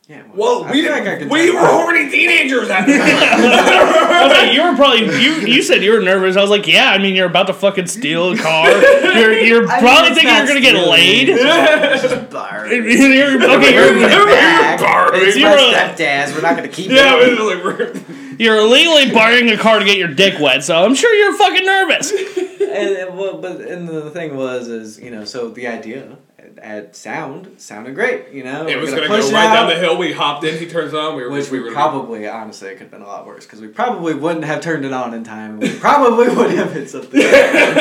Speaker 6: yeah, well,
Speaker 5: well,
Speaker 6: I
Speaker 5: we
Speaker 6: feel like I
Speaker 5: didn't,
Speaker 6: can
Speaker 5: we
Speaker 6: turn-
Speaker 5: were already teenagers at the time.
Speaker 1: I was like, you were probably you. You said you were nervous. I was like, yeah. I mean, you're about to fucking steal a car. You're you're
Speaker 6: I mean,
Speaker 1: probably
Speaker 6: it's
Speaker 1: thinking
Speaker 6: not
Speaker 1: you're gonna get
Speaker 6: stealing.
Speaker 1: laid.
Speaker 6: Barf.
Speaker 1: you're, okay, you're,
Speaker 6: Bag. It's my
Speaker 1: You're a-
Speaker 6: stepdad's. We're not gonna keep
Speaker 5: yeah,
Speaker 6: it.
Speaker 5: it was like we're,
Speaker 1: you're illegally borrowing a car to get your dick wet, so I'm sure you're fucking nervous.
Speaker 6: and, and well, but and the thing was is you know so the idea at, at sound sounded great you know
Speaker 5: it
Speaker 6: We're
Speaker 5: was gonna, go
Speaker 6: push it
Speaker 5: right
Speaker 6: out,
Speaker 5: down the hill. We hopped in. He turns on. We were
Speaker 6: which
Speaker 5: we
Speaker 6: we
Speaker 5: were
Speaker 6: probably honestly it could have been a lot worse because we probably wouldn't have turned it on in time we probably would have hit something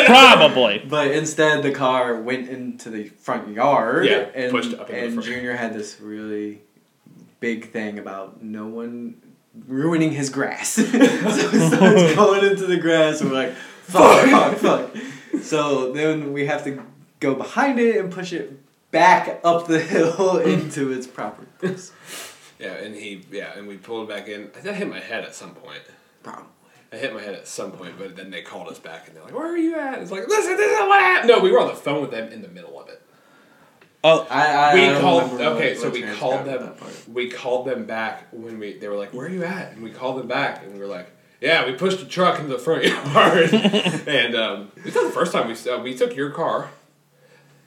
Speaker 1: Probably.
Speaker 6: but instead the car went into the front yard
Speaker 5: Yeah,
Speaker 6: and,
Speaker 5: pushed up into the
Speaker 6: and
Speaker 5: front.
Speaker 6: junior had this really big thing about no one ruining his grass so he starts going into the grass and we're like fuck fuck fuck so then we have to go behind it and push it back up the hill into its proper place
Speaker 5: Yeah, and he yeah, and we pulled back in. I think I hit my head at some point.
Speaker 6: probably
Speaker 5: I hit my head at some point, but then they called us back and they're like, "Where are you at?" It's like, "Listen, this is what happened." No, we were on the phone with them in the middle of it.
Speaker 6: I, I
Speaker 5: We
Speaker 6: don't
Speaker 5: called.
Speaker 6: remember what-
Speaker 5: Okay, so
Speaker 6: what
Speaker 5: we
Speaker 6: transpired
Speaker 5: called them.
Speaker 6: at that part.
Speaker 5: We called them back when we. They were like, "Where are you at?" And we called them back, and we were like, "Yeah, we pushed a truck into the front yard." and um, it's not the first time we s- uh, we took your car,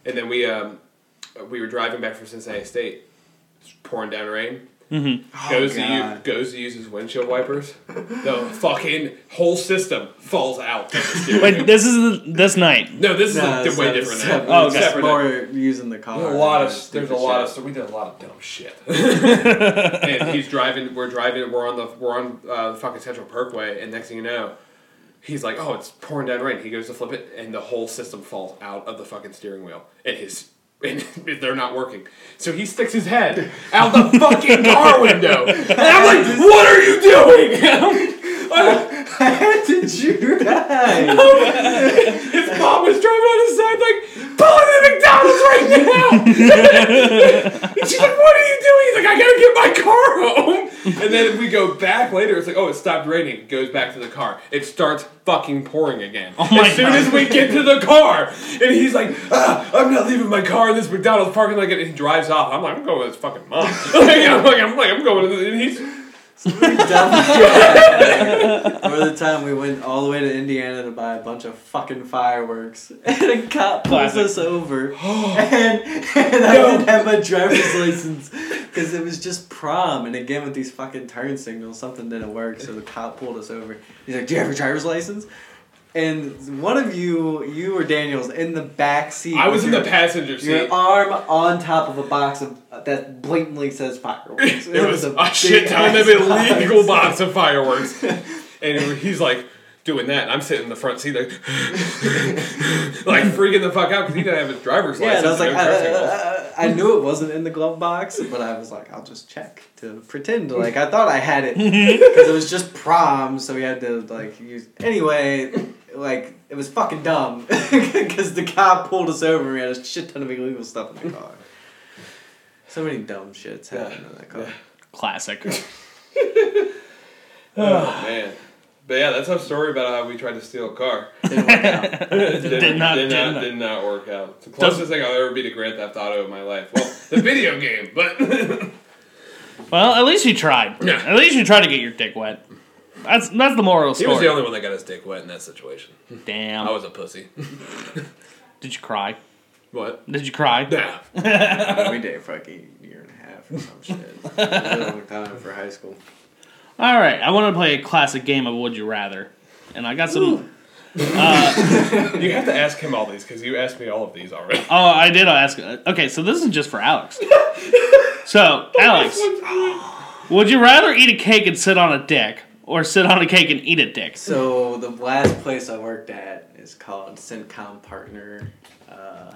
Speaker 5: and then we um, we were driving back from Cincinnati State, It's pouring down rain.
Speaker 6: Mm-hmm.
Speaker 5: Goes to
Speaker 6: Oh, God.
Speaker 5: use, goes to use his windshield wipers. The fucking whole system falls out.
Speaker 1: Wait, this is the, this night.
Speaker 5: No, this is
Speaker 6: No,
Speaker 5: a
Speaker 6: it's
Speaker 5: di- way
Speaker 6: not-
Speaker 5: different.
Speaker 6: it's
Speaker 5: than
Speaker 6: not-
Speaker 5: that.
Speaker 1: Oh,
Speaker 5: It's
Speaker 1: okay.
Speaker 6: it's
Speaker 5: separate than
Speaker 6: more using the car.
Speaker 5: There's a lot
Speaker 6: and
Speaker 5: of
Speaker 6: stupid
Speaker 5: there's a lot of
Speaker 6: shit.
Speaker 5: so we did a lot of dumb shit. and he's driving. We're driving. We're on the we're on uh, the fucking Central Parkway, and next thing you know, he's like, "Oh, it's pouring down rain." He goes to flip it, and the whole system falls out of the fucking steering wheel, and his. And they're not working, so he sticks his head out the fucking car window, and I'm like, "What are you doing?" I'm-
Speaker 6: How did you die?
Speaker 5: his mom was driving on his side, like, "Pull in the McDonald's right now!" And she's like, "What are you doing?" He's like, "I gotta get my car home." And then we go back later. It's like, "Oh, it stopped raining." Goes back to the car. It starts fucking pouring again.
Speaker 1: my
Speaker 5: as soon as we get to the car, and he's like, ah, "I'm not leaving my car in this McDonald's parking lot." And he drives off. I'm like, "I'm going with his fucking mom." like, I'm like, "I'm like, I'm going." to the- And he's
Speaker 6: Over the time we went all the way to Indiana to buy a bunch of fucking fireworks, and a cop pulls
Speaker 1: Classic.
Speaker 6: us over, and, and I didn't have my driver's license because it was just prom, and again with these fucking turn signals, something didn't work, so the cop pulled us over. He's like, "Do you have your driver's license?" And one of you, you or Daniel's, in the back seat.
Speaker 5: I was in
Speaker 6: with
Speaker 5: the
Speaker 6: your-
Speaker 5: passenger seat.
Speaker 6: Your arm on top of a box of uh, that blatantly says fireworks.
Speaker 5: It was
Speaker 6: a
Speaker 5: a shit
Speaker 6: big
Speaker 5: ton of
Speaker 6: ass box.
Speaker 5: illegal box of fireworks. And he's like, doing that, and I'm sitting in the front seat like, like freaking the fuck out because he didn't have his driver's
Speaker 6: Yeah,
Speaker 5: license.
Speaker 6: and I was like, "Ah,
Speaker 5: no
Speaker 6: I,
Speaker 5: traffic
Speaker 6: I,
Speaker 5: laws.
Speaker 6: I- I knew it wasn't in the glove box, but I was like, I'll just check to pretend like I thought I had it because it was just prom, so we had to like use anyway. Like it was fucking dumb because the cop pulled us over and we had a shit ton of illegal stuff in the car. So many dumb shits happened in that car.
Speaker 1: Classic.
Speaker 5: oh, man. But yeah, that's our story about how we tried to steal a car.
Speaker 6: Didn't work out.
Speaker 5: did,
Speaker 1: not- did
Speaker 5: did, not,
Speaker 1: not.
Speaker 5: did not work out. It's the closest thing I'll ever be to Grand Theft Auto in my life. Well, the video game, but
Speaker 1: Well, at least you tried.
Speaker 5: Yeah.
Speaker 1: At least you tried to get your dick wet. That's that's the moral of the
Speaker 5: he was
Speaker 1: story.
Speaker 5: the only one that got his dick wet in that situation.
Speaker 1: Damn.
Speaker 5: I was a pussy.
Speaker 1: Did you cry?
Speaker 5: What?
Speaker 1: Did you cry?
Speaker 5: Nah.
Speaker 6: Every day for like a year and a half or some shit. I really looked out for high school.
Speaker 1: All right, I want to play a classic game of Would You Rather, and I got some.
Speaker 5: You have to ask him all these because you asked me all of these already.
Speaker 1: Oh, I did ask. Okay, so this is just for Alex. so, Alex, would you rather eat a cake and sit on a dick, or sit on a cake and eat a dick?
Speaker 6: So the last place I worked at is called Syncom Partner. Uh,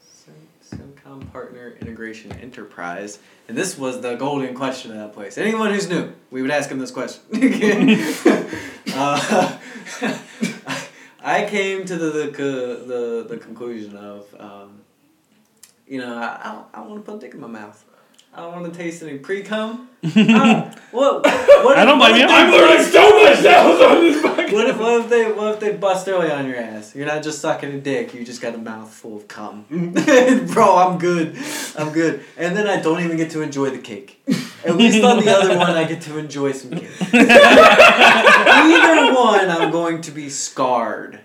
Speaker 6: Syn- Syncom Partner Integration Enterprise, and this was the golden question of that place. Anyone who's new, we would ask them this question. uh, I came to the the co- the, the conclusion of, um, you know, I, I, don't- I want to put dick in my mouth. I don't want to taste any pre cum. what, what,
Speaker 1: I don't blame you.
Speaker 5: I'm learning so much now on this podcast.
Speaker 6: What if, what if they what if they bust early on your ass? You're not just sucking a dick. You just got a mouthful of cum. Bro, I'm good. I'm good. And then I don't even get to enjoy the cake. At least on the other one, I get to enjoy some cake. Either one, I'm going to be scarred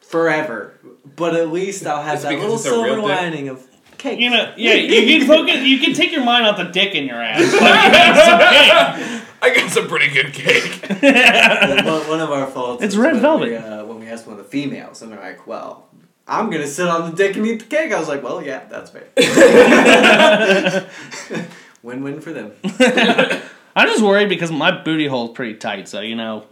Speaker 6: forever. But at least I'll have
Speaker 5: It's
Speaker 6: that
Speaker 5: because
Speaker 6: little
Speaker 5: it's a real
Speaker 6: silver
Speaker 5: dick.
Speaker 6: lining of cake.
Speaker 1: You know, yeah, you can focus. You can take your mind off the dick in your ass. But you have some cake.
Speaker 5: I got some pretty good cake.
Speaker 6: one, one of our faults.
Speaker 1: It's
Speaker 6: is
Speaker 1: red
Speaker 6: when
Speaker 1: velvet.
Speaker 6: We, uh, when we asked one of the females, and they're like, "Well, I'm gonna sit on the dick and eat the cake." I was like, "Well, yeah, that's fair." Win-win for them.
Speaker 1: I'm just worried because my booty hole's pretty tight, so you know.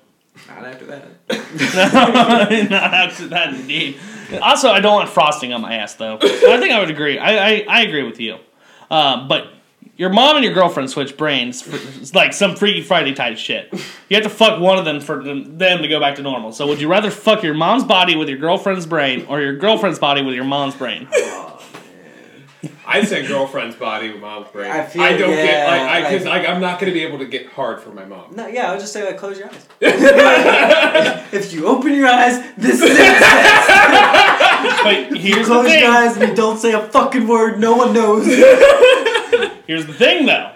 Speaker 6: Not after that.
Speaker 1: Not after that, indeed. Also, I don't want frosting on my ass, though. So I think I would agree. I, I, I agree with you. Uh, but your mom and your girlfriend switch brains. For, it's like some Freaky Friday type shit. You have to fuck one of them for them them to go back to normal. So would you rather fuck your mom's body with your girlfriend's brain or your girlfriend's body with your mom's brain?
Speaker 5: I say girlfriend's body, mom's brain.
Speaker 6: I
Speaker 5: I,
Speaker 6: feel-
Speaker 5: don't
Speaker 6: yeah,
Speaker 5: get like I because
Speaker 6: like-
Speaker 5: like I'm not gonna be able to get hard for my mom.
Speaker 6: No, yeah, I would just say, like, close your eyes. if you open your eyes, this is it.
Speaker 1: But here's the
Speaker 6: Close your
Speaker 1: thing.
Speaker 6: eyes and you don't say a fucking word. No one knows.
Speaker 1: Here's the thing, though.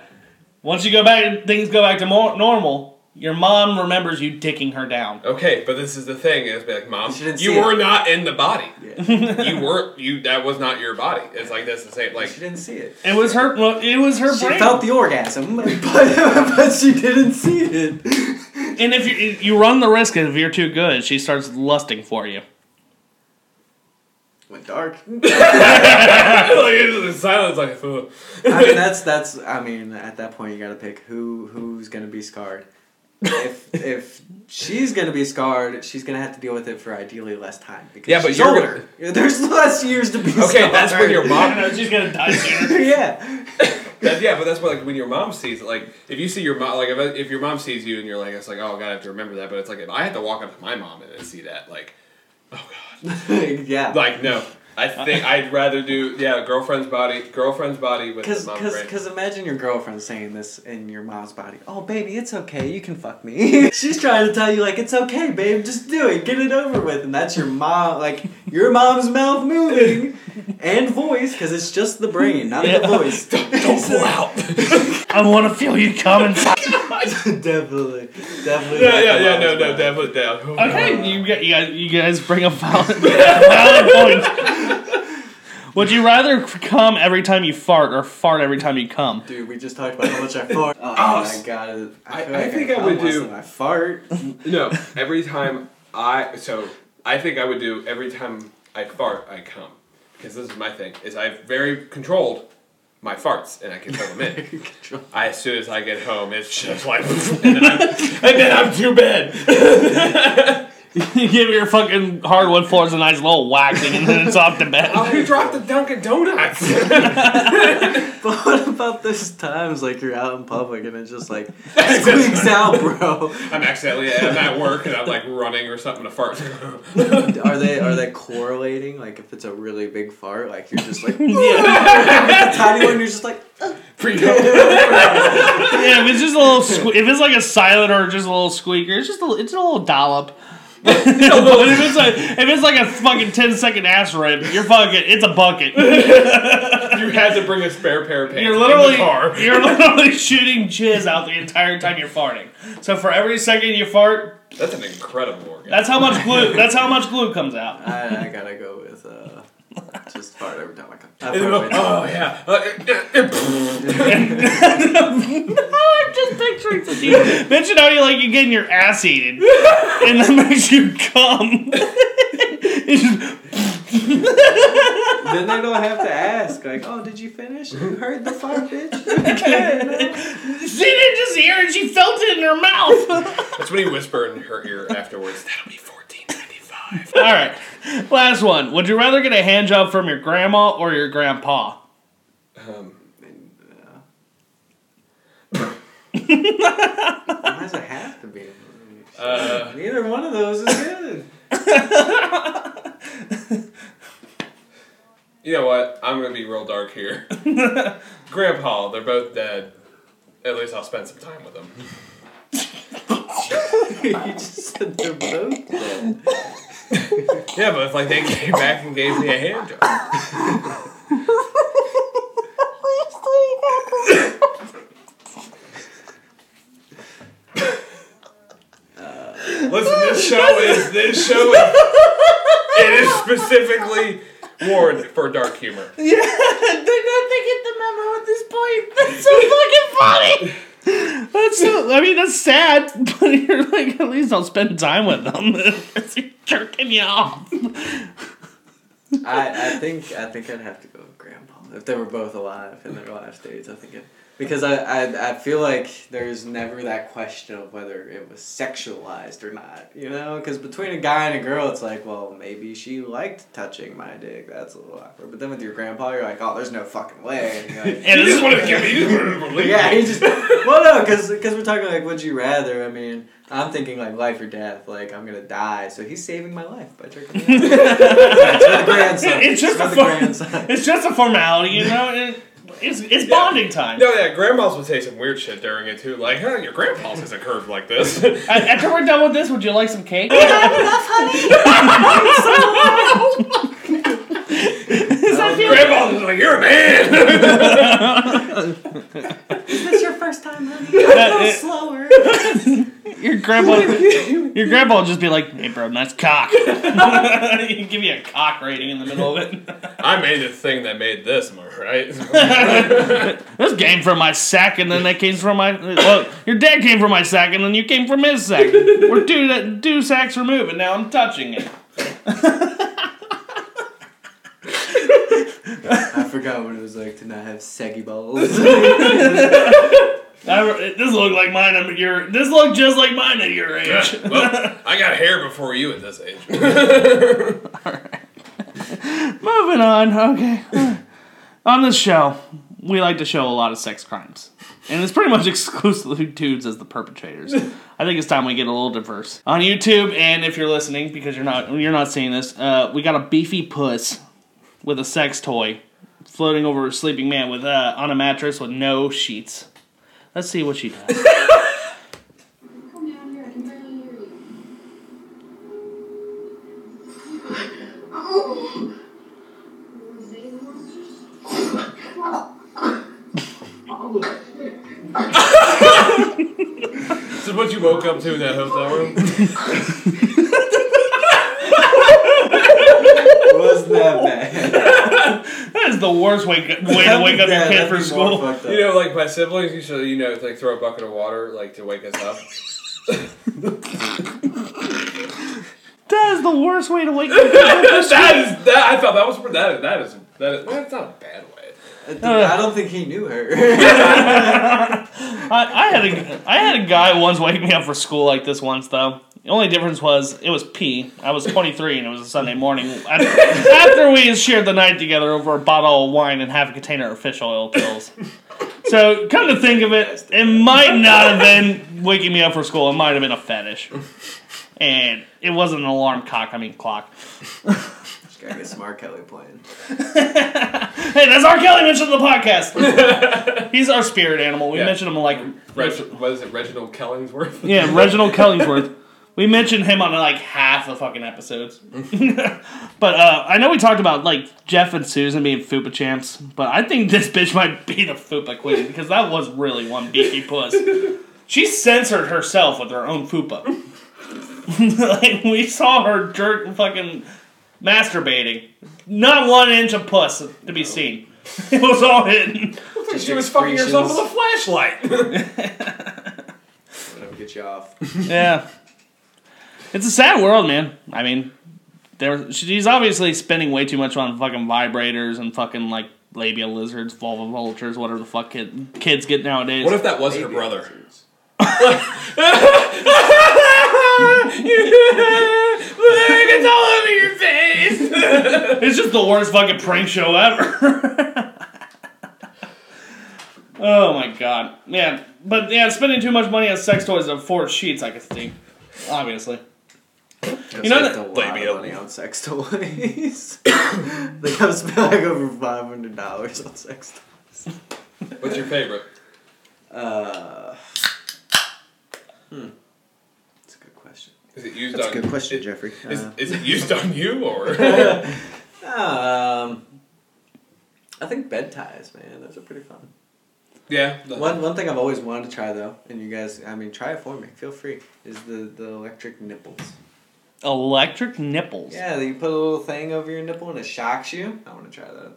Speaker 1: Once you go back, things go back to more, normal. Your mom remembers you dicking her down.
Speaker 5: Okay, but this is the thing. It's like, mom,
Speaker 6: She didn't see
Speaker 5: you were
Speaker 6: it.
Speaker 5: not in the body. you weren't. You that was not your body. It's like that's the same. Like
Speaker 6: She didn't see it.
Speaker 1: It was her. Well, it was her
Speaker 6: She
Speaker 1: brain.
Speaker 6: felt the orgasm, but, but she didn't see it.
Speaker 1: And if you you run the risk if you're too good, she starts lusting for you.
Speaker 6: Went dark.
Speaker 5: like, it's just the silence. Like ugh.
Speaker 6: I mean, that's that's. I mean, at that point, you got to pick who who's gonna be scarred. If if she's gonna be scarred, she's gonna have to deal with it for ideally less time because
Speaker 5: Yeah, but
Speaker 6: she's
Speaker 5: you're
Speaker 6: older. There's less years to be.
Speaker 5: okay, that's when your mom.
Speaker 1: she's gonna die sooner.
Speaker 6: yeah.
Speaker 5: That, yeah, but that's what like when your mom sees it. Like if you see your mom, like if, if your mom sees you and you're like, it's like, oh god, I have to remember that. But it's like if I had to walk up to my mom and then see that, like, oh god,
Speaker 6: yeah.
Speaker 5: like no. I think I'd rather do yeah, girlfriend's body, girlfriend's body with
Speaker 6: Cause,
Speaker 5: the mom
Speaker 6: cause,
Speaker 5: brain.
Speaker 6: cause imagine your girlfriend saying this in your mom's body. Oh, baby, it's okay. You can fuck me. She's trying to tell you, like, it's okay, babe. Just do it. Get it over with. And that's your mom, like, your mom's mouth moving and voice, because it's just the brain, not the voice.
Speaker 5: Don't pull out.
Speaker 1: I want to feel you coming.
Speaker 6: definitely. Definitely.
Speaker 5: yeah,
Speaker 6: not
Speaker 5: yeah,
Speaker 6: the
Speaker 5: yeah,
Speaker 6: mom's
Speaker 5: no, no,
Speaker 6: mouth.
Speaker 5: definitely down.
Speaker 1: Okay, you, gu- you guys, you guys bring up valid, valid point. Would you rather come every time you fart or fart every time you come?
Speaker 6: Dude, we just talked about how much I fart. Oh, my god.
Speaker 5: I-
Speaker 6: feel
Speaker 5: I think I
Speaker 6: come
Speaker 5: would
Speaker 6: less
Speaker 5: do-
Speaker 6: than I fart.
Speaker 5: No, every time I so I think I would do every time I fart I come because this is my thing is I'm very controlled my farts and I can fill them in. I, as soon as I get home, it's just like, and then I'm, and then I'm to bed.
Speaker 1: you give your fucking hardwood floors a nice little waxing and then it's off the bed.
Speaker 5: I Oh, dropped the Dunkin' Donuts.
Speaker 6: But what about those times like you're out in public and it's just like squeaks out, bro?
Speaker 5: I'm accidentally I'm at work and I'm like running or something to fart.
Speaker 6: Are they are they correlating? Like if it's a really big fart, like you're just like tiny one, you're just like
Speaker 1: Yeah, if it's just a little, sque- if it's like a silent or just a little squeaker, it's just a, it's a little dollop. But if it's like if it's like a fucking 10 second ass rip, you're fucking it's a bucket.
Speaker 5: you had to bring a spare pair of pants.
Speaker 1: You're
Speaker 5: in
Speaker 1: literally
Speaker 5: the car.
Speaker 1: you're literally shooting jizz out the entire time you're farting. So for every second you fart,
Speaker 5: That's an incredible organ.
Speaker 1: that's how much glue. That's how much glue comes out.
Speaker 6: I, I gotta go with uh, just fart every time I come. I fart away.
Speaker 5: oh yeah. Uh,
Speaker 1: I'm just picturing fatigue. Bitch, how you like you're getting your ass eaten, and that makes you cum. It's just-
Speaker 6: then they don't have to ask. Like, oh, did you finish? You heard the fart, bitch. Okay.
Speaker 1: she didn't just hear it; she felt it in her mouth.
Speaker 5: that's when you whisper in her ear afterwards. That'll be fourteen ninety five.
Speaker 1: All right, last one. Would you rather get a hand job from your grandma or your grandpa?
Speaker 6: Why does it have to be?
Speaker 5: Uh,
Speaker 6: Neither one of those is good.
Speaker 5: You know what? I'm gonna be real dark here. Grandpa, they're both dead. At least I'll spend some time with them.
Speaker 6: you just said they're both dead.
Speaker 5: Yeah, but if like they came back and gave me a hand job. Listen, this show is this show is it is specifically warned for dark humor.
Speaker 1: That's so, I mean, that's sad, but you're like, at least I'll spend time with them. it's jerking you off.
Speaker 6: I, I think I think I'd have to go with grandpa if they were both alive in their life dates. I think it because I, I I feel like there's never that question of whether it was sexualized or not. You know, because between a guy and a girl, it's like, well, maybe she liked touching my dick. That's a little awkward. But then with your grandpa, you're like, oh, there's no fucking way. And you're like,
Speaker 1: And
Speaker 5: You
Speaker 1: it's
Speaker 5: just want to give me. You just want to believe.
Speaker 6: yeah, he just. Well, no, because we're talking like, would you rather? I mean, I'm thinking like life or death. Like I'm gonna die, so he's saving my life by jerking me. off. It's for the grandson.
Speaker 1: It's just
Speaker 6: for
Speaker 1: a
Speaker 6: the
Speaker 1: fun-
Speaker 6: grandson.
Speaker 1: It's just a formality, you know? And it's it's bonding time.
Speaker 5: No, yeah, grandmas would say some weird shit during it too, like, "Huh, your grandpa's isn't curved like this."
Speaker 1: A- After we're done with this, would you like some cake?
Speaker 5: Grandma's is like, "You're a man."
Speaker 1: That- your grandpa, your grandpa would just be like, "Hey, bro, nice cock." He'd give you a cock rating in the middle of it.
Speaker 5: I made the thing that made this, am I right?
Speaker 1: This came from my sack, and then that came from my. Well, your dad came from my sack, and then you came from his sack. We're two two sacks removed, and now I'm touching it.
Speaker 6: I forgot what it was like to not have saggy balls.
Speaker 1: I, this look like mine. I'm your. This look just like mine at your age.
Speaker 5: well, I got hair before you at this age.
Speaker 1: Moving on. Okay. on this show, we like to show a lot of sex crimes, and it's pretty much exclusively dudes as the perpetrators. I think it's time we get a little diverse on YouTube. And if you're listening, because you're not, you're not seeing this, uh, we got a beefy puss with a sex toy floating over a sleeping man with uh, on a mattress with no sheets. Let's see what she does.
Speaker 3: Come down here, I can barely hear you.
Speaker 5: This is what you woke up to in that hotel room.
Speaker 6: Wasn't that bad?
Speaker 1: that is the worst way, way to wake up your kid for school.
Speaker 5: You know, like my siblings used to, you know, like throw a bucket of water, like to wake us up.
Speaker 1: That is the worst way to wake up.
Speaker 5: that is that. I thought that was that. That is that. Is, well, it's not a bad way.
Speaker 6: I don't think he knew her.
Speaker 1: I, I had a I had a guy once wake me up for school like this once though. The only difference was it was pee. I was 23 and it was a Sunday morning. After, after we had shared the night together over a bottle of wine and half a container of fish oil pills. So come to think of it, it might not have been waking me up for school. It might have been a fetish, and it wasn't an alarm cock. I mean clock.
Speaker 6: Just gotta get some R. Kelly playing.
Speaker 1: Hey, that's R. Kelly mentioned in the podcast. He's our spirit animal. We
Speaker 5: Yeah.
Speaker 1: mentioned him like
Speaker 5: Reg- what is it, Reginald Kellingsworth?
Speaker 1: Yeah, Reginald Kellingsworth. We mentioned him on like half the fucking episodes. but uh, I know we talked about like Jeff and Susan being FUPA champs, but I think this bitch might be the FUPA queen because that was really one beaky puss. She censored herself with her own FUPA. like we saw her jerk fucking masturbating. Not one inch of puss to be seen. It was all hidden.
Speaker 5: she was fucking herself with a flashlight.
Speaker 6: Whatever, get you off.
Speaker 1: Yeah. It's a sad world, man. I mean, there she's obviously spending way too much on fucking vibrators and fucking like labial lizards, vulva vultures, whatever the fuck kid, kids get nowadays.
Speaker 5: what if that was her brother? it's all over your face.
Speaker 1: it's just the worst fucking prank show ever. oh my god, man. But yeah, spending too much money on sex toys and four sheets, I could think. Obviously.
Speaker 6: You
Speaker 1: know
Speaker 6: know
Speaker 1: that-
Speaker 6: a lot
Speaker 5: Blame you.
Speaker 6: of money on sex toys. they have spent like over five hundred dollars on sex toys.
Speaker 5: What's your favorite?
Speaker 6: Uh, hmm, that's a good question.
Speaker 5: Is it used
Speaker 6: That's
Speaker 5: on?
Speaker 6: a good question, Jeffrey.
Speaker 5: Is,
Speaker 6: Uh,
Speaker 5: is it used on you or?
Speaker 6: um, I think bed ties, man. Those are pretty fun.
Speaker 5: yeah.
Speaker 6: One one thing I've always wanted to try though, and you guys, I mean, try it for me. Feel free. Is the the electric nipples?
Speaker 1: Electric nipples.
Speaker 6: Yeah, that you put a little thing over your nipple and it shocks you. I want to try that.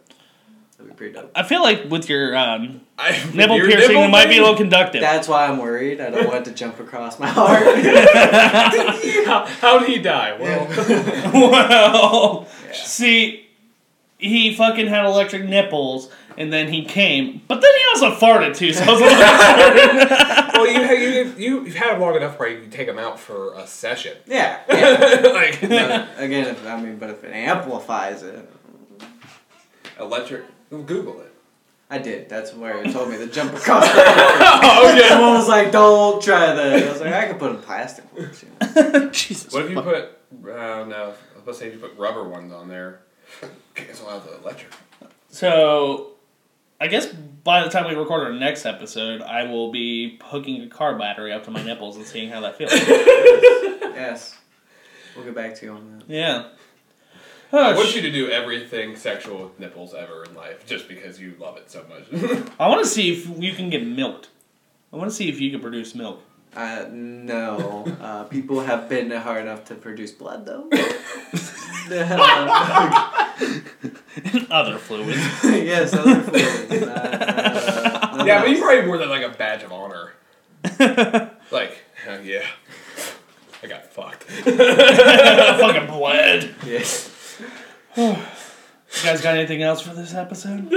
Speaker 6: That'd be pretty dope.
Speaker 1: I feel like with your um,
Speaker 5: I,
Speaker 1: nipple
Speaker 5: your
Speaker 1: piercing, it might be a
Speaker 5: thing?
Speaker 1: little conductive.
Speaker 6: That's why I'm worried. I don't want it to jump across my heart.
Speaker 5: How, how did he die? Well,
Speaker 1: well, see, he fucking had electric nipples, and then he came, but then he also farted too. So I was like,
Speaker 5: well, you had you you you've had him long enough where you can take him out for a session.
Speaker 6: yeah. yeah.
Speaker 5: like
Speaker 6: But again, if, I mean, but if it amplifies it,
Speaker 5: electric. Google it.
Speaker 6: I did. That's where it told me to jump across. The heart.
Speaker 5: Oh yeah.
Speaker 6: Someone was like, "Don't try that." I was like, "I could put a plastic one." You know?
Speaker 1: Jesus.
Speaker 5: What if you put? Uh, no, let's say if you put rubber ones on there. Cancel out the electric.
Speaker 1: So, I guess by the time we record our next episode, I will be hooking a car battery up to my nipples and seeing how that feels.
Speaker 6: Yes. We'll get back to you on that.
Speaker 1: yeah.
Speaker 5: I
Speaker 1: Oh,
Speaker 5: want
Speaker 1: sh-
Speaker 5: you to do everything sexual with nipples ever in life, just because you love it so much.
Speaker 1: I want to see if you can get milked. I want to see if you can produce milk.
Speaker 6: Uh, no. Uh, people have been hard enough to produce blood, though.
Speaker 1: Other fluids.
Speaker 6: yes, other fluids. Uh, uh,
Speaker 5: yeah, but you probably wore that like a badge of honor. like, uh, yeah, I got fucked.
Speaker 1: fucking bled.
Speaker 6: yeah.
Speaker 1: You guys got anything else for this episode?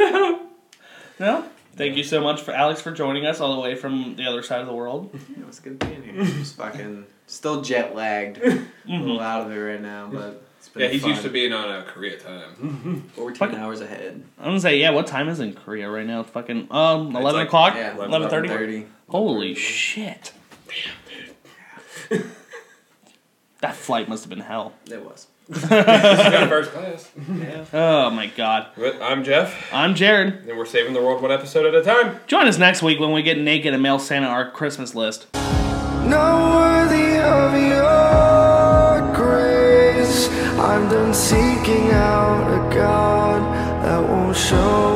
Speaker 1: No? Thank you so much for Alex for joining us all the way from the other side of the world.
Speaker 6: Yeah, it was good being here. Just fucking still jet lagged. A little out of it right now, but it's been
Speaker 5: yeah, he's
Speaker 6: fun.
Speaker 5: used to being on a Korea time.
Speaker 6: 14 hours ahead.
Speaker 1: I'm gonna say, yeah, what time is it in Korea right now? It's fucking um eleven
Speaker 5: like-
Speaker 1: o'clock?
Speaker 6: Yeah,
Speaker 1: Eleven thirty?
Speaker 6: 11:30.
Speaker 1: Holy shit. That flight must have been hell.
Speaker 6: It was.
Speaker 5: First class.
Speaker 1: Oh my god.
Speaker 5: But I'm Jeff,
Speaker 1: I'm Jared.
Speaker 5: and we're saving the world one episode at a time.
Speaker 1: Join us next week when we get naked and mail Santa our Christmas list.
Speaker 9: Not worthy of your grace. I'm done seeking out a God that won't show